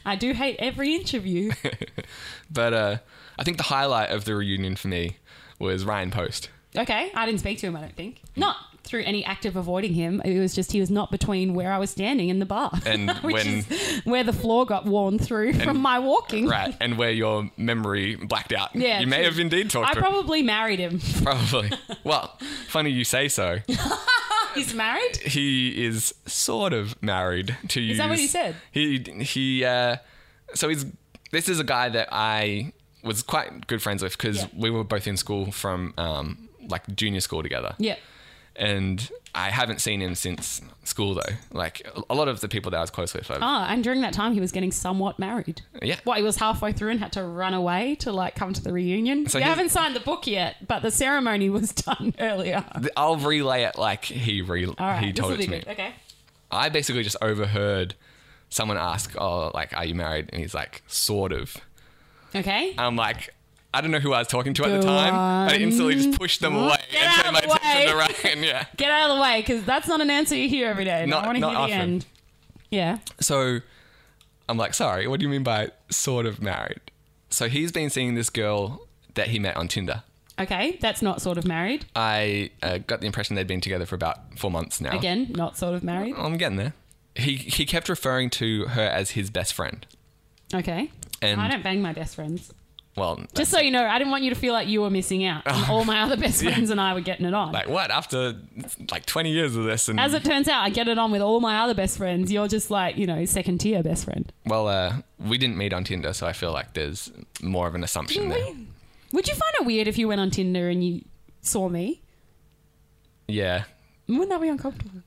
B: I do hate every inch of you.
A: but uh, I think the highlight of the reunion for me was Ryan Post.
B: Okay, I didn't speak to him. I don't think not through any act of avoiding him. It was just he was not between where I was standing and the bar,
A: And
B: which
A: when-
B: is where the floor got worn through from my walking.
A: Right. And where your memory blacked out.
B: Yeah,
A: You may
B: true.
A: have indeed talked
B: I
A: to
B: probably married him.
A: him. Probably. well, funny you say so.
B: He's married.
A: He is sort of married to you.
B: that what he said?
A: He, he, uh, so he's, this is a guy that I was quite good friends with because
B: Yeah.
A: we were both in school from, um, like junior school together.
B: Yeah.
A: and I haven't seen him since school though. Like a lot of the people that I was close with, I've-
B: Ah, and during that time he was getting somewhat married.
A: Yeah.
B: Well, he was halfway through and had to run away to like come to the reunion.
A: So
B: we
A: he-
B: haven't signed the book yet, but the ceremony was done earlier.
A: th- I'll relay it like he re-
B: All right,
A: he
B: this
A: told it
B: will be
A: to me.
B: good. Okay.
A: I basically just overheard someone ask, "Oh, like, are you married?" And he's like, "Sort of." Uh,
B: Okay.
A: I'm like, I don't know who I was talking to at the
B: Go
A: time. I
B: on.
A: instantly just pushed them away
B: Get
A: and
B: out
A: turned my
B: of the
A: attention to Ryan. Yeah.
B: Get out of the way because that's not an answer you hear every day. and
A: Not-
B: I want to
A: not
B: hear
A: often.
B: the end. Yeah.
A: So I'm like, sorry, what do you mean by sort of married? So he's been seeing this girl that he met on Tinder.
B: Okay. That's not sort of married.
A: I uh, got the impression they'd been together for about four months now.
B: Again, not sort of married.
A: I'm getting there. He he kept referring to her as his best friend,
B: Okay.
A: and
B: I don't bang my best friends.
A: well,
B: Just so you know, I didn't want you to feel like you were missing out. And all my other best friends and I were getting it on.
A: like what after like 20 years of this, and
B: As it turns out, I get it on with all my other best friends. You're just like, you know, second tier best friend.
A: well, uh, we didn't meet on Tinder, so I feel like there's more of an assumption there.
B: Mm, Would you find it weird if you went on Tinder and you saw me?
A: Yeah,
B: Wouldn't that be uncomfortable?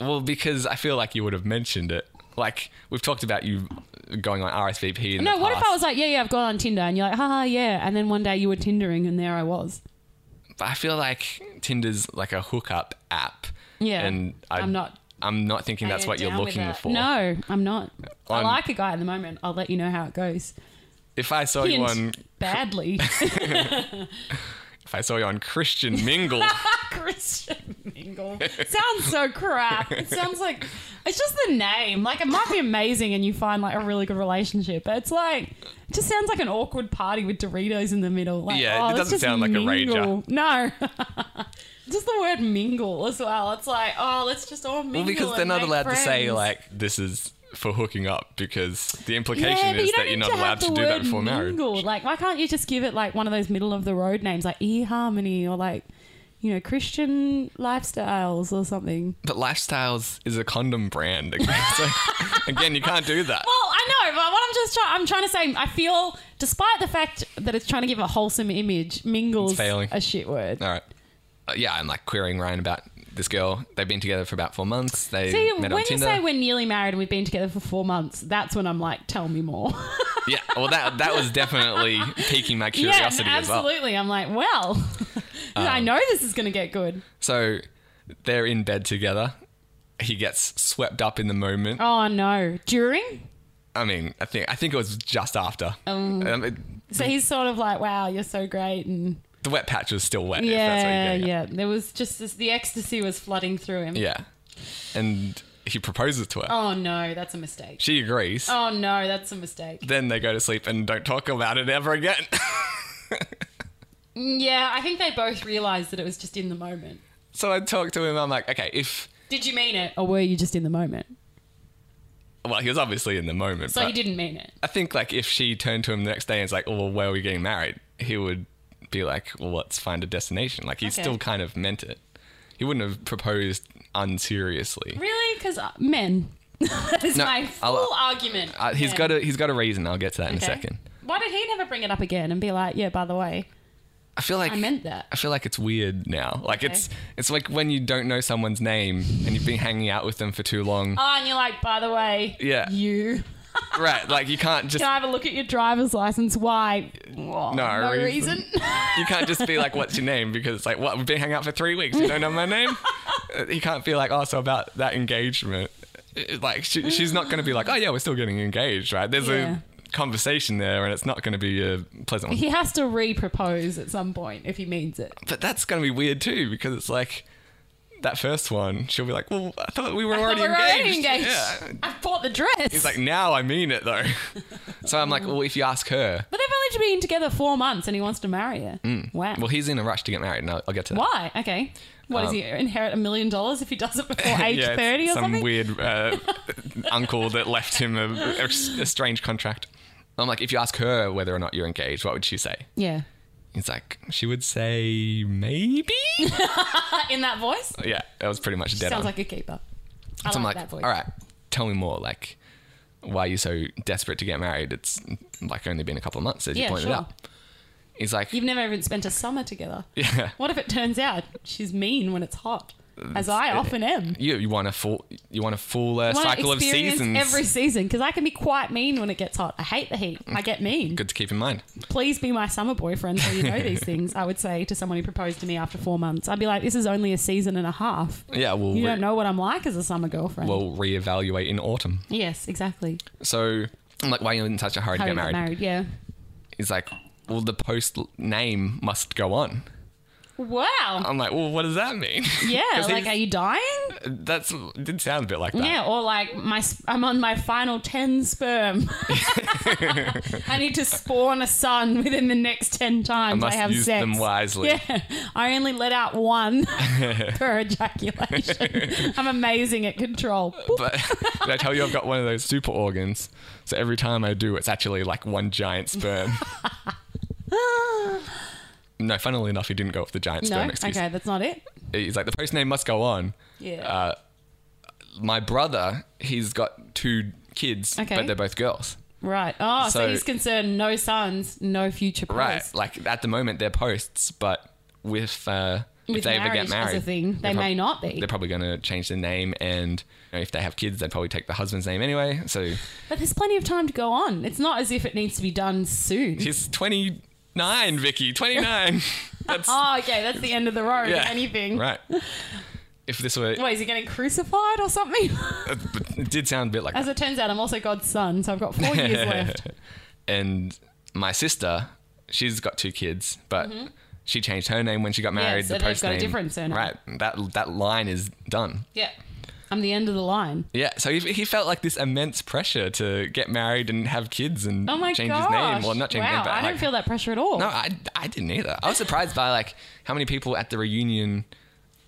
A: well, because I feel like you would have mentioned it. Like we've talked about you going on RSVP. In
B: No,
A: the
B: what if
A: past,
B: I was like, yeah, yeah, I've gone on Tinder, and you're like, haha, yeah, and then one day you were Tindering, and there I was.
A: But I feel like Tinder's like a hookup app.
B: Yeah,
A: and I,
B: I'm not-
A: I'm not thinking that's
B: Yeah,
A: what you're
B: down with
A: looking
B: that.
A: for.
B: No, I'm not. i
A: I'm-
B: like a guy at the moment. I'll let you know how it goes.
A: If I saw you
B: Hint,
A: on,
B: badly.
A: if I saw you on Christian Mingle.
B: Christian Mingle sounds so crap. It sounds like it's just the name. Like it might be amazing, and you find like a really good relationship, but it's like it just sounds like an awkward party with Doritos in the middle. Like,
A: Yeah,
B: oh,
A: it doesn't
B: let's just
A: sound like a
B: mingle. No, just the word mingle as well. It's like oh, let's just all mingle.
A: Well, because they're
B: and
A: not
B: make
A: allowed to say
B: friends.
A: like this is for hooking up because the
B: Yeah,
A: implication
B: but
A: is
B: you don't
A: that you're
B: need
A: not
B: to
A: allowed
B: have
A: to
B: the
A: do
B: word
A: that before marriage.
B: mingle. Like, why can't you just give it like one of those middle of the road names, like eHarmony or like, you know, Christian lifestyles or something?
A: But Lifestyles is a condom brand. so, again, you can't do that.
B: Well, I know, but what I'm just trying, I'm trying to say, I feel, despite the fact that it's trying to give a wholesome image, mingles
A: It's failing.
B: a shit word.
A: All right. Uh, yeah, I'm like querying Ryan about this girl. They've been together for about four months. They
B: See,
A: met
B: when
A: on
B: you
A: Tinder.
B: say we're nearly married and we've been together for four months, that's when I'm like, tell me more.
A: yeah, well, that that was definitely piquing my
B: yeah,
A: curiosity as well.
B: absolutely. I'm like, well, I
A: Um,
B: know this is going to get good.
A: So they're in bed together. He gets swept up in the moment.
B: Oh no, during.
A: I mean, I think I think it was just after.
B: Um,
A: Um, it-
B: So he's sort of like, wow, you're so great. And
A: the wet patch was still wet. if that's what you're
B: yeah,
A: getting at.
B: yeah. There was just this, the ecstasy was flooding through him.
A: Yeah. And he proposes to her.
B: Oh no, that's a mistake.
A: She agrees.
B: Oh no, that's a mistake.
A: Then they go to sleep and don't talk about it ever again.
B: Yeah, I think they both realized that it was just in the moment.
A: so I talk to him. I'm like, okay, if.
B: Did you mean it? Or were you just in the moment?
A: Well, he was obviously in the moment.
B: So
A: but
B: you didn't mean it.
A: I think, like, if she turned to him the next day and was like, oh, well, where are we getting married? He would be like, well, let's find a destination. Like, he
B: Okay.
A: still kind of meant it. He wouldn't have proposed unseriously.
B: Really? Because men. that is
A: No,
B: my
A: I'll-
B: full argument.
A: Uh, he's
B: Yeah.
A: got a he's got a reason. I'll get to that in a
B: Okay.
A: second.
B: Why did he never bring it up again and be like, yeah, by the way,
A: I feel like
B: I meant that?
A: I feel like it's weird now. Like it's it's like when you don't know someone's name and you've been hanging out with them for too long.
B: Oh, and you're like, by the way,
A: Yeah.
B: you. Oh.
A: right, like you can't just
B: Can I have a look at your driver's license? Why? Well,
A: No reason.
B: reason.
A: you can't just be like, "What's your name?" Because it's like, "What? We've been hanging out for three weeks. You don't know my name." you can't be like, oh, so about that engagement. It- Like, she, she's not going to be like, oh, yeah, we're still getting engaged, right? There's
B: Yeah.
A: a conversation there, and it's not going to be a pleasant one.
B: He has to re-propose at some point if he means it.
A: But that's going to be weird too, because it's like that first one, she'll be like, well, I thought we were, already,
B: we're
A: engaged.
B: already engaged.
A: Yeah.
B: I've bought the dress.
A: He's like, now I mean it though. so I'm like, well, if you ask her,
B: but they've only been together four months, and he wants to marry her. Wow.
A: Mm. well, he's in a rush to get married, and I'll, I'll get to that.
B: Why? Okay. What does
A: Um,
B: he inherit a million dollars if he does it before age
A: Yeah, it's
B: thirty or
A: some
B: something?
A: weird uh, uncle that left him a, a s- a strange contract. I'm like, if you ask her whether or not you're engaged, what would she say?
B: yeah.
A: He's like, she would say maybe.
B: Uh, In that voice,
A: yeah, that was pretty much dead
B: sounds
A: on.
B: like a keeper. I
A: So I'm
B: like,
A: like,
B: that voice.
A: all right, tell me more. Like, why are you so desperate to get married? It's like only been a couple of months, as you
B: Yeah,
A: pointed
B: sure.
A: out. He's like,
B: You've never even spent a summer together.
A: yeah,
B: What if it turns out she's mean when it's hot, as I often am?
A: you you want a full you want a full uh,
B: I wanna
A: cycle of
B: experience
A: seasons.
B: every season because I can be quite mean when it gets hot. I hate the heat. I get mean.
A: Good to keep in mind.
B: Please be my summer boyfriend so you know these things. I would say to someone who proposed to me after four months, I'd be like, "This is only a season and a half.
A: Yeah, we'll
B: You don't
A: re-
B: know what I'm like as a summer girlfriend."
A: we'll reevaluate in autumn.
B: yes, exactly.
A: So I'm like, why are you in such a hurry to
B: How
A: get
B: we got
A: married?
B: married? Yeah.
A: He's like, well, the post l- name must go on.
B: Wow.
A: I'm like, well, what does that mean?
B: yeah.
A: Um, 'Cause
B: Like,
A: he's- Uh,
B: are you dying?
A: That's it did sound a bit like that.
B: Yeah. Or like my, sp- I'm on my final ten sperm. I need to spawn a son within the next ten times I,
A: must
B: have
A: use
B: sex.
A: them wisely.
B: Yeah. I only let out one per ejaculation. I'm amazing at control. Boop.
A: But did I tell you I've got one of those super organs? So every time I do, it's actually like one giant sperm. no, funnily enough, he didn't go Uh, with the giant
B: No.
A: sperm excuse.
B: Okay, that's not it.
A: He's like, the post name must go on.
B: Yeah.
A: Uh, my brother, he's got two kids,
B: Okay.
A: but they're both girls.
B: Right. Oh, so,
A: So-
B: he's concerned no sons, no future post.
A: Right. Like at the moment, they're posts, but with uh,
B: With
A: if they ever get
B: marriage
A: married,
B: as a thing, they
A: they're
B: may not be.
A: They're probably going to change their name, and you know, if they have kids, they probably take the husband's name anyway. So
B: But there's plenty of time to go on. It's not as if it needs to be done soon.
A: he's twenty nine, Vicky, twenty nine. That's
B: Oh, okay, that's the end of the road.
A: yeah,
B: Anything.
A: right? If this were, uh,
B: Wait, is he getting crucified or something?
A: it did sound a bit like
B: As
A: that.
B: it turns out, I'm also God's son, so I've got four years left.
A: and my sister, she's got two kids, but. She changed her name when she got married.
B: Mm-hmm. so
A: the
B: they've
A: post
B: got a
A: name-
B: different surname.
A: Right. That that line is done.
B: Yeah. I'm the end of the line.
A: Yeah, so he, he felt like this immense pressure to get married and have kids and
B: Oh my
A: change
B: gosh.
A: his name. Well, not change
B: wow,
A: his name, but
B: I
A: like,
B: don't feel that pressure at all.
A: no, I, I didn't either. I was surprised by like how many people at the reunion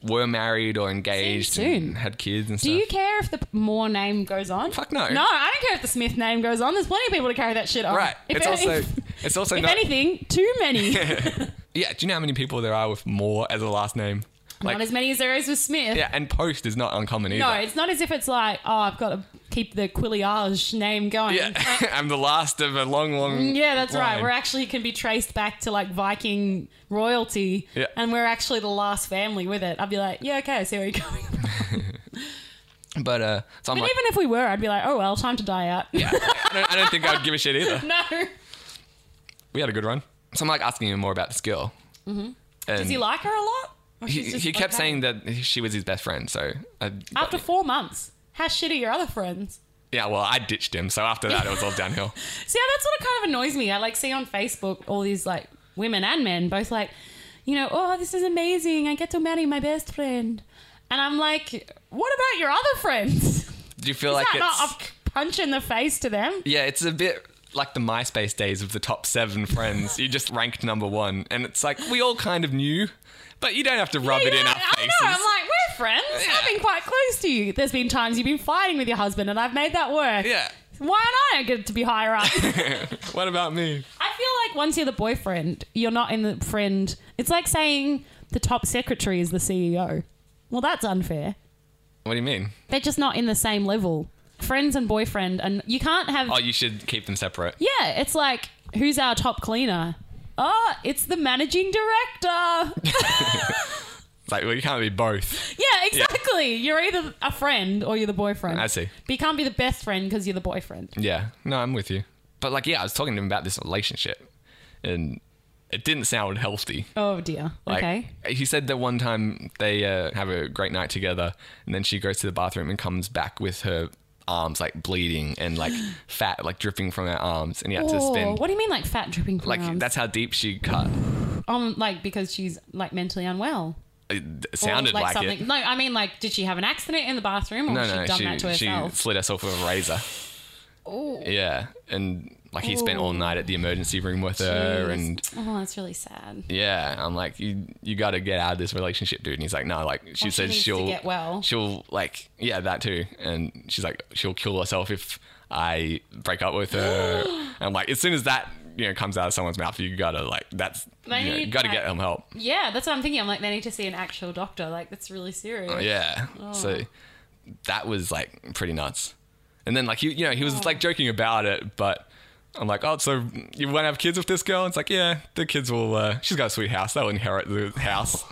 A: were married or engaged
B: Seems soon.
A: and had kids and
B: Do
A: stuff.
B: you care if the more name goes on?
A: Fuck no.
B: No, I don't care if the Smith name goes on. There's plenty of people to carry that shit on.
A: right?
B: If
A: it's
B: any-
A: also it's also
B: if
A: not.
B: anything, too many.
A: yeah, do you know how many people there are with Moore as a last name? Like
B: not as many as there is with Smith.
A: yeah, and Post is not uncommon either.
B: No, it's not as if it's like, oh, I've got to keep the Quilliage name going. Um,
A: yeah, I'm the last of a long, long.
B: Yeah, that's right.
A: line.
B: We're actually can be traced back to like Viking royalty,
A: Yeah.
B: and we're actually the last family with it. I'd be like, yeah, okay, I see where you're going. from.
A: but uh, so I'm
B: But
A: like,
B: even if we were, I'd be like, oh well, time to die out.
A: yeah, I don't, I don't think I'd give a shit either.
B: no,
A: we had a good run. So I'm like asking him more about this girl. Mm-hmm. And
B: does he like her a lot? Or
A: he,
B: she's just
A: he kept
B: okay?
A: saying that she was his best friend. So I,
B: after four months, how shit are your other friends?
A: yeah, well, I ditched him. So after that, it was all downhill.
B: See, that's what kind of annoys me. I like see on Facebook all these like women and men both like, you know, oh, this is amazing. I get to marry my best friend. And I'm like, what about your other friends? Is
A: Do you feel like
B: that
A: it's
B: not a punch in the face to them?
A: yeah, it's a bit like the MySpace days of the top seven friends. you just ranked number one, and it's like we all kind of knew, but you don't have to rub it
B: Yeah,
A: in our
B: I
A: faces.
B: know. I'm like, we're friends. I've
A: Yeah.
B: been quite close to you. There's been times you've been fighting with your husband, and I've made that work.
A: yeah.
B: Why don't I get to be higher up?
A: What about me?
B: I feel like once you're the boyfriend, you're not in the friend. It's like saying the top secretary is the CEO. Well, that's unfair.
A: What do you mean?
B: They're just not in the same level. Friends and boyfriend, and you can't have.
A: Oh, you should keep them separate.
B: yeah, it's like who's our top cleaner? Oh, it's the managing director.
A: It's like, well, you can't be both.
B: yeah, exactly. You're either a friend or you're the boyfriend.
A: I see.
B: But you can't be the best friend because you're the boyfriend.
A: Yeah, no, I'm with you. But like, yeah, I was talking to him about this relationship, and it didn't sound healthy.
B: Oh dear.
A: Like,
B: okay.
A: He said that one time they uh, have a great night together, and then she goes to the bathroom and comes back with her arms like bleeding and like fat like dripping from her arms, and he had to
B: Oh,
A: spend
B: what do you mean, like fat dripping from
A: like
B: arms?
A: that's how deep she cut.
B: um, like because she's like mentally unwell.
A: It
B: Or,
A: sounded like,
B: something.
A: it.
B: No, I mean, like, did she have an accident in the bathroom, or
A: No,
B: she
A: no,
B: done
A: she
B: that to
A: she
B: herself?
A: slit herself with a razor.
B: Oh,
A: Yeah, and like he spent all night at the emergency room with her,
B: jeez.
A: and
B: oh, that's really sad.
A: yeah, I'm like, you you got to get out of this relationship, dude. And he's like, no, like she
B: Well, she
A: says
B: needs to
A: she will
B: get well.
A: She'll like, yeah, that too. And she's like, she'll kill herself if I break up with her. I'm like, as soon as that you know comes out of someone's mouth, you gotta like, that's
B: They
A: you, know, you
B: need,
A: gotta
B: like-
A: get them help.
B: Yeah, that's what I'm thinking. I'm like, they need to see an actual doctor. Like, that's really serious.
A: Oh, Yeah. So that was like pretty nuts. And then like he, you know, he was
B: Oh.
A: like joking about it, but I'm like, oh, so you want to have kids with this girl? it's like, yeah, the kids will. Uh, she's got a sweet house. They'll inherit the house.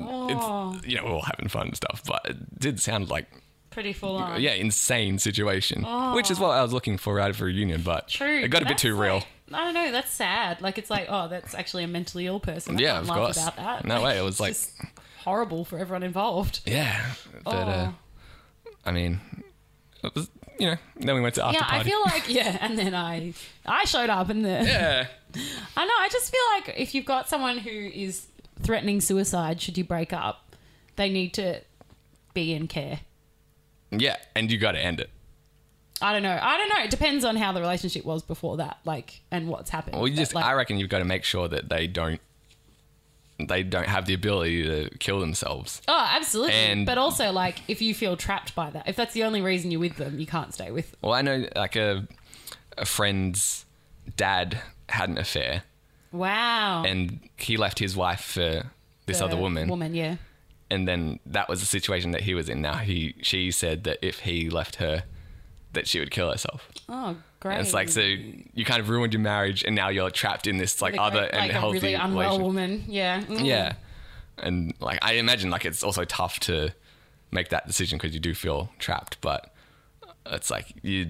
B: Oh,
A: It's you know, we're all having fun and stuff. But it did sound like
B: pretty full on.
A: yeah, insane situation, which is what I was looking for out of a reunion. But
B: Oh. True.
A: it got a
B: but
A: bit too
B: that's,
A: real.
B: like- I don't know. That's sad. Like it's like, oh, that's actually a mentally ill person. I
A: Yeah,
B: can't
A: of
B: laugh
A: course.
B: About that.
A: No way, it was
B: it's
A: like-
B: just horrible for everyone involved.
A: yeah, but uh,
B: Oh.
A: I mean, it was you know. Then we went to after
B: Yeah,
A: party.
B: I feel like yeah, and then I I showed up and the
A: yeah.
B: I know. I just feel like if you've got someone who is threatening suicide, should you break up, they need to be in care.
A: Yeah, and you got to end it.
B: I don't know. I don't know. It depends on how the relationship was before that, like, and what's happened.
A: Well, you
B: But,
A: just
B: like,
A: I reckon you've got to make sure that they don't they don't have the ability to kill themselves.
B: Oh, absolutely.
A: And-
B: but also, like, if you feel trapped by that, if that's the only reason you're with them, you can't stay with them.
A: Well, I know like a a friend's dad had an affair
B: Wow.
A: and he left his wife for this
B: The
A: other woman.
B: Woman, yeah.
A: and then that was the situation that he was in. Now he she said that if he left her that she would kill herself.
B: Oh, great.
A: And it's like so you kind of ruined your marriage and now you're trapped in this like
B: Like,
A: other
B: like
A: and
B: a
A: healthy
B: really unwell
A: relation-
B: woman. Yeah. Mm.
A: Yeah. And like I imagine like it's also tough to make that decision because you do feel trapped, but it's like you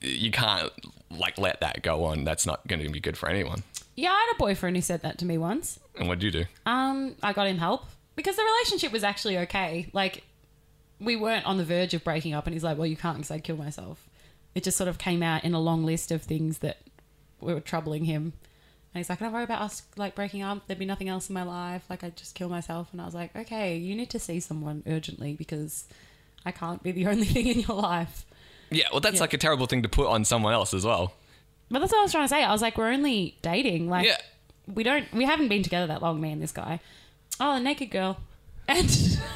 A: you can't like let that go on. That's not going to be good for anyone.
B: Yeah, I had a boyfriend who said that to me once.
A: And what do you do?
B: Um, I got him help because the relationship was actually okay. Like, we weren't on the verge of breaking up, and he's like, "Well, you can't because I'd kill myself." It just sort of came out in a long list of things that were troubling him, and he's like, "Don't worry about us like breaking up. There'd be nothing else in my life. Like, I'd just kill myself." And I was like, "Okay, you need to see someone urgently because I can't be the only thing in your life."
A: Yeah, well that's like a terrible thing to put on someone else as well.
B: But that's what I was trying to say. I was like, "We're only dating. Like,
A: Yeah.
B: we don't we haven't been together that long, me and this guy." Oh, a naked girl, and.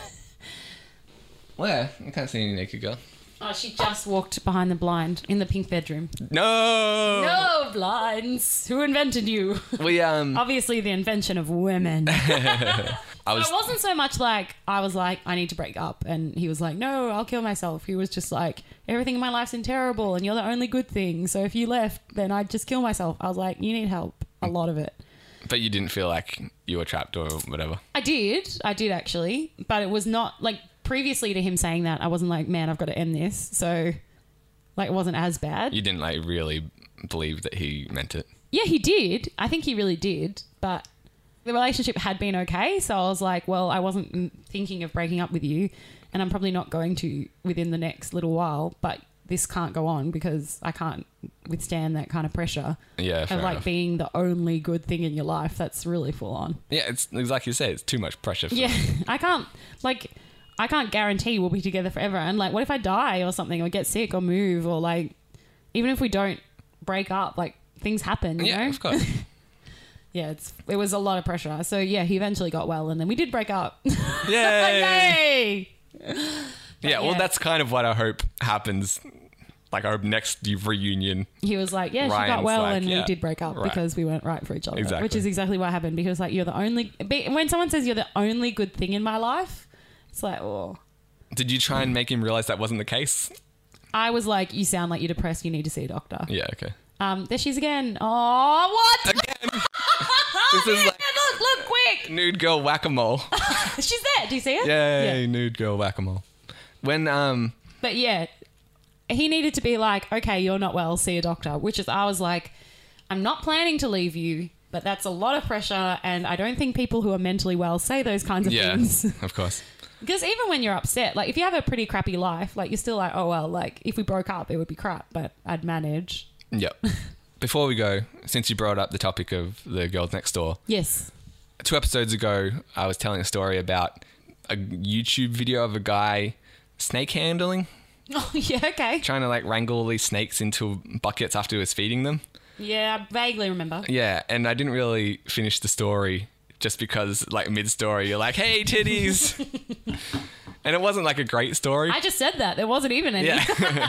A: Where? I can't see any naked girl.
B: Oh, she just walked behind the blind in the pink bedroom.
A: No.
B: No blinds. Who invented you?
A: We um
B: Obviously, the invention of women.
A: I
B: It
A: was
B: wasn't so much like I was like, I need to break up, and he was like, No, I'll kill myself. He was just like, Everything in my life's in terrible, and you're the only good thing. So if you left, then I'd just kill myself. I was like, You need help. A lot of it.
A: but you didn't feel like you were trapped or whatever.
B: I did. I did actually, but it was not like previously to him saying that. I wasn't like, Man, I've got to end this. So, like, it wasn't as bad.
A: You didn't like really believe that he meant it.
B: Yeah, he did. I think he really did. But the relationship had been okay. So I was like, well, I wasn't mm, thinking of breaking up with you. And I'm probably not going to within the next little while. But this can't go on because I can't withstand that kind of pressure
A: Yeah, fair
B: of like
A: enough.
B: being the only good thing in your life. That's really full on.
A: yeah, it's it's like you said, it's too much pressure for
B: Yeah. I can't, like, I can't guarantee we'll be together forever. And like, what if I die or something or get sick or move or like, even if we don't break up, like, things happen, you
A: Yeah,
B: know?
A: of course.
B: yeah, it's it was a lot of pressure. So yeah, he eventually got well, and then we did break up.
A: Yay!
B: Yay!
A: Yeah, well,
B: yeah.
A: that's kind of what I hope happens. Like, I hope next reunion.
B: He was like, "Yeah, she got
A: Ryan's
B: well,
A: like,
B: and we
A: yeah,
B: did break up
A: right.
B: because we weren't right for each other."
A: Exactly.
B: Which is exactly what happened. Because like, you're the only be- when someone says you're the only good thing in my life, it's like, oh,
A: Did you try and make him realize that wasn't the case?
B: I was like, you sound like you're depressed. You need to see a doctor.
A: Yeah, okay.
B: Um, there she's again. Oh, what?
A: This is like
B: look, look, quick!
A: nude girl whack a mole.
B: She's there. Do you see her?
A: Yay,
B: Yeah.
A: nude girl whack a mole. When, um,
B: But yeah, he needed to be like, okay, you're not well, see a doctor. Which is, I was like, I'm not planning to leave you, But that's a lot of pressure, and I don't think people who are mentally well say those kinds of
A: Yeah,
B: things.
A: of course.
B: Because even when you're upset, like if you have a pretty crappy life, like you're still like, oh well, like if we broke up, it would be crap, but I'd manage.
A: Yep. Before we go, since you brought up the topic of the girls next door,
B: Yes.
A: two episodes ago, I was telling a story about a YouTube video of a guy snake handling,
B: Oh yeah. Okay.
A: trying to like wrangle all these snakes into buckets after he was feeding them.
B: Yeah, I vaguely remember.
A: Yeah, and I didn't really finish the story just because, like, mid story, you're like, hey, titties. and it wasn't like a great story.
B: I just said that there wasn't even any.
A: Yeah.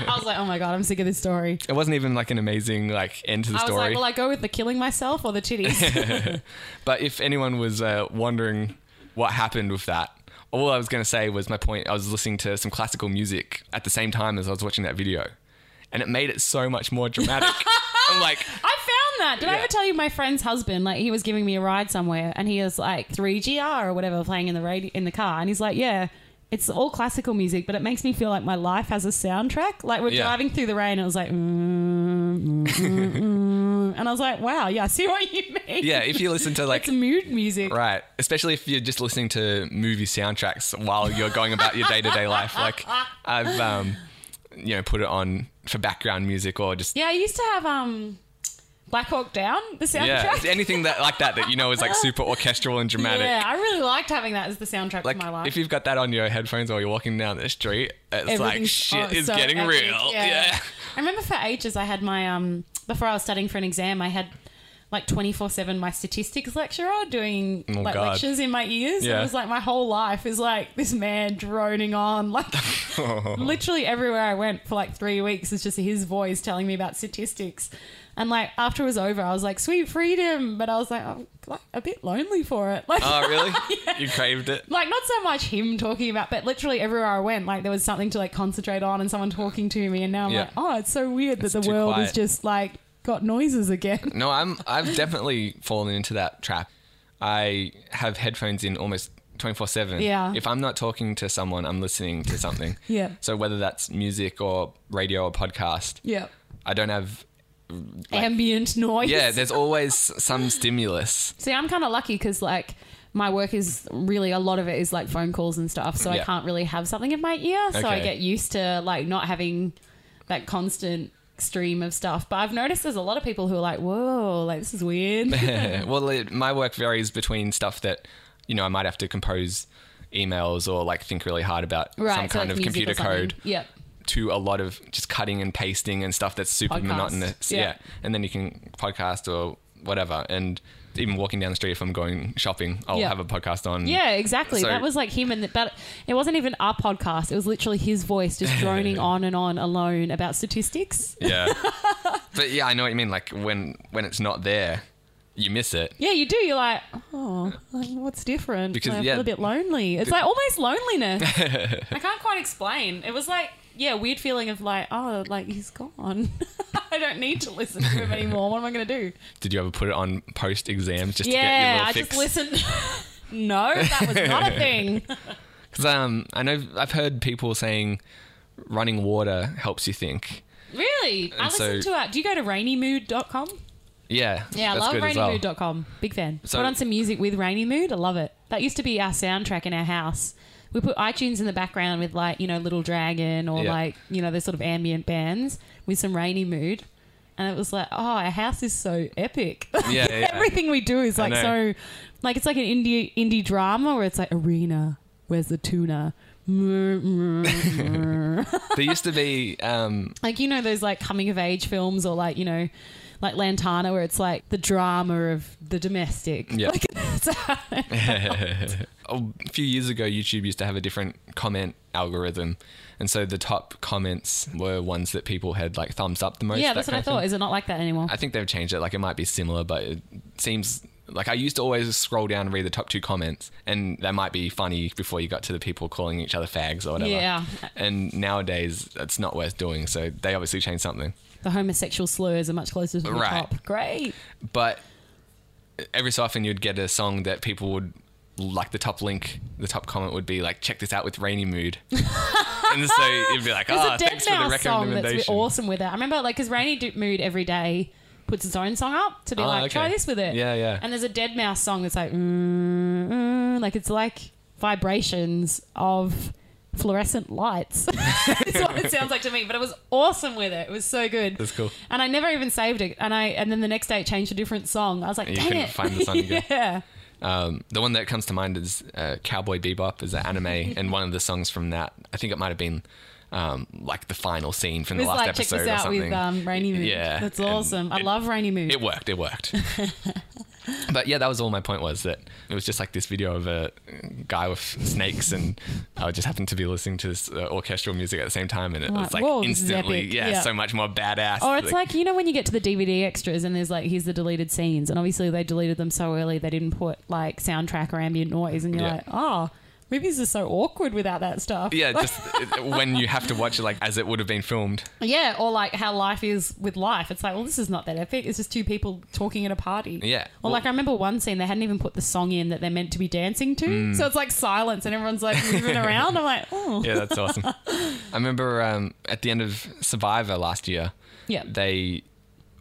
B: I was like, oh my god, I'm sick of this story.
A: it wasn't even like an amazing, like, end to the
B: I was
A: story.
B: like, will I go with the killing myself or the titties?
A: But if anyone was uh, wondering what happened with that, all I was going to say was my point. I was listening to some classical music at the same time as I was watching that video, and it made it so much more dramatic. I'm like,
B: I found that. Did I
A: Yeah.
B: ever tell you my friend's husband? Like he was giving me a ride somewhere, and he was like three GR or whatever playing in the radio in the car, and he's like, yeah. It's all classical music, but it makes me feel like my life has a soundtrack. Like we're
A: Yeah.
B: driving through the rain, it was like, mm, mm, mm, mm. and I was like, "Wow, yeah, I see what you mean."
A: yeah, if you listen to like.
B: it's mood music.
A: Right, especially if you're just listening to movie soundtracks while you're going about your day to day life. Like, I've, um, you know, put it on for background music or just,
B: Yeah, I used to have um, Black Hawk Down the
A: yeah,
B: soundtrack.
A: anything that like that that you know is like super orchestral and dramatic.
B: Yeah, I really liked having that as the soundtrack
A: like
B: for my life.
A: if you've got that on your headphones while you're walking down the street, it's like
B: Everything's-
A: shit
B: oh, it's
A: is
B: so
A: getting
B: epic,
A: real.
B: yeah.
A: Yeah.
B: I remember for ages I had my um before I was studying for an exam I had like 24/7 my statistics lecturer doing
A: Oh,
B: like
A: God.
B: lectures in my ears and it
A: Yeah.
B: was like my whole life is like this man droning on like
A: Oh.
B: literally everywhere I went for like 3 weeks it's just his voice telling me about statistics and like after it was over I was like sweet freedom but I was like I'm like, a bit lonely for it like
A: Oh, really? You craved it?
B: like not so much him talking about, but literally everywhere I went, like there was something to like concentrate on and someone talking to me, and now I'm
A: Yeah.
B: like, oh, it's so weird that the
A: too
B: world is
A: quiet.
B: just like got noises again.
A: No, I'm I've definitely fallen into that trap. I have headphones in almost 24/7.
B: Yeah.
A: If I'm not talking to someone, I'm listening to something.
B: Yeah.
A: So whether that's music or radio or podcast,
B: yeah,
A: I don't have
B: ambient noise.
A: Yeah, there's always some stimulus.
B: See, I'm kind of lucky because like my work is really a lot of it is like phone calls and stuff, so I
A: Yeah.
B: can't really have something in my ear, so I
A: Okay.
B: get used to like not having that constant stream of stuff. But I've noticed there's a lot of people who are like, whoa, like this is weird.
A: well, it, my work varies between stuff that, you know, I might have to compose emails or like think really hard about some
B: right, so,
A: kind of
B: like, music
A: computer
B: or something.
A: code
B: Yep.
A: to a lot of just cutting and pasting and stuff that's super
B: Podcasts.
A: monotonous.
B: Yeah.
A: Yeah. And then you can podcast or whatever. And even walking down the street, if I'm going shopping, I'll
B: Yeah.
A: have a podcast on.
B: Yeah, exactly.
A: So-
B: that was like him, and the, but it wasn't even our podcast. It was literally his voice just droning on and on alone about statistics.
A: Yeah. but yeah, I know what you mean. Like when, when it's not there, you miss it.
B: Yeah, you do. You're like, oh, like, what's different?
A: Because,
B: Like, I
A: yeah,
B: feel a bit lonely. It's like almost loneliness. I can't quite explain. It was like, yeah, weird feeling of like, oh, like he's gone. I don't need to listen to him anymore. What am I going to do?
A: Did you ever put it on post exams just to get your
B: Yeah,
A: little
B: I
A: fix?
B: just listened. no, that was not a thing.
A: Because um, I know I've heard people saying running water helps you think.
B: Really? I
A: And so-
B: listened to it. Do you go to rainymood.com?
A: Yeah,
B: Yeah, I
A: that's
B: love
A: good as well.
B: rainymood.com. Big fan.
A: So-
B: put on some music with Rainy Mood. I love it. That used to be our soundtrack in our house. We put iTunes in the background with like, you know, Little Dragon or
A: Yeah.
B: like, you know, those sort of ambient bands with some Rainy Mood. And it was like, oh, our house is so epic.
A: Yeah, yeah, yeah.
B: Everything we do is like so
A: know.
B: like it's like an indie indie drama where it's like arena, where's the tuna?
A: There used to be um,
B: like you know those like coming of age films or like you know like lantana where it's like the drama of the domestic
A: Yeah.
B: Like, it's-
A: a few years ago, YouTube used to have a different comment algorithm, and so the top comments were ones that people had like thumbs up the most.
B: yeah
A: that
B: that's what i
A: kind of
B: thought
A: thing.
B: is it not like that anymore
A: I think they've changed it. Like it might be similar, but it seems like I used to always scroll down and read the top two comments, and that might be funny before you got to the people calling each other fags or whatever.
B: Yeah.
A: And nowadays, it's not worth doing. So they obviously changed something.
B: the homosexual slurs are much closer to the
A: Right.
B: top great
A: but every so often you'd get a song that people would like the top link the top comment would be like check this out with rainy mood and so you'd be like
B: there's
A: oh
B: a dead
A: thanks for the
B: mouse song that's
A: recommendation
B: awesome with it i remember like because rainy do- mood every day puts its own song up to be
A: Ah,
B: like,
A: okay.
B: try this with it.
A: Yeah, yeah.
B: And there's a Dead Mouse song that's like, mm, mm, like it's like vibrations of fluorescent lights. That's what it sounds like to me. But it was awesome with it. It was so good.
A: That's cool.
B: And I never even saved it. And I and then the next day it changed to a different song. I was like,
A: And you
B: dang
A: couldn't
B: it.
A: find the song again.
B: yeah.
A: Um, the one that comes to mind is uh, Cowboy Bebop is an anime, and one of the songs from that, I think it might have been um, like the final scene from
B: It
A: the last
B: was like, check
A: episode
B: this
A: or
B: out
A: something.
B: with um, Rainy Moon.
A: Yeah,
B: That's
A: and
B: awesome. I
A: it-
B: love Rainy Moon.
A: It worked. It worked. but yeah, that was all my point was that it was just like this video of a guy with snakes, and I just happened to be listening to this uh, orchestral music at the same time, and it
B: Like,
A: was like
B: whoa, this is
A: instantly,
B: epic.
A: yeah,
B: Yeah.
A: so much more badass.
B: Or Oh, it's like, you know, when you get to the DVD extras and there's like, here's the deleted scenes. And obviously they deleted them so early they didn't put like soundtrack or ambient noise. And you're
A: Yeah.
B: like, oh, movies are so awkward without that stuff.
A: yeah, just it- when you have to watch it like as it would have been filmed.
B: Yeah. Or like how life is with life. It's like, well, this is not that epic. It's just two people talking at a party.
A: Yeah.
B: Or like I remember one scene, they hadn't even put the song in that they're meant to be dancing to.
A: Mm.
B: So it's like silence and everyone's like moving around. I'm like, oh.
A: Yeah, that's awesome. I remember um, at the end of Survivor last year,
B: Yeah.
A: they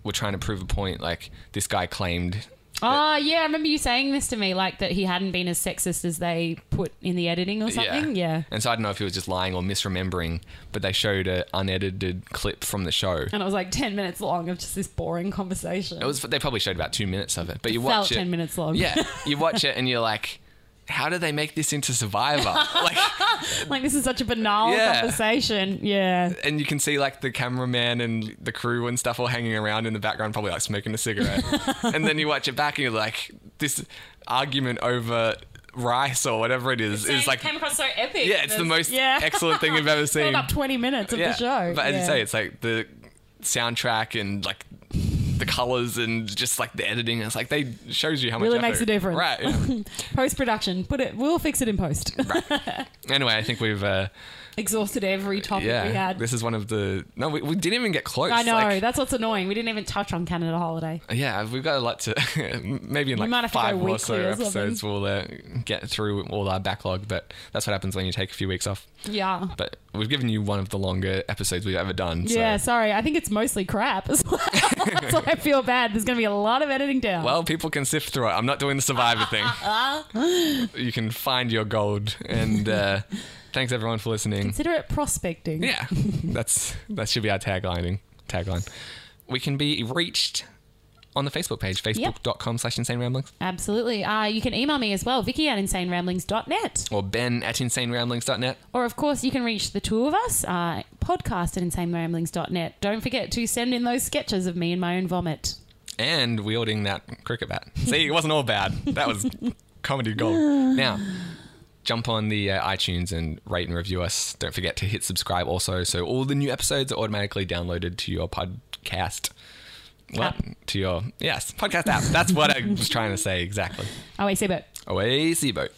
A: were trying to prove a point. Like this guy claimed
B: Oh, yeah. I remember you saying this to me, like that he hadn't been as sexist as they put in the editing or something. yeah.
A: And so I don't know if he was just lying or misremembering, but they showed an unedited clip from the show.
B: And it was like 10 minutes long of just this boring conversation.
A: It was they probably showed about two minutes of it, but you
B: Felt
A: watch it.
B: 10 minutes long.
A: Yeah, you watch it and you're like, how did they make this into Survivor? like,
B: like, this is such a banal
A: Yeah.
B: conversation. Yeah.
A: and you can see like the cameraman and the crew and stuff all hanging around in the background, probably like smoking a cigarette. and then you watch it back and you're like, this argument over rice or whatever it is is like.
B: came across so epic.
A: Yeah, it's the most excellent thing I've ever seen.
B: Filled up 20 minutes of the show.
A: But as
B: Yeah.
A: you say, it's like the soundtrack and like the colors and just like the editing. It's like they shows you how much
B: Really makes
A: effort.
B: a difference.
A: right? yeah.
B: post production, put it, we'll fix it in post.
A: anyway, I think we've uh,
B: Exhausted every topic we
A: yeah.
B: had.
A: This is one of the no, we, we didn't even get close.
B: I know,
A: Like,
B: that's what's annoying. We didn't even touch on Canada Holiday.
A: yeah, we've got a lot to maybe in like
B: might have to go
A: five or
B: weekly
A: so
B: or
A: episodes we'll uh, get through all our backlog. But that's what happens when you take a few weeks off.
B: Yeah.
A: But we've given you one of the longer episodes we've ever done. So.
B: Yeah, sorry. I think it's mostly crap as well. That's why I feel bad. There's going to be a lot of editing down.
A: Well, people can sift through it. I'm not doing the survivor thing. you can find your gold. And uh, thanks everyone for listening.
B: Consider it prospecting.
A: Yeah, that's that should be our taglining tagline. We can be reached on the Facebook page, facebook.com slash insane ramblings,
B: Absolutely. Uh, you can email me as well, Vicky at insaneramblings.net.
A: or Ben at insaneramblings.net.
B: Or, of course, you can reach the two of us, uh, podcast at insaneramblings.net. Don't forget to send in those sketches of me and my own vomit.
A: And wielding that cricket bat. See, it wasn't all bad. That was comedy gold. Now, jump on the uh, iTunes and rate and review us. Don't forget to hit subscribe also, so all the new episodes are automatically downloaded to your podcast. Well,
B: App.
A: to your yes podcast app. That's what I was trying to say exactly.
B: Oh, wait, see, but
A: Away, Seaboat.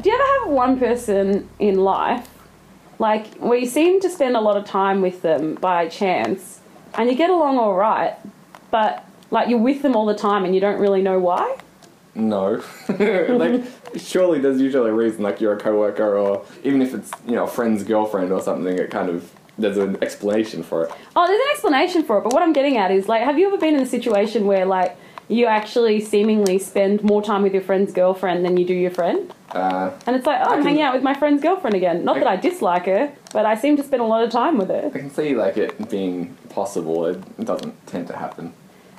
B: Do you ever have one person in life, like where you seem to spend a lot of time with them by chance, and you get along all right, but like you're with them all the time and you don't really know why?
E: No. like, surely there's usually a reason, like you're a coworker, or even if it's, you know, a friend's girlfriend or something, it kind of, there's an explanation for it.
B: Oh, there's an explanation for it, but what I'm getting at is like, have you ever been in a situation where like you actually seemingly spend more time with your friend's girlfriend than you do your friend?
E: Uh,
B: And it's like, oh, I'm
E: can-
B: hanging out with my friend's girlfriend again. Not
E: I-
B: that I dislike her, but I seem to spend a lot of time with her.
E: I can see, like, it being possible. It doesn't tend to happen.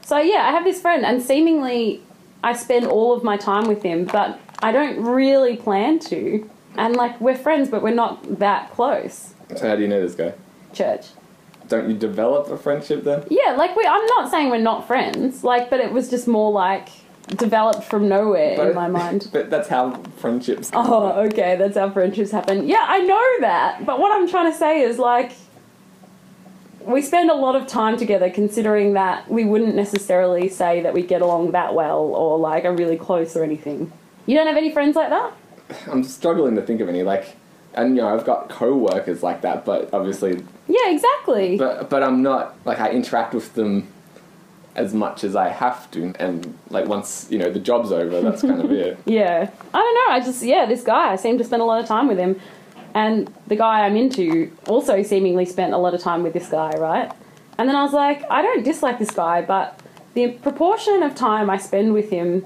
B: So yeah, I have this friend, and seemingly I spend all of my time with him, but I don't really plan to. And like we're friends, but we're not that close.
E: So, how do you know this guy?
B: Church.
E: Don't you develop a friendship then?
B: Yeah, like we. I'm not saying we're not friends, like, but it was just more like developed from nowhere in my mind.
E: But that's how friendships.
B: Oh, okay, that's how friendships happen. Yeah, I know that. But what I'm trying to say is like we spend a lot of time together considering that we wouldn't necessarily say that we get along that well or like are really close or anything. You don't have any friends like that?
E: I'm struggling to think of any. Like, and you know I've got co-workers like that, but obviously,
F: Yeah, exactly.
E: but but I'm not like I interact with them as much as I have to, and like once you know the job's over, that's kind of it.
F: Yeah. I don't know. I just, yeah, this guy, I seem to spend a lot of time with him. And the guy I'm into also seemingly spent a lot of time with this guy, right? And then I was like, I don't dislike this guy, but the proportion of time I spend with him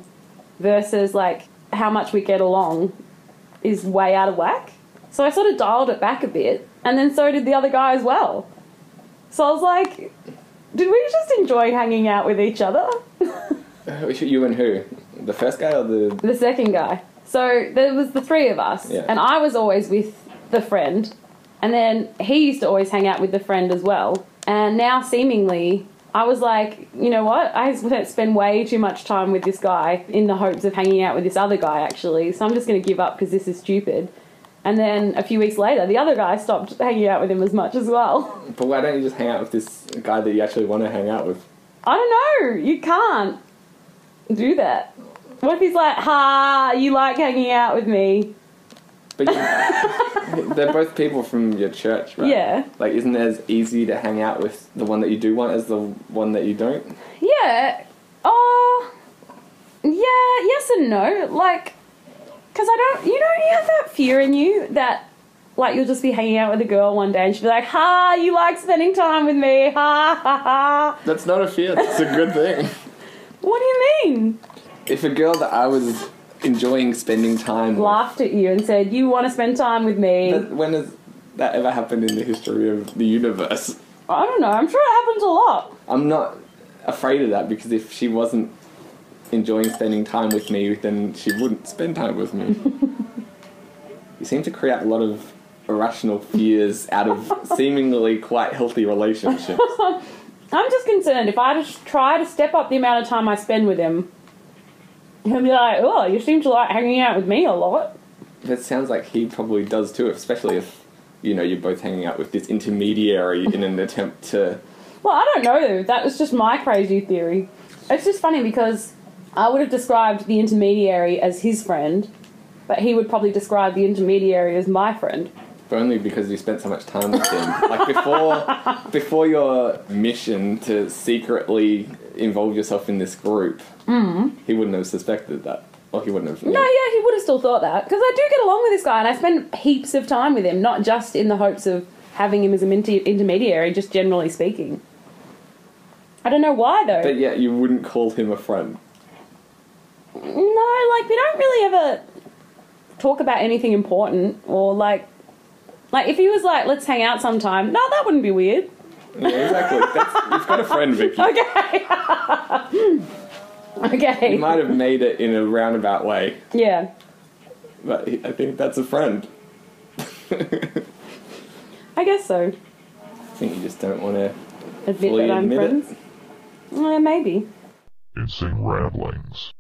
F: versus like how much we get along is way out of whack. So I sort of dialed it back a bit. And then so did the other guy as well. So I was like, did we just enjoy hanging out with each other?
E: You and who? The first guy or the?
F: the second guy. So there was the three of us,
E: Yeah.
F: and I was always with the friend, and then he used to always hang out with the friend as well. And now seemingly, I was like, you know what? I spend way too much time with this guy in the hopes of hanging out with this other guy actually. So I'm just going to give up because this is stupid. And then a few weeks later, the other guy stopped hanging out with him as much as well.
E: But why don't you just hang out with this guy that you actually want to hang out with?
F: I don't know. You can't do that. What if he's like, ha, you like hanging out with me?
E: But you, they're both people from your church, right?
F: Yeah.
E: Like, isn't it as easy to hang out with the one that you do want as the one that you don't?
F: Yeah. Oh. yeah. Yes and no. Like, because I don't. You don't. You have that fear in you that, like, you'll just be hanging out with a girl one day and she'll be like, "Ha, you like spending time with me? Ha ha ha."
E: That's not a fear. That's a good thing.
F: What do you mean?
E: If a girl that I was enjoying spending time
F: Laughed at you and said, "You want to spend time with me?"
E: with, when has that ever happened in the history of the universe?
F: I don't know. I'm sure it happens a lot.
E: I'm not afraid of that because if she wasn't enjoying spending time with me, then she wouldn't spend time with me. you seem to create a lot of irrational fears out of seemingly quite healthy relationships.
F: I'm just concerned if I just try to step up the amount of time I spend with him, he'll be like, "Oh, you seem to like hanging out with me a lot."
E: that sounds like he probably does too, especially if you know you're both hanging out with this intermediary in an attempt to.
F: Well, I don't know. That was just my crazy theory. It's just funny because I would have described the intermediary as his friend, but he would probably describe the intermediary as my friend.
E: but Only because you spent so much time with him. Like before, before your mission to secretly involve yourself in this group, he wouldn't have suspected that, or he wouldn't have.
F: Mm-hmm. No, yeah, he would have still thought that because I do get along with this guy and I spend heaps of time with him, not just in the hopes of having him as an inter- intermediary, just generally speaking. I don't know why though.
E: But yet you wouldn't call him a friend.
F: No, like we don't really ever talk about anything important or like like if he was like, let's hang out sometime, no, that wouldn't be weird.
E: Yeah, exactly. That's, you've got a friend, Vicky.
F: Okay. okay.
E: You might have made it in a roundabout way,
F: yeah.
E: but he- I think that's a friend.
F: I guess so.
E: I think you just don't want to
F: Admit
E: Will you
F: that I'm
E: admit it?
F: friends. Eh, maybe.
G: Insane Ramblings.